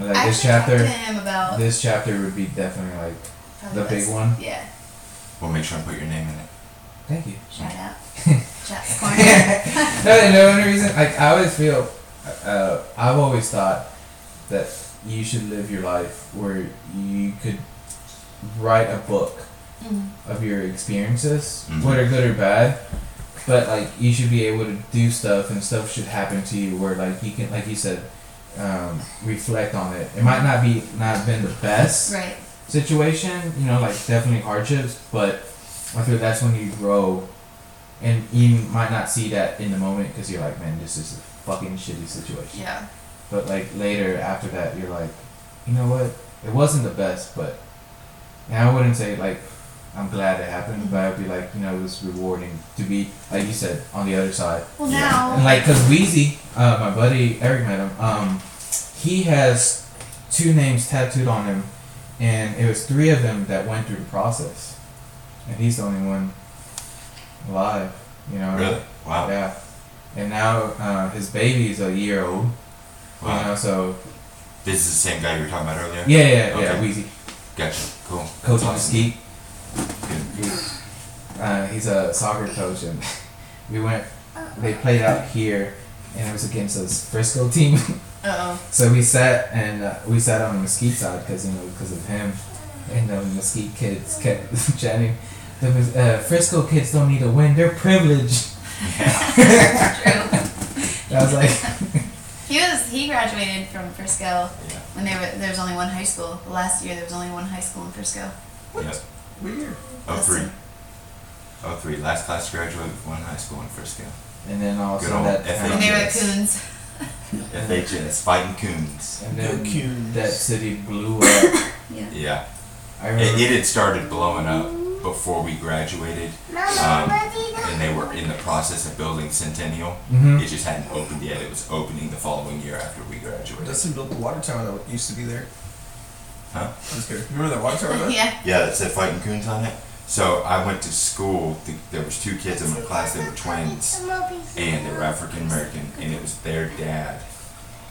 Speaker 1: like
Speaker 3: I
Speaker 1: this
Speaker 3: actually talked to
Speaker 1: chapter,
Speaker 3: him about
Speaker 1: this chapter would be definitely like
Speaker 3: probably
Speaker 1: the big
Speaker 3: this.
Speaker 1: one.
Speaker 3: yeah
Speaker 2: We'll make sure and put your name in it.
Speaker 1: Thank you.
Speaker 3: shout
Speaker 1: *laughs*
Speaker 3: out Jack's corner
Speaker 1: No, and the only reason, like, I always feel, uh, I've always thought that you should live your life where you could write a book
Speaker 3: Mhm.
Speaker 1: of your experiences,
Speaker 2: Mhm.
Speaker 1: whether good or bad. But like, you should be able to do stuff, and stuff should happen to you where, like, you can, like you said, um, reflect on it. It might not be not been the best
Speaker 3: *laughs* right
Speaker 1: situation, you know, like definitely hardships, but I feel that's when you grow, and you might not see that in the moment because you're like, man, this is a fucking shitty situation.
Speaker 3: yeah
Speaker 1: But like later after that, you're like, you know what? It wasn't the best, but and I wouldn't say like I'm glad it happened, but I'd be like, you know, it was rewarding to be like you said on the other side.
Speaker 3: well
Speaker 2: Yeah.
Speaker 3: now
Speaker 1: And like, cause Wheezy, uh, my buddy Eric met him. Um, he has two names tattooed on him, and it was three of them that went through the process, and he's the only one alive. You know.
Speaker 2: Really? Wow.
Speaker 1: Yeah. And now uh, his baby is a year old. You
Speaker 2: Wow.
Speaker 1: know, so
Speaker 2: This is the same guy you were talking about earlier?
Speaker 1: yeah, yeah, yeah.
Speaker 2: Okay.
Speaker 1: Wheezy,
Speaker 2: Gotcha. Cool.
Speaker 1: coach on
Speaker 2: Awesome.
Speaker 1: ski.
Speaker 2: Good.
Speaker 1: Uh, he's a soccer coach, and *laughs* we went.
Speaker 4: Oh,
Speaker 1: They played out here, and it was against this Frisco team. *laughs*
Speaker 3: uh oh
Speaker 1: So we sat and uh, we sat on the mesquite side because you know because of him, and the mesquite kids kept *laughs* chatting. The mes- uh, Frisco kids don't need to win; they're privileged.
Speaker 3: *laughs*
Speaker 1: *laughs*
Speaker 3: true
Speaker 1: I was like, *laughs*
Speaker 3: he was he graduated from Frisco
Speaker 2: Yeah.
Speaker 3: when they were there was only one high school the last year there was only one high school in Frisco
Speaker 2: Yep.
Speaker 5: Weird.
Speaker 2: Oh three.
Speaker 3: Awesome.
Speaker 2: Oh three. Last class graduate of one high school in Frisco.
Speaker 1: and then also
Speaker 2: Good old
Speaker 1: that
Speaker 2: FHS.
Speaker 3: and they were
Speaker 1: um,
Speaker 3: coons
Speaker 2: FHS fighting coons.
Speaker 1: and then
Speaker 5: Go Coons.
Speaker 1: that city blew up.
Speaker 3: yeah
Speaker 2: Yeah.
Speaker 1: I
Speaker 2: It,
Speaker 1: remember.
Speaker 2: it had started blowing up before we graduated.
Speaker 4: Mama,
Speaker 2: Um,
Speaker 4: what did I
Speaker 2: and they were in the process of building Centennial.
Speaker 1: *laughs* Mhm.
Speaker 2: It just hadn't opened yet. It was opening the following year after we graduated.
Speaker 6: Dustin built the water tower that used to be there.
Speaker 2: Huh?
Speaker 6: I'm just kidding. Remember that water tower?
Speaker 3: *laughs*
Speaker 6: though?
Speaker 3: yeah.
Speaker 2: Yeah, it said Fighting Coons on it. So I went to school. Th- there was two kids in my class. They were twins, and they were African American, and it was their dad.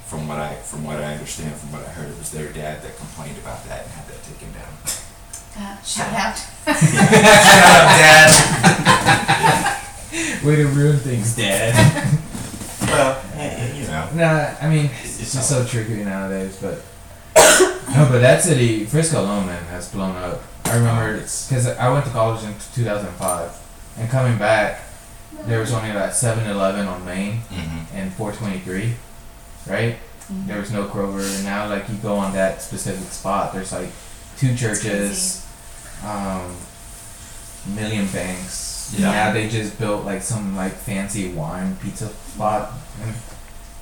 Speaker 2: From what I from what I understand, from what I heard, it was their dad that complained about that and had that taken
Speaker 1: *laughs*
Speaker 2: down.
Speaker 3: Uh, shout out.
Speaker 2: dad.
Speaker 1: Way to ruin things, Dad. *laughs*
Speaker 2: Well, hey, you know.
Speaker 1: nah, I mean, it's just so tricky nowadays, but. *coughs* no, but that city, Frisco alone, man, has blown up. I remember because I went to college in 2005, and coming back, there was only like 7 Eleven on Main
Speaker 2: hmm
Speaker 1: and 423, right?
Speaker 3: Mm-hmm.
Speaker 1: There was no Kroger, and now, like, you go on that specific spot, there's like two churches, um, million banks.
Speaker 2: Yeah.
Speaker 1: Yeah. Now they just built like some like fancy wine pizza spot. And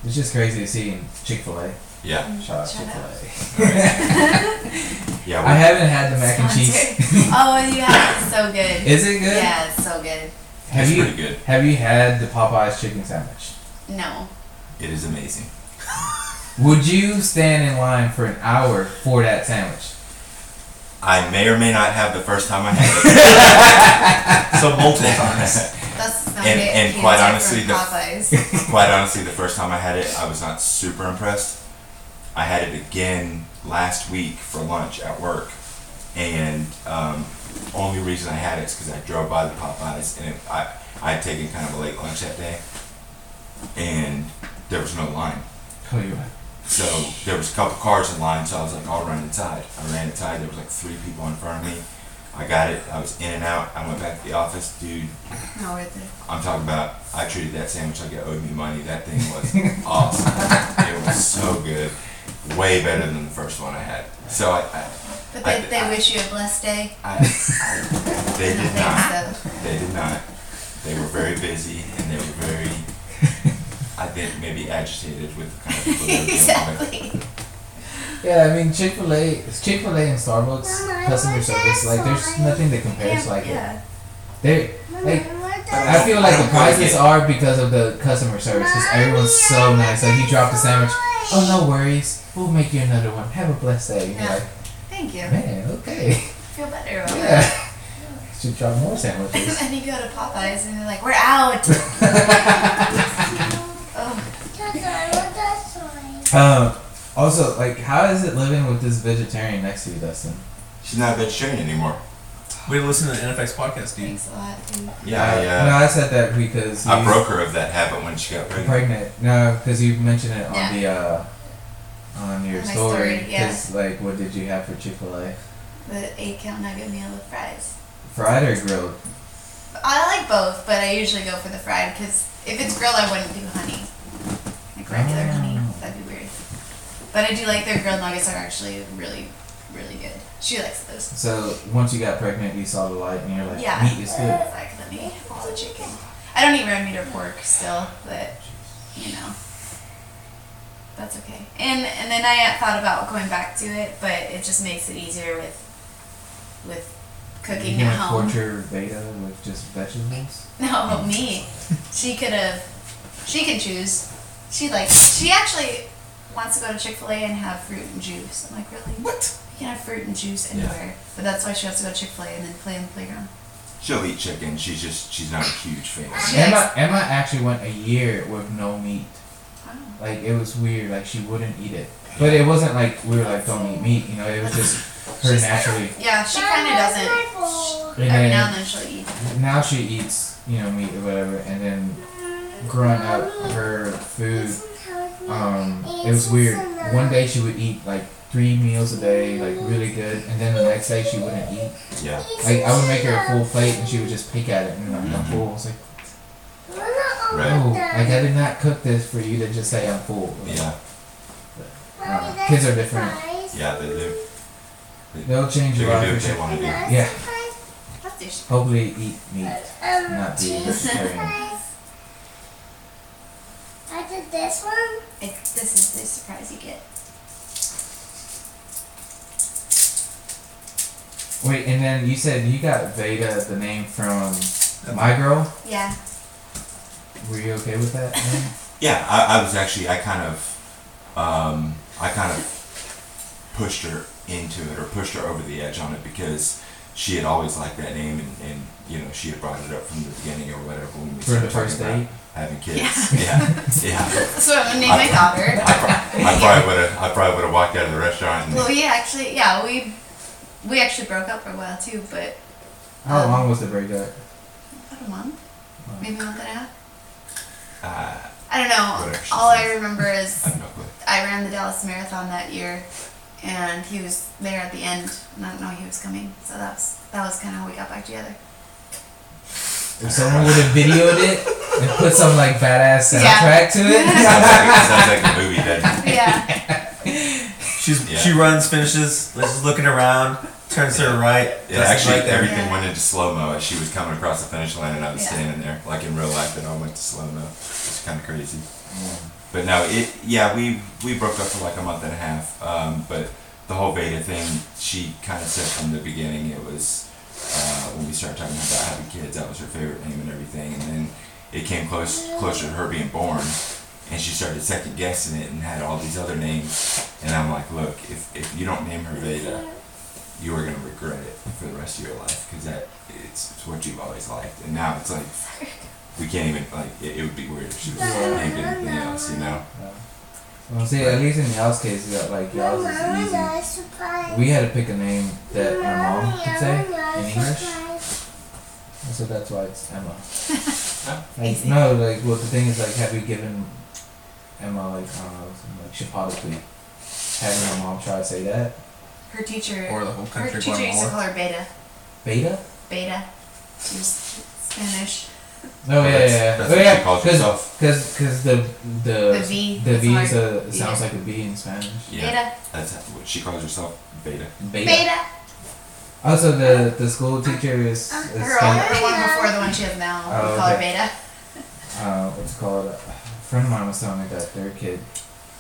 Speaker 1: it's just crazy to see in Chick Fil A.
Speaker 2: Yeah,
Speaker 1: Shout out Chick
Speaker 3: Mm, Shout out.
Speaker 1: Fil A.
Speaker 2: yeah.
Speaker 1: *laughs*
Speaker 2: We,
Speaker 1: I haven't had the mac and cheese.
Speaker 3: Sponsored. *laughs* oh, you have it so good.
Speaker 1: Is it good?
Speaker 3: Yeah, it's so good.
Speaker 1: Have
Speaker 2: it's
Speaker 1: you
Speaker 2: pretty good.
Speaker 1: have you had the Popeyes chicken sandwich?
Speaker 3: No.
Speaker 2: It is amazing.
Speaker 1: Would you stand in line for an hour for that sandwich?
Speaker 2: I may or may not have the first time I
Speaker 6: *laughs*
Speaker 2: had
Speaker 6: So multiple times.
Speaker 2: it.
Speaker 3: That's not
Speaker 2: And-
Speaker 3: it.
Speaker 2: and
Speaker 3: Can't
Speaker 2: quite
Speaker 3: take
Speaker 2: honestly,
Speaker 3: from
Speaker 2: the-
Speaker 3: Popeyes.
Speaker 2: *laughs* Quite honestly, the first time I had it, I was not super impressed. I had it again last week for lunch at work, and um, only reason I had it is because I drove by the Popeyes, and it, I I had taken kind of a late lunch that day, and there was no line.
Speaker 1: Oh, you right.
Speaker 2: So there was a couple cars in line, so I was like, I'll run inside. I ran inside. There was like three people in front of me. I got it. I was in and out. I went back to the office, dude.
Speaker 3: *laughs* no, we're there.
Speaker 2: I'm talking about I treated that sandwich like it owed me money. That thing was awesome. It was so good. Way better than the first one I had. So I, I,
Speaker 3: But
Speaker 2: I-
Speaker 3: they, they wish you a blessed day.
Speaker 2: I, I they did not.
Speaker 3: Thanks, though.
Speaker 2: They did not. They were very busy and they were very, I think, maybe agitated with the kind of people *laughs* they were dealing with.
Speaker 3: exactly.
Speaker 1: Yeah, I mean Chick Fil A, Chick Fil A and Starbucks
Speaker 4: Mama, I
Speaker 1: customer
Speaker 4: want that
Speaker 1: service. Like, there's
Speaker 4: sign.
Speaker 1: nothing that compares like it.
Speaker 3: yeah.
Speaker 1: They, like, I
Speaker 2: don't-
Speaker 1: feel like
Speaker 2: I
Speaker 1: the
Speaker 2: don't like
Speaker 1: prices
Speaker 2: it.
Speaker 1: are because of the customer service. Because everyone's so nice. Like you dropped a sandwich. Oh no worries. We'll make you another one. Have a blessed day. And you're
Speaker 3: Yeah.
Speaker 1: like,
Speaker 3: Thank you.
Speaker 1: man, okay. *laughs*
Speaker 3: Feel better about that.
Speaker 1: Yeah. Should drop more
Speaker 3: And
Speaker 1: sandwiches.
Speaker 3: *laughs* then you go to Popeyes and they're like, we're
Speaker 2: *laughs*
Speaker 3: out. oh,
Speaker 1: Um. Also, like, how is it living with this vegetarian next to you, Dustin?
Speaker 2: She's not a vegetarian anymore.
Speaker 6: We listen to the NFX podcast, dude.
Speaker 3: thanks a lot. dude.
Speaker 2: Yeah,
Speaker 1: Uh,
Speaker 2: I,
Speaker 1: No,
Speaker 2: uh,
Speaker 1: I said that because
Speaker 2: I
Speaker 1: you-
Speaker 2: broke her of that habit when she got pregnant.
Speaker 1: pregnant. No, because you mentioned it on
Speaker 3: Yeah.
Speaker 1: the uh, on your
Speaker 3: My
Speaker 1: story.
Speaker 3: story, yeah.
Speaker 1: Because like, what did you have for Chick Fil A?
Speaker 3: The eight count nugget meal with fries.
Speaker 1: Fried or grilled?
Speaker 3: I like both, but I usually go for the fried because if it's grilled, I wouldn't do honey. Like regular honey.
Speaker 1: Oh.
Speaker 3: That'd be weird. But I do like their grilled nuggets are actually really, really good. She likes those.
Speaker 1: So once you got pregnant, you saw the light, and you're like,
Speaker 3: Yeah.
Speaker 1: meat is good.
Speaker 3: It's like, let me have all the chicken. I don't eat red meat or pork still, but you know, that's okay. And and then I thought about going back to it, but it just makes it easier with with cooking
Speaker 1: you
Speaker 3: at
Speaker 1: can't
Speaker 3: home.
Speaker 1: torture Veda with just vegetables.
Speaker 3: *laughs* No, me. She could have. She can choose. She likes. She actually wants to go to Chick Fil A and have fruit and juice. I'm like, really? What? You can have fruit and juice
Speaker 2: Yeah.
Speaker 3: anywhere, but that's why she has to go to Chick Fil A and then play in the playground.
Speaker 2: She'll eat chicken. She's just she's not a huge fan.
Speaker 3: She
Speaker 1: Emma,
Speaker 3: likes-
Speaker 1: Emma actually went a year with no meat.
Speaker 3: Wow.
Speaker 1: Like it was weird. Like she wouldn't eat it. But it wasn't like we were like don't eat meat. You know, it was
Speaker 3: *laughs*
Speaker 1: just her
Speaker 3: She's-
Speaker 1: naturally.
Speaker 3: Yeah, she kind of doesn't.
Speaker 1: And
Speaker 3: Every
Speaker 1: then
Speaker 3: now and then she'll eat.
Speaker 1: now she eats you know meat or whatever, and then growing up her food um it was weird one day she would eat like three meals a day like really good and then the next day she wouldn't eat
Speaker 2: Yeah.
Speaker 1: like i would make her a full plate and she would just pick at it and like
Speaker 2: Mm-hmm.
Speaker 1: i'm full i was like oh like i did not cook this for you to just say i'm full
Speaker 2: Yeah.
Speaker 1: Uh, kids are different.
Speaker 2: Yeah, they do.
Speaker 1: they'll change
Speaker 2: They
Speaker 1: your
Speaker 2: can
Speaker 1: life
Speaker 2: do
Speaker 1: for
Speaker 2: what they
Speaker 1: sure.
Speaker 2: want to do.
Speaker 1: Yeah.
Speaker 3: That's douche.
Speaker 1: hopefully eat meat
Speaker 4: Um,
Speaker 1: not be
Speaker 4: Jesus.
Speaker 6: *laughs*
Speaker 1: vegetarian
Speaker 4: I did this one.
Speaker 3: It, this is the surprise you get.
Speaker 1: wait and then you said you got veda the name from My girl,
Speaker 3: Yeah.
Speaker 1: were you okay with that?
Speaker 2: *laughs*
Speaker 1: man?
Speaker 2: Yeah, I, I was actually I kind of um, I kind of pushed her into it or pushed her over the edge on it because she had always liked that name and, and you know she had brought it up from the beginning or whatever when we
Speaker 1: For the
Speaker 2: started
Speaker 1: first
Speaker 2: talking
Speaker 1: date?
Speaker 2: about having kids. Yeah, yeah.
Speaker 3: So I'm gonna name my daughter.
Speaker 2: I, pro- I probably would have I probably would have walked out of the restaurant.
Speaker 3: Well,
Speaker 2: And,
Speaker 3: we actually, yeah, we we actually broke up for a while too, but
Speaker 1: How
Speaker 3: Um,
Speaker 1: long was the breakup?
Speaker 3: about a month, maybe a month and a half.
Speaker 2: uh,
Speaker 3: I don't know.
Speaker 2: Whatever she
Speaker 3: All I
Speaker 2: says.
Speaker 3: remember is
Speaker 2: I have no clue.
Speaker 3: I ran the Dallas Marathon that year, and he was there at the end, and I didn't know he was coming. So that was that was kind of how we got back together.
Speaker 1: If someone would have videoed it and put some like badass soundtrack to
Speaker 2: Sounds
Speaker 1: it, *laughs*
Speaker 2: like, sounds like the movie doesn't it?
Speaker 3: Yeah,
Speaker 6: She's
Speaker 2: Yeah.
Speaker 6: she runs, finishes, like, she's looking around, turns to her right.
Speaker 2: It
Speaker 6: doesn't
Speaker 2: actually
Speaker 6: right there.
Speaker 2: everything
Speaker 3: Yeah.
Speaker 2: went into slow mo as she was coming across the finish line and I was
Speaker 3: Yeah.
Speaker 2: standing there like in real life. It all went to slow mo. It's kind of crazy. But no, it yeah we we broke up for like a month and a half. Um, but the whole beta thing, she kind of said from the beginning it was uh, when we started talking about having kids. That was her favorite name and everything. And then it came close closer to her being born, and she started second guessing it and had all these other names. And I'm like, look, if if you don't name her Veda, you are gonna regret it for the rest of your life because that it's, it's what you've always liked. And now it's like we can't even like it, it would be weird if she was named anything else, you know.
Speaker 1: well, see, at least in y'all's case, y'all- like y'all's is easy. We had to pick a name that my mom could say in English, and so that's why it's Emma. Like,
Speaker 3: Easy.
Speaker 1: no, like, well, the thing is, like, have we given Emma, like, I don't know, some, like, Chipotle? Having my mom try to say that?
Speaker 3: her teacher,
Speaker 6: Or the whole
Speaker 3: her
Speaker 6: country
Speaker 3: teacher
Speaker 6: going
Speaker 3: used to
Speaker 6: more.
Speaker 3: call her Beta.
Speaker 1: Beta?
Speaker 3: Beta. She was Spanish.
Speaker 1: No, yeah,
Speaker 2: That's-
Speaker 1: yeah, yeah.
Speaker 2: that's
Speaker 1: oh,
Speaker 2: what
Speaker 1: yeah,
Speaker 2: she calls
Speaker 1: cause,
Speaker 2: herself.
Speaker 1: Cause, cause the the
Speaker 3: The V,
Speaker 1: the
Speaker 3: that's
Speaker 1: V
Speaker 3: hard.
Speaker 1: is a, it sounds
Speaker 3: Yeah.
Speaker 1: like a B in Spanish.
Speaker 2: Yeah,
Speaker 3: Beta.
Speaker 2: that's what she calls herself, Beta.
Speaker 1: Beta.
Speaker 3: Beta.
Speaker 1: Also, Oh, the the school teacher is, is
Speaker 3: Her, old,
Speaker 1: Span-
Speaker 3: her one before the one she has now.
Speaker 1: Oh,
Speaker 3: we call her
Speaker 1: okay.
Speaker 3: Beta.
Speaker 1: uh, what's it called a friend of mine was telling me that their kid,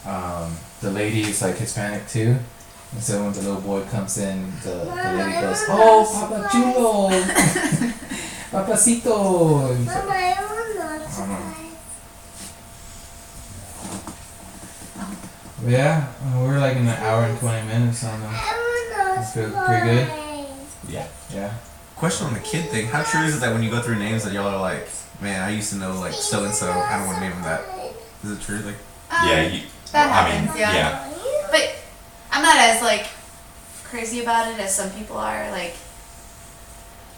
Speaker 1: um, the lady is like Hispanic too. And so when the little boy comes in, the, the lady goes, "Oh, Papa Chulo, Papacito." And he's like,
Speaker 4: Mama, I want not
Speaker 1: Uh-huh.
Speaker 4: surprise.
Speaker 1: Yeah, and we're like in an hour and twenty minutes on them.
Speaker 4: I
Speaker 1: That's
Speaker 4: want
Speaker 1: good.
Speaker 4: not
Speaker 1: Pretty good?
Speaker 4: surprise.
Speaker 1: Yeah,
Speaker 6: Question on the kid thing. How true is it that when you go through names that y'all are like, man, I used to know like so and so. I don't want to name him that. Is it true? Like,
Speaker 3: Um,
Speaker 2: yeah, you,
Speaker 3: that
Speaker 2: I mean,
Speaker 3: happens, yeah. But I'm not as like crazy about it as some people are. Like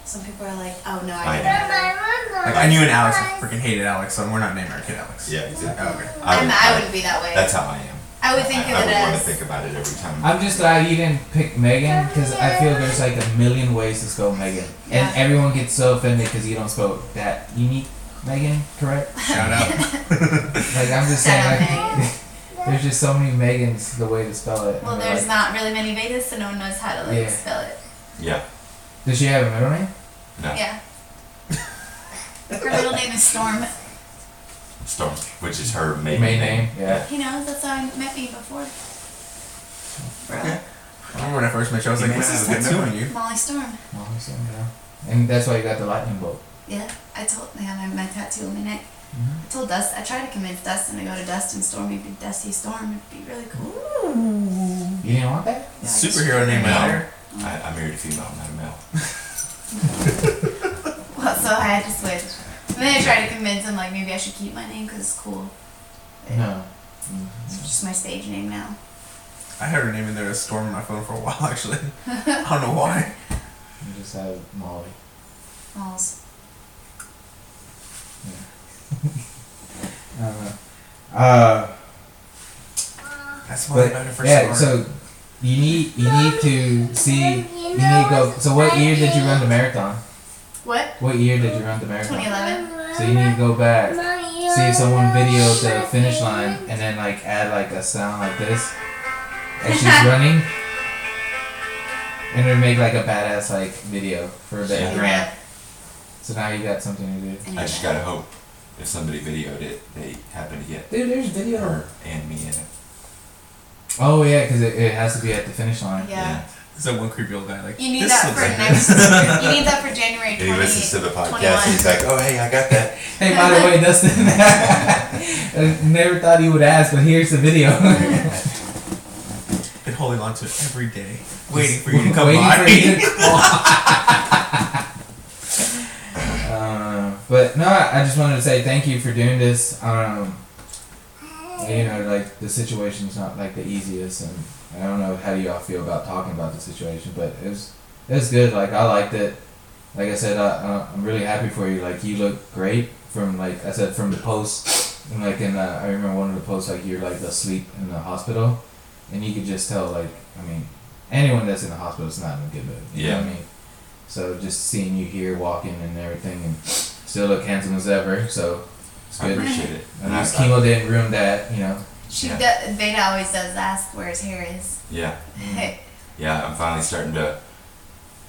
Speaker 3: some people are like, oh no, I
Speaker 2: I
Speaker 3: don't
Speaker 2: am.
Speaker 3: know.
Speaker 6: like I knew an Alex. I freaking hated Alex, so we're not naming our kid Alex. *laughs*
Speaker 2: yeah, exactly.
Speaker 6: Oh, okay.
Speaker 2: I
Speaker 3: I'm,
Speaker 2: would,
Speaker 3: I
Speaker 2: I-
Speaker 3: wouldn't be that way.
Speaker 2: That's how I am.
Speaker 3: I would think
Speaker 2: I,
Speaker 3: of
Speaker 2: I
Speaker 3: it
Speaker 2: would want to
Speaker 3: as *laughs*
Speaker 2: think about it every time.
Speaker 1: I'm just glad you didn't pick Megan because I feel there's like a million ways to spell Megan,
Speaker 3: Yeah.
Speaker 1: and everyone gets so offended because you don't spell that unique Megan, correct?
Speaker 6: Shout out.
Speaker 1: Like I'm just saying,
Speaker 3: Shout out
Speaker 1: like, *laughs* there's just so many Megans the way to spell it. and
Speaker 3: well,
Speaker 1: they're
Speaker 3: there's
Speaker 1: like,
Speaker 3: not really many Vedas, so no one knows how to like
Speaker 1: Yeah.
Speaker 3: spell it.
Speaker 2: yeah,
Speaker 1: Does she have a middle name?
Speaker 2: no,
Speaker 3: Yeah.
Speaker 2: *laughs*
Speaker 3: Her middle name is Storm.
Speaker 2: Storm, which is her maiden,
Speaker 1: Main name, yeah.
Speaker 3: He knows that's how I met me before. Bro,
Speaker 2: Okay.
Speaker 6: I remember when I first met you, I was like,
Speaker 2: Yeah,
Speaker 6: this is
Speaker 2: I
Speaker 6: tattoo
Speaker 2: remember.
Speaker 6: on you.
Speaker 3: Molly Storm.
Speaker 1: Well, I assume, yeah. And that's why you got the lightning bolt.
Speaker 3: Yeah, I told man I have my tattoo on my neck. I told Dust I tried to convince Dustin to go to Dustin Storm, it'd be Dusty Storm, it'd be really cool.
Speaker 1: You didn't want that?
Speaker 3: Yeah, I just-
Speaker 6: Superhero name
Speaker 2: No.
Speaker 6: right there.
Speaker 2: I, I married a female, not a male.
Speaker 3: Well, so I had to switch. And then I tried to convince him, like, maybe I should keep my name because it's cool.
Speaker 1: No. Mm-hmm.
Speaker 3: It's just my stage name now.
Speaker 6: I had her name in there as Storm on my phone for a while *laughs* actually. I don't know why.
Speaker 1: You just have Molly.
Speaker 3: Malls.
Speaker 1: I don't know. Uh,
Speaker 6: That's why I
Speaker 1: but
Speaker 6: met her first.
Speaker 1: yeah,
Speaker 6: Storm.
Speaker 1: so you need you need to see. You need to go. So what year did you run the marathon?
Speaker 3: What?
Speaker 1: What year did you run the marathon?
Speaker 3: 2011?
Speaker 1: So you need to go back,
Speaker 4: Mommy,
Speaker 1: see if someone videoed
Speaker 4: you're
Speaker 1: the finish
Speaker 4: my
Speaker 1: line, and then like add like a sound like this as she's running, and then make like a badass like video for the
Speaker 2: Yeah.
Speaker 1: grant. So now you got something to do.
Speaker 2: I just gotta hope if somebody videoed it, they happen to get
Speaker 1: Dude, there's video.
Speaker 2: her and me in it.
Speaker 1: Oh yeah, because it, it has to be at the finish line.
Speaker 3: Yeah.
Speaker 6: It's that one creepy old guy like.
Speaker 3: You need
Speaker 6: this
Speaker 3: that
Speaker 6: looks
Speaker 3: for
Speaker 6: like
Speaker 3: next. *laughs*
Speaker 6: this."
Speaker 2: *laughs*
Speaker 3: You need that for January
Speaker 2: And he listens to
Speaker 3: twenty.
Speaker 2: the podcast
Speaker 3: 21.
Speaker 2: and he's like, oh, hey, I got that.
Speaker 1: Hey, by the way, Dustin, *laughs* I never thought he would ask, but here's the video.
Speaker 6: Been holding on to it every day, waiting for you to come
Speaker 1: Waiting
Speaker 6: by.
Speaker 1: for you to call. Uh, but no, I just wanted to say thank you for doing this. Um, you know, like the situation's not like the easiest, and I don't know how do y'all feel about talking about the situation, but it was it was good. Like I liked it. Like I said, I, I- I'm really happy for you. Like you look great from like I said from the post, and like in the, I remember one of the posts like you're like asleep in the hospital, and you could just tell like I mean anyone that's in the hospital is not in a good mood. You know what I mean? So just seeing you here walking and everything, and still look handsome as ever. So it's
Speaker 2: I
Speaker 3: Good.
Speaker 1: good.
Speaker 2: appreciate it.
Speaker 1: At
Speaker 2: And I,
Speaker 1: least chemo didn't ruin that, you know.
Speaker 3: She
Speaker 2: Yeah. Mm.
Speaker 3: does, Veda always does ask where his hair is.
Speaker 2: yeah. yeah, I'm finally starting to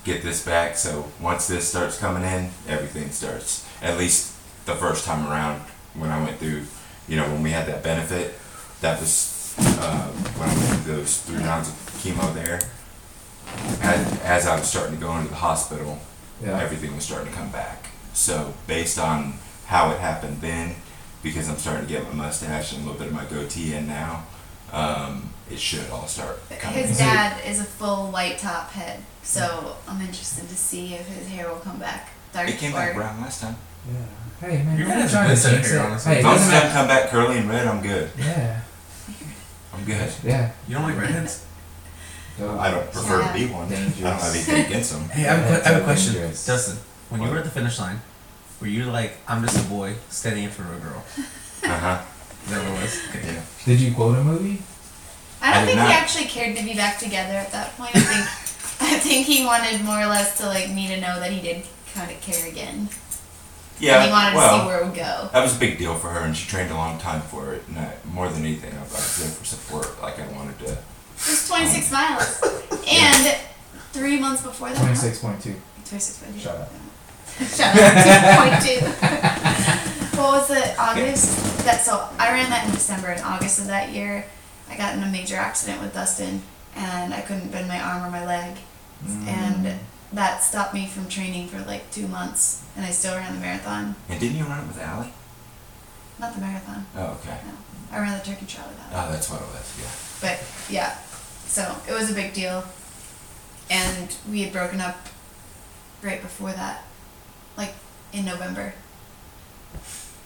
Speaker 2: get this back. So once this starts coming in, everything starts. At least the first time around when I went through, you know, when we had that benefit, that was uh, when I went through those three rounds of chemo there. As, as I was starting to go into the hospital,
Speaker 1: yeah.
Speaker 2: everything was starting to come back. So based on how it happened then, because I'm starting to get my mustache and a little bit of my goatee in now, um, it should all start coming.
Speaker 3: His
Speaker 2: in.
Speaker 3: dad is a full white top head, so
Speaker 2: Mm.
Speaker 3: I'm interested to see if his hair will come back dark
Speaker 2: It came
Speaker 3: or
Speaker 2: back brown last time.
Speaker 1: Hey man,
Speaker 6: Your
Speaker 1: you're
Speaker 6: man's
Speaker 1: trying to
Speaker 6: good set of
Speaker 1: jinx
Speaker 6: hair,
Speaker 1: it.
Speaker 6: honestly.
Speaker 1: Hey,
Speaker 2: If
Speaker 1: it
Speaker 2: I'm *laughs*
Speaker 1: doesn't
Speaker 2: gonna
Speaker 1: matter.
Speaker 2: come back curly and red, I'm good.
Speaker 1: Yeah,
Speaker 2: I'm good.
Speaker 1: yeah.
Speaker 6: *laughs* You don't like redheads?
Speaker 1: So,
Speaker 2: I don't prefer to be one. I don't have anything against
Speaker 1: *laughs*
Speaker 2: them.
Speaker 6: Hey, I have, a que- I have a question,
Speaker 1: Dangerous.
Speaker 6: Dustin. When you
Speaker 2: What?
Speaker 6: were at the finish line, were you like, "I'm just a boy standing in front of a girl"?
Speaker 2: Uh
Speaker 1: Uh-huh.
Speaker 2: huh.
Speaker 6: Is that what it was? Okay.
Speaker 2: Yeah.
Speaker 1: Did you quote a *laughs* movie?
Speaker 2: I
Speaker 3: I
Speaker 2: did
Speaker 3: don't think
Speaker 2: not.
Speaker 3: he actually cared to be back together at that point. I
Speaker 2: *laughs*
Speaker 3: think I think he wanted more or less to like me to know that he did kind of care again. and he
Speaker 2: Yeah.
Speaker 3: wanted to see
Speaker 2: Well,
Speaker 3: where it would go.
Speaker 2: that was a big deal for her, and she trained a long time for it. And I, more than anything, I was there for support. Like I wanted to.
Speaker 3: It's 26 miles, and three months before that.
Speaker 1: Twenty six point two.
Speaker 3: 26.
Speaker 1: Shut up.
Speaker 3: Shut up. *laughs* 2.2. what was it? August. That so I ran that in December. In August of that year, I got in a major accident with Dustin, and I couldn't bend my arm or my leg.
Speaker 1: Mm.
Speaker 3: Mm. and that stopped me from training for like two months and i still ran the marathon
Speaker 2: And didn't you run it with Allie?
Speaker 3: not the marathon
Speaker 2: Oh, okay.
Speaker 3: i ran the turkey trot without it
Speaker 2: Oh, that's what it was. Yeah.
Speaker 3: but yeah so it was a big deal and we had broken up right before that like in november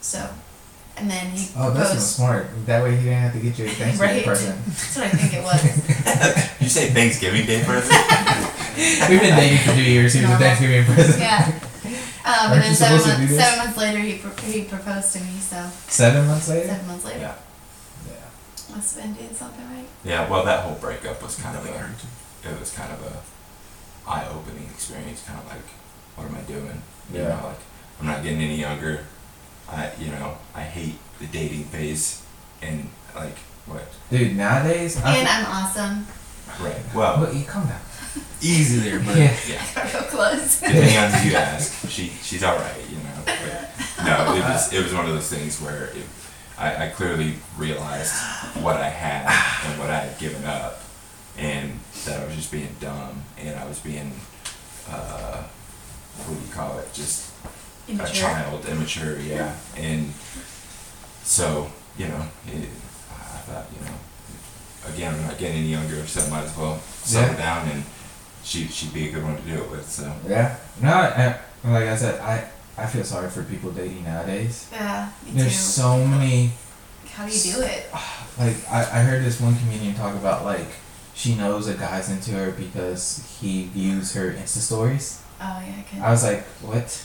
Speaker 3: so and then he
Speaker 1: Oh,
Speaker 3: proposed
Speaker 1: Dustin was smart. That way he didn't have to get
Speaker 3: *laughs*
Speaker 1: you a Thanksgiving
Speaker 3: Right.
Speaker 1: present.
Speaker 3: *laughs* that's what i think
Speaker 1: *laughs*
Speaker 3: it was
Speaker 2: You say Thanksgiving Day present?
Speaker 1: We've been dating for two years. Here's a
Speaker 3: Normal.
Speaker 1: Thanksgiving present.
Speaker 3: yeah um,
Speaker 1: Aren't you
Speaker 3: and then seven
Speaker 1: supposed to do
Speaker 3: months,
Speaker 1: this?
Speaker 3: seven months later he, pro- he proposed to me so
Speaker 1: *laughs* Seven months later.
Speaker 3: seven months later
Speaker 2: Yeah.
Speaker 1: Yeah.
Speaker 3: must have been doing something right
Speaker 2: Yeah. Well, that whole breakup was kind of
Speaker 6: Nothing
Speaker 2: a.
Speaker 6: hurt.
Speaker 2: It was kind of a eye-opening experience. Kind of like, what am I doing? You
Speaker 1: Yeah.
Speaker 2: know, like I'm not getting any younger. I you know, I hate the dating phase and like what?
Speaker 1: Dude, nowadays. I
Speaker 3: and i'm awesome *laughs*
Speaker 2: Right. Well
Speaker 1: Look, you come down.
Speaker 6: Easy there, but
Speaker 1: Yeah.
Speaker 2: yeah.
Speaker 3: real close *laughs*
Speaker 2: Depending on who you ask, she she's alright, you know. But no, it was it was one of those things where it, I, I clearly realized what I had and what I had given up and that I was just being dumb and I was being uh what do you call it? Just a
Speaker 3: Immature.
Speaker 2: child, immature, yeah. And so, you know, it, I thought, you know, again, I'm not getting any younger, so I might as well settle
Speaker 1: Yeah.
Speaker 2: down and she, she'd be a good one to do it with, so.
Speaker 1: Yeah. No, I, I- like I said, I I feel sorry for people dating nowadays.
Speaker 3: Yeah, me too.
Speaker 1: There's so many.
Speaker 3: How do you
Speaker 1: *laughs*
Speaker 3: do it? Oh,
Speaker 1: Like I, I heard this one comedian talk about like she knows a guy's into her because he views her Insta stories.
Speaker 3: Oh yeah, I can.
Speaker 1: I was like, what?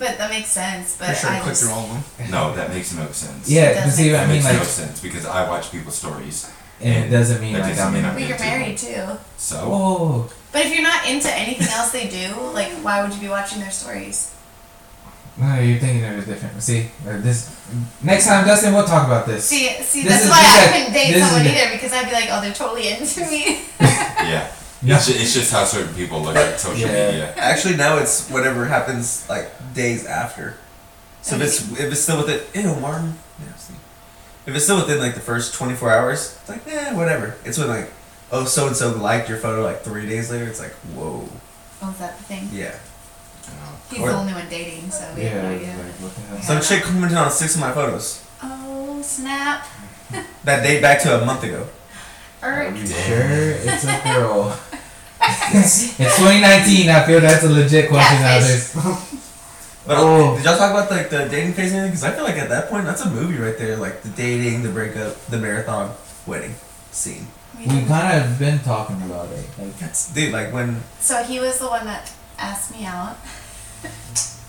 Speaker 3: but that makes sense.
Speaker 6: for
Speaker 3: But
Speaker 6: sure,
Speaker 3: I
Speaker 6: click
Speaker 3: just
Speaker 6: through all of them.
Speaker 2: No, that makes no
Speaker 1: *laughs*
Speaker 2: sense.
Speaker 1: Yeah, but see what
Speaker 2: That
Speaker 1: I mean?
Speaker 2: makes no
Speaker 1: Like,
Speaker 2: sense because I watch people's stories,
Speaker 1: and it doesn't mean
Speaker 2: That
Speaker 1: like
Speaker 2: doesn't
Speaker 1: I'm.
Speaker 2: mean
Speaker 1: in-
Speaker 2: I'm-
Speaker 3: but you're married too.
Speaker 2: so
Speaker 1: Oh,
Speaker 3: But if you're not into anything else they do, like why would you be watching their stories?
Speaker 1: no, you're thinking of it different. See, uh, this next time, Dustin, we'll talk about this.
Speaker 3: See, see,
Speaker 1: This
Speaker 3: that's
Speaker 1: is-
Speaker 3: why
Speaker 1: this
Speaker 3: I
Speaker 1: is-
Speaker 3: couldn't date
Speaker 1: this is
Speaker 3: someone
Speaker 1: the-
Speaker 3: either because I'd be like, oh, they're totally into me. *laughs*
Speaker 2: yeah,
Speaker 1: Yeah.
Speaker 2: It's, ju- it's just how certain people look at social
Speaker 1: Yeah.
Speaker 2: media.
Speaker 7: Actually, now it's whatever happens like days after. So if it's if it's still within, ew, Martin. Nasty. If it's still within like the first twenty four hours, it's like eh, whatever. It's when like oh, so and so liked your photo like three days later, it's like, whoa.
Speaker 3: Oh, is that the thing?
Speaker 7: Yeah.
Speaker 3: He's
Speaker 7: Or-
Speaker 3: the only one dating, so we
Speaker 1: Yeah,
Speaker 3: have no
Speaker 1: like,
Speaker 3: idea.
Speaker 1: what the hell?
Speaker 7: Some chick commented on six of my photos
Speaker 3: Oh snap!
Speaker 7: that date back to a month ago.
Speaker 1: Are you
Speaker 3: Erk.
Speaker 1: sure it's a girl? it's 2019. I feel that's a legit question
Speaker 3: Catfish.
Speaker 1: nowadays.
Speaker 7: *laughs* But
Speaker 1: Oh.
Speaker 7: did y'all talk about like the dating phase or anything? Because I feel like at that point, that's a movie right there. Like the dating, the breakup, the marathon, wedding scene.
Speaker 3: We
Speaker 1: We've
Speaker 3: didn't-
Speaker 1: kind of been talking about it. Like,
Speaker 7: That's dude. Like when
Speaker 3: So he was the one that asked me out.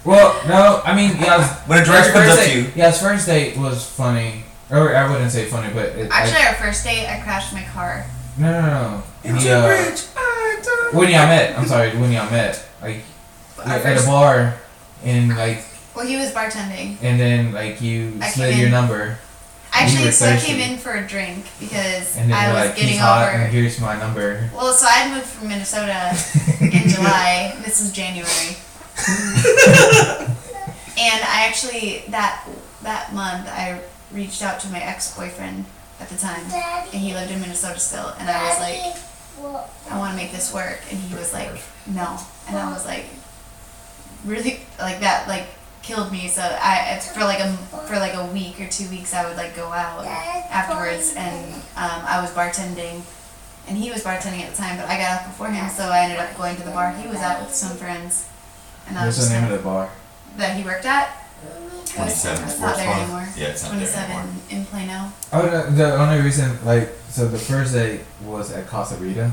Speaker 1: well, no, I mean, yeah.
Speaker 7: when a director comes
Speaker 1: first
Speaker 7: up to
Speaker 1: date,
Speaker 7: you,
Speaker 1: yeah, his first date was funny. Or I wouldn't say funny, but it, I-
Speaker 3: Actually, our first date, I crashed my car.
Speaker 1: no, no, no. no.
Speaker 7: it's
Speaker 1: He,
Speaker 7: a
Speaker 1: uh,
Speaker 7: bridge. I don't-
Speaker 1: when y'all met, I'm sorry, when y'all met, like
Speaker 3: But our
Speaker 1: at a
Speaker 3: first-
Speaker 1: bar, and like,
Speaker 3: well, he was bartending.
Speaker 1: and then like you
Speaker 3: I
Speaker 1: slid
Speaker 3: came
Speaker 1: your
Speaker 3: in.
Speaker 1: number,
Speaker 3: Actually,
Speaker 1: were
Speaker 3: so I
Speaker 1: thirsty.
Speaker 3: came in for a drink because
Speaker 1: and then
Speaker 3: I
Speaker 1: you're
Speaker 3: was
Speaker 1: like,
Speaker 3: getting
Speaker 1: he's hot, and
Speaker 3: over.
Speaker 1: here's my number.
Speaker 3: Well, so I moved from Minnesota in July. This is January. and I actually that that month I reached out to my ex boyfriend at the time, and
Speaker 4: Daddy.
Speaker 3: he lived in Minnesota still. And I was like,
Speaker 4: What?
Speaker 3: I want to make this work. And he was like, no. And I was like, really, like that, like killed me. So I, it's for like a, for like a week or two weeks, I would like go out afterwards. And um, I was bartending and he was bartending at the time, but I got off before him. So I ended up going to the bar. He was out with some friends. And I was
Speaker 1: What's
Speaker 3: just
Speaker 1: the name
Speaker 3: kind
Speaker 1: of the bar?
Speaker 3: of- that he worked at.
Speaker 2: Twenty seven
Speaker 3: It's
Speaker 2: Sports
Speaker 3: not there
Speaker 2: Bar.
Speaker 3: anymore.
Speaker 2: Yeah, it's not there
Speaker 3: 27
Speaker 2: anymore.
Speaker 3: in Plano.
Speaker 1: Oh, no, the only reason, like, so the first date was at Costa Rica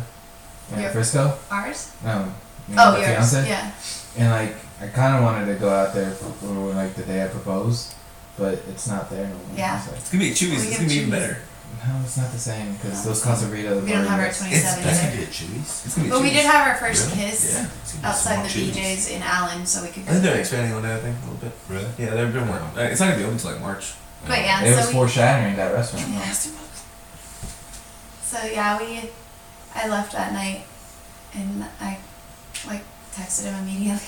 Speaker 1: in
Speaker 3: Yeah.
Speaker 1: Frisco. um,
Speaker 3: Ours?
Speaker 1: No, me and
Speaker 3: Oh,
Speaker 1: my
Speaker 3: yours.
Speaker 1: fiance.
Speaker 3: Yeah.
Speaker 1: And like, I kind of wanted to go out there for, for, like the day I proposed, but it's not there no more.
Speaker 3: Yeah.
Speaker 1: It's
Speaker 7: It's gonna be a Chewy's. It's gonna be even better.
Speaker 1: like, no, it's not the same because those Costa Rica.
Speaker 3: We don't have our 27
Speaker 2: That's
Speaker 3: either.
Speaker 2: gonna be at Chewy's.
Speaker 7: It's gonna be.
Speaker 3: But we
Speaker 7: Chewy's.
Speaker 3: did have our first
Speaker 2: Really?
Speaker 3: kiss
Speaker 2: Yeah. it's gonna be
Speaker 3: outside the
Speaker 2: small Chewy's.
Speaker 3: BJ's in Allen, so we could
Speaker 7: I
Speaker 3: go.
Speaker 7: think they're expanding on that thing a little bit.
Speaker 2: Really?
Speaker 7: Yeah, they're doing more. Uh, It's not gonna be open till like March.
Speaker 3: But yeah,
Speaker 1: It
Speaker 3: so
Speaker 1: was
Speaker 3: we.
Speaker 1: foreshadowing that restaurant. *laughs* no?
Speaker 3: So yeah, we. I left that night, and I, like, texted him immediately,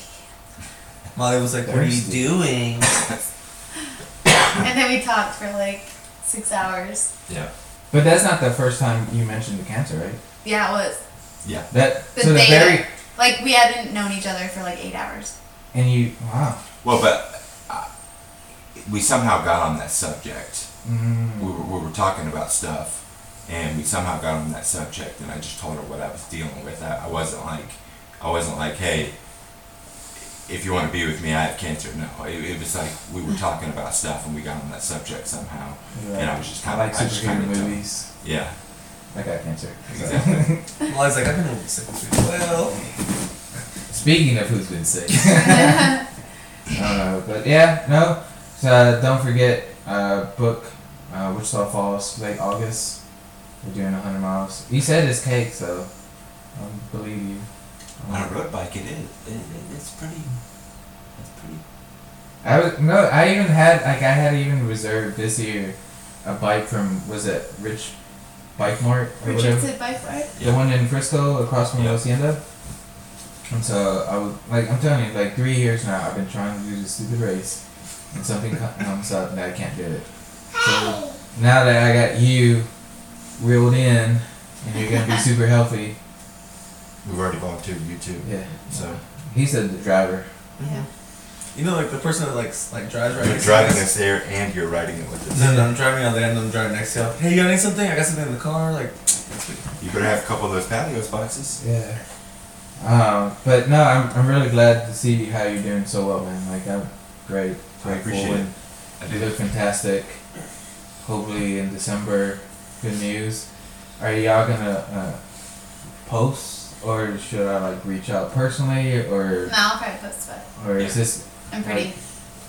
Speaker 7: Molly was like, "What are you
Speaker 1: Thirsty.
Speaker 7: doing?"
Speaker 3: and then we talked for like six hours.
Speaker 2: Yeah.
Speaker 1: But that's not the first time you mentioned the cancer, right?
Speaker 3: Yeah, it was
Speaker 1: That
Speaker 3: The
Speaker 1: so the
Speaker 3: day
Speaker 1: very
Speaker 3: like we hadn't known each other for like eight hours.
Speaker 1: and you wow.
Speaker 2: Well, but uh, we somehow got on that subject.
Speaker 1: Mm.
Speaker 2: we were, we were talking about stuff and we somehow got on that subject and I just told her what I was dealing with. I, I wasn't like I wasn't like, hey, if you want to be with me, I have cancer. No, it, it was like we were talking about stuff and we got on that subject somehow. And I was just
Speaker 1: I
Speaker 2: kind of
Speaker 1: like superhero movies.
Speaker 2: Yeah,
Speaker 1: I got cancer.
Speaker 2: exactly.
Speaker 7: *laughs*
Speaker 2: *laughs*
Speaker 7: Molly's like, "I've been a little sick this week." Well,
Speaker 1: Speaking of who's been sick. *laughs* uh, but yeah, no. So don't forget, uh, book uh, Wichita Falls, late August. We're doing 100 miles. You said it's cake, so I believe you. Um,
Speaker 2: On a road bike, it is. It, it, it's pretty. It's pretty.
Speaker 1: I was no, I even had like I had even reserved this year a bike from was it Rich Bike Mart or whatever
Speaker 3: Richardson by far.
Speaker 1: the one in Frisco across from
Speaker 2: Yeah.
Speaker 1: La Hacienda. And so I would like I'm telling you like three years now I've been trying to do this stupid race, and something co- comes up and I can't do it. So now that I got you reeled in, and you're gonna be super healthy.
Speaker 2: We've already volunteered you too.
Speaker 1: Yeah.
Speaker 2: So
Speaker 1: He's the driver.
Speaker 3: Yeah.
Speaker 7: you know, like the person that like s- like drives right.
Speaker 2: you're
Speaker 7: next to
Speaker 2: driving
Speaker 7: us.
Speaker 2: us there and you're riding it with us.
Speaker 7: No, no, I'm driving on the end. I'm driving next to y'all. Hey, you got need something? I got something in the car. Like,
Speaker 2: You better have a couple of those patios boxes.
Speaker 1: Yeah. Um, but no, I'm, I'm really glad to see how you're doing so well, man. Like I'm great,
Speaker 2: I
Speaker 1: grateful,
Speaker 2: appreciate it.
Speaker 1: and
Speaker 2: I
Speaker 1: you
Speaker 2: do.
Speaker 1: look fantastic. Hopefully in December, good news. Are y'all gonna uh, post, or should I like reach out personally,
Speaker 3: No,
Speaker 1: or
Speaker 3: I'll probably post about it.
Speaker 1: or is this
Speaker 3: I'm pretty.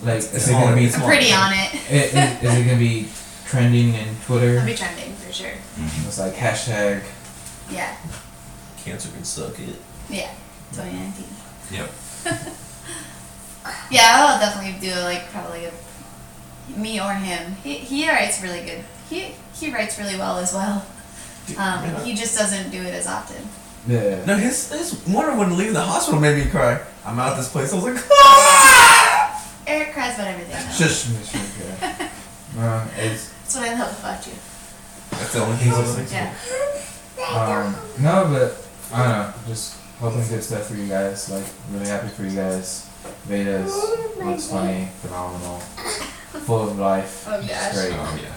Speaker 1: like is it
Speaker 7: Small,
Speaker 1: gonna be
Speaker 7: it's
Speaker 1: i-
Speaker 3: I'm
Speaker 7: small.
Speaker 3: pretty on it.
Speaker 1: is,
Speaker 3: *laughs*
Speaker 1: is it gonna be trending in
Speaker 3: I'll
Speaker 1: Twitter?
Speaker 3: be trending for sure.
Speaker 2: Mhm.
Speaker 1: It's like hashtag.
Speaker 3: Yeah.
Speaker 7: cancer can suck it.
Speaker 3: Yeah. 2019.
Speaker 2: Yep.
Speaker 3: Yeah, I'll definitely do like probably a, me or him. He, he writes really good. He he writes really well as well. Um, he just doesn't do it as often.
Speaker 1: Yeah.
Speaker 7: No, his his Wonder Woman leaving the hospital made me cry. I'm out this place. I was like, *laughs* ah!
Speaker 3: Eric cries about everything. Though.
Speaker 7: Shush.
Speaker 1: Yeah. Uh, it's
Speaker 3: That's what I love about you.
Speaker 7: That's the only thing. I was like,
Speaker 3: Yeah.
Speaker 1: um. No, but I don't know. Just hoping good stuff for you guys. Like, really happy for you guys. Vedas
Speaker 3: Oh,
Speaker 1: looks funny, phenomenal, full of life.
Speaker 3: Oh gosh.
Speaker 1: Great.
Speaker 2: Oh yeah,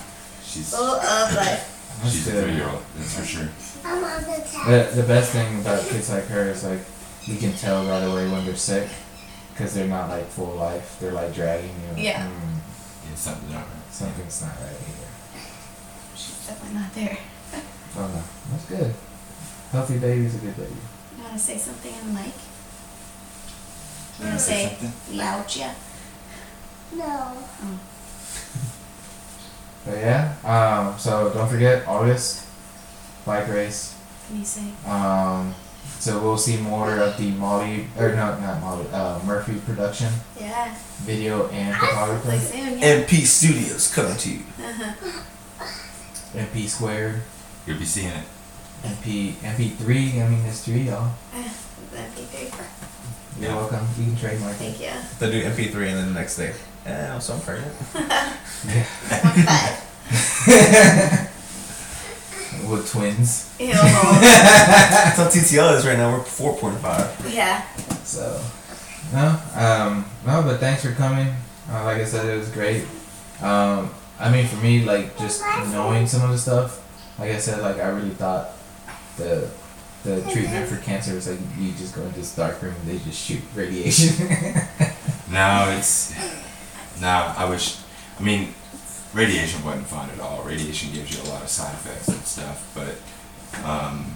Speaker 2: she's
Speaker 3: Full of life.
Speaker 1: That's
Speaker 2: she's a
Speaker 1: good.
Speaker 2: three year old. That's for sure.
Speaker 4: I'm on the top.
Speaker 1: The, the best thing about kids like her is like you can tell right away when they're sick because they're not like full life. They're like dragging you.
Speaker 3: Yeah.
Speaker 1: Mm,
Speaker 2: Yeah, something's not right.
Speaker 1: something's not right here.
Speaker 3: She's definitely not there.
Speaker 1: Oh no, that's good. Healthy baby's a good baby.
Speaker 3: You wanna say something in the mic? You
Speaker 2: You wanna
Speaker 3: wanna
Speaker 2: say
Speaker 3: say
Speaker 2: something?
Speaker 3: "Laucha"?
Speaker 4: No.
Speaker 1: But yeah, um, so don't forget August bike race.
Speaker 3: Can you say?
Speaker 1: Um, so we'll see more of the Molly, or no, not Molly, uh, Murphy production,
Speaker 3: Yeah.
Speaker 1: video and
Speaker 3: Like
Speaker 1: photography.
Speaker 3: soon, yeah. Uh-huh.
Speaker 7: MP Studios coming to you.
Speaker 1: MP squared,
Speaker 2: You'll be seeing it.
Speaker 1: MP, MP3, I mean, it's three, y'all.
Speaker 3: That'd be great.
Speaker 1: You're
Speaker 2: Yeah.
Speaker 1: welcome. You can trademark it.
Speaker 3: Thank you.
Speaker 7: They'll do MP3 and then the next day. Eh, I'm so pregnant. *laughs*
Speaker 3: One five.
Speaker 1: With twins.
Speaker 3: *laughs* Ew.
Speaker 7: That's how TTL is right now. We're 4.5.
Speaker 3: Yeah.
Speaker 1: So, no, um, no, but thanks for coming. Uh, like I said, it was great. Um, I mean, for me, like, just knowing some of the stuff, like I said, like, I really thought the the treatment for cancer was like you just go into this dark room and they just shoot radiation. *laughs*
Speaker 2: No, it's no. I wish. I mean, radiation wasn't fun at all. Radiation gives you a lot of side effects and stuff, but um,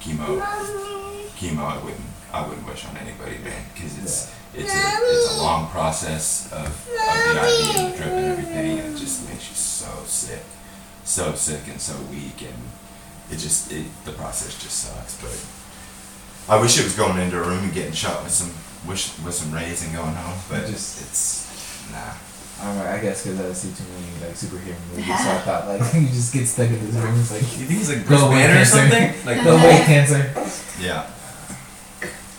Speaker 2: chemo,
Speaker 4: Mommy.
Speaker 2: chemo, I wouldn't, I wouldn't wish on anybody, man, because it's it's a it's a long process of, of the IV and the drip and everything, and it just makes you so sick, so sick and so weak, and it just it the process just sucks. But I wish it was going into a room and getting shot with some wish with some rays and going home, but
Speaker 1: Just-
Speaker 2: just it's nah.
Speaker 1: Um, I guess because I see too many like superhero movies, so I thought like *laughs* you just get stuck in this room. It's like
Speaker 7: You think he's like
Speaker 1: Go
Speaker 7: Bruce
Speaker 1: away,
Speaker 7: Banner or
Speaker 1: cancer.
Speaker 7: something? Like,
Speaker 1: go away, cancer.
Speaker 2: Yeah.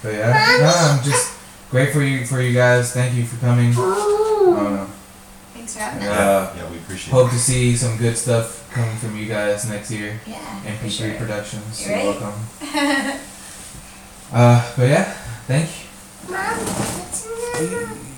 Speaker 1: But yeah, no, I'm just grateful you for you guys. Thank you for coming. Um,
Speaker 3: Thanks for having us.
Speaker 1: uh,
Speaker 2: yeah, we appreciate
Speaker 1: hope
Speaker 2: it.
Speaker 1: to see some good stuff coming from you guys next year.
Speaker 3: Yeah. for
Speaker 1: MP3
Speaker 3: sure.
Speaker 1: Productions. You're
Speaker 3: Right. *laughs*
Speaker 1: welcome. Uh, but yeah, thank you.
Speaker 4: Mommy, it's another